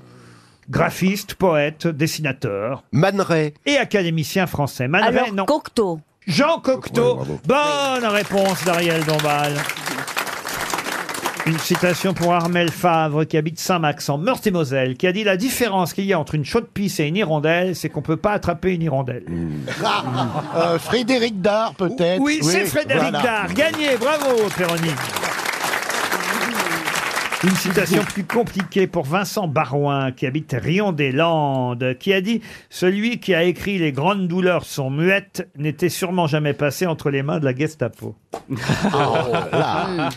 Graphiste, poète, dessinateur.
Man Ray.
Et académicien français. Man
Alors,
Ray, non.
Cocteau.
Jean Cocteau.
Ouais, bravo.
Bonne réponse d'Ariel Dombal. Une citation pour Armel Favre, qui habite Saint-Max en Meurthe-et-Moselle, qui a dit La différence qu'il y a entre une chaude pisse et une hirondelle, c'est qu'on peut pas attraper une hirondelle.
Hmm.
Ah,
Euh, Frédéric Dard, peut-être.
Oui, c'est Frédéric
voilà.
Dard. Gagné, bravo, Péroni. Une citation plus compliquée pour Vincent Barouin, qui habite Rion-des-Landes, qui a dit « Celui qui a écrit « Les grandes douleurs sont muettes » n'était sûrement jamais passé entre les mains de la Gestapo.
Ah,
Oh,
là.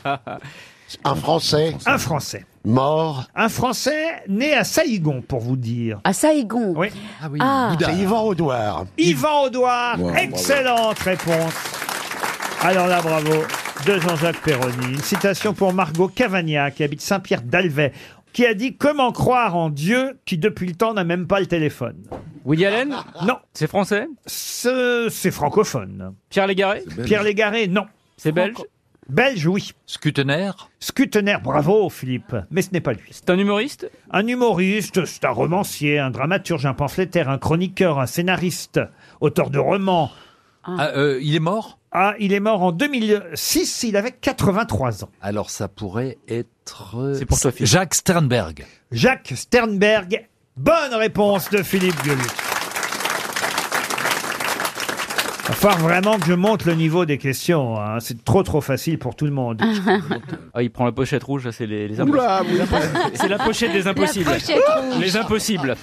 Un Français.
Un Français.
Mort.
Un Français né à Saïgon, pour vous dire.
À Saïgon
Oui.
Ah
oui.
C'est Yvan Audouard.
Yvan Audouard,
Ouais, bravo.
excellente réponse. Alors là, bravo, de Jean-Jacques Perroni. Une citation pour Margot Cavagna, qui habite Saint-Pierre d'Alvet, qui a dit « Comment croire en Dieu qui, depuis le temps, n'a même pas le téléphone ?» Willy Allen Non. C'est français C'est francophone. Pierre Légaré
belge.
Pierre Légaré, non. C'est
belge
Belge, oui.
Scutener
Scutener, bravo Philippe, mais ce n'est pas lui. C'est un humoriste Un humoriste, c'est un romancier, un dramaturge, un pamphlétaire, un chroniqueur, un scénariste, auteur de romans.
euh, Il est mort
Ah, il est mort en 2006, il avait 83 ans.
Alors ça pourrait être. C'est
pour toi, Philippe.
Jacques Sternberg.
Jacques Sternberg, bonne réponse de Philippe Gueluc. Il va falloir vraiment que je monte le niveau des questions, hein. c'est trop trop facile pour tout le [laughs] monde.
Ah, il prend la pochette rouge, là, c'est les, les impossibles.
Oula, oui.
C'est la pochette des impossibles.
La pochette rouge.
Les impossibles.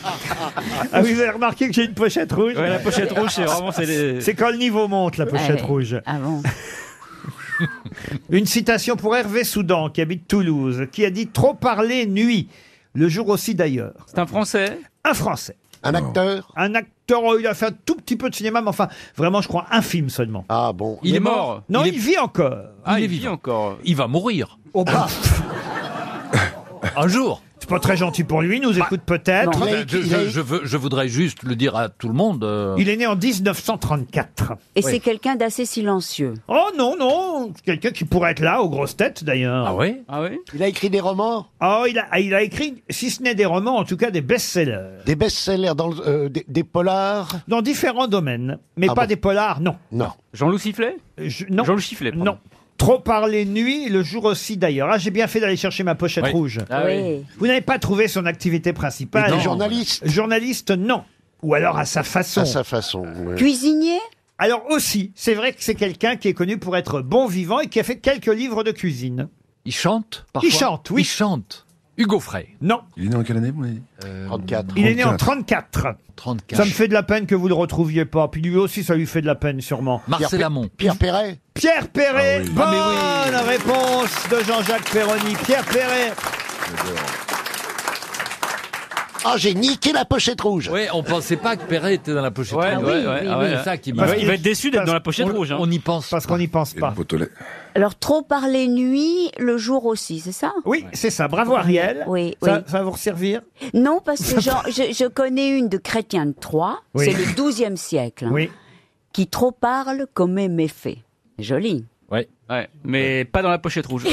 Ah, vous avez remarqué que j'ai une pochette rouge
[laughs] Ouais, la pochette rouge, c'est vraiment- c'est les-
C'est quand le niveau monte, la pochette
Ouais.
rouge.
Ah
[laughs]
bon
Une citation pour Hervé Soudan, qui habite Toulouse, qui a dit Trop parler nuit, le jour aussi d'ailleurs.
C'est un Français
Un Français.
Un acteur
Un acteur, oh, il a fait un tout petit peu de cinéma, mais enfin, vraiment, je crois, un film seulement.
Ah bon
Il est mort
Non, il, vit encore.
Ah, il, vit encore. Il va mourir. Ah,
Oh, bah.
Un jour.
C'est pas très gentil pour lui, il nous écoute [laughs]
Bah,
peut-être.
Je, je- je veux- je voudrais juste le dire à tout le monde. euh,
Il est né en 1934.
Et c'est quelqu'un d'assez silencieux.
Oh non, non Quelqu'un qui pourrait être là, aux grosses têtes d'ailleurs. Ah
oui
Ah oui
Il a écrit des romans
Oh, il a, il a écrit, si ce n'est des romans, en tout cas des best-sellers.
Des best-sellers, dans le- euh, des, des polars
Dans différents domaines. Mais
Ah
pas
bon
des polars, non.
Non.
Jean-Louis Sifflet
non.
Jean-Louis Sifflet, pardon.
Non. Trop parler nuit, le jour aussi d'ailleurs. Ah, j'ai bien fait d'aller chercher ma pochette
Oui.
rouge.
Ah oui.
Vous n'avez pas trouvé son activité principale.
Il était journaliste.
Journaliste, non. Ou alors à sa façon.
À sa façon. ouais.
Cuisinier
Alors aussi, c'est vrai que c'est quelqu'un qui est connu pour être bon vivant et qui a fait quelques livres de cuisine.
Il chante parfois
Il chante, oui.
Il chante. Hugo Frey. Euh,
Non.
Il est né en quelle année, vous m'avez dit
34.
Il est né en 34.
34.
Ça me fait de la peine que vous le retrouviez pas. Puis lui aussi, ça lui fait de la peine, sûrement.
Marcel Amont.
Pierre Perret
Pierre Perret, bonne
Ah, mais oui.
réponse de Jean-Jacques Perroni. Pierre Perret.
Ah, j'ai niqué la pochette rouge.
Ouais, on pensait pas que Perret était dans la pochette
Ouais,
rouge.
ouais, ouais, ouais, ouais.
C'est ça qui
Il
m'a-
va- il va être déçu d'être
parce
dans la pochette
on-
rouge. hein.
On y pense.
Parce qu'on n'y pense pas.
Alors, trop parler nuit, le jour aussi, c'est ça
Oui, c'est ça. Bravo Ariel.
Oui,
ça,
oui.
ça va vous resservir
Non, parce que genre, je, je connais une de Chrétien de Troyes,
Oui.
c'est le XIIe siècle, hein,
Oui.
qui trop parle commet méfait. Joli.
[laughs] Ouais. Mais pas dans la pochette rouge.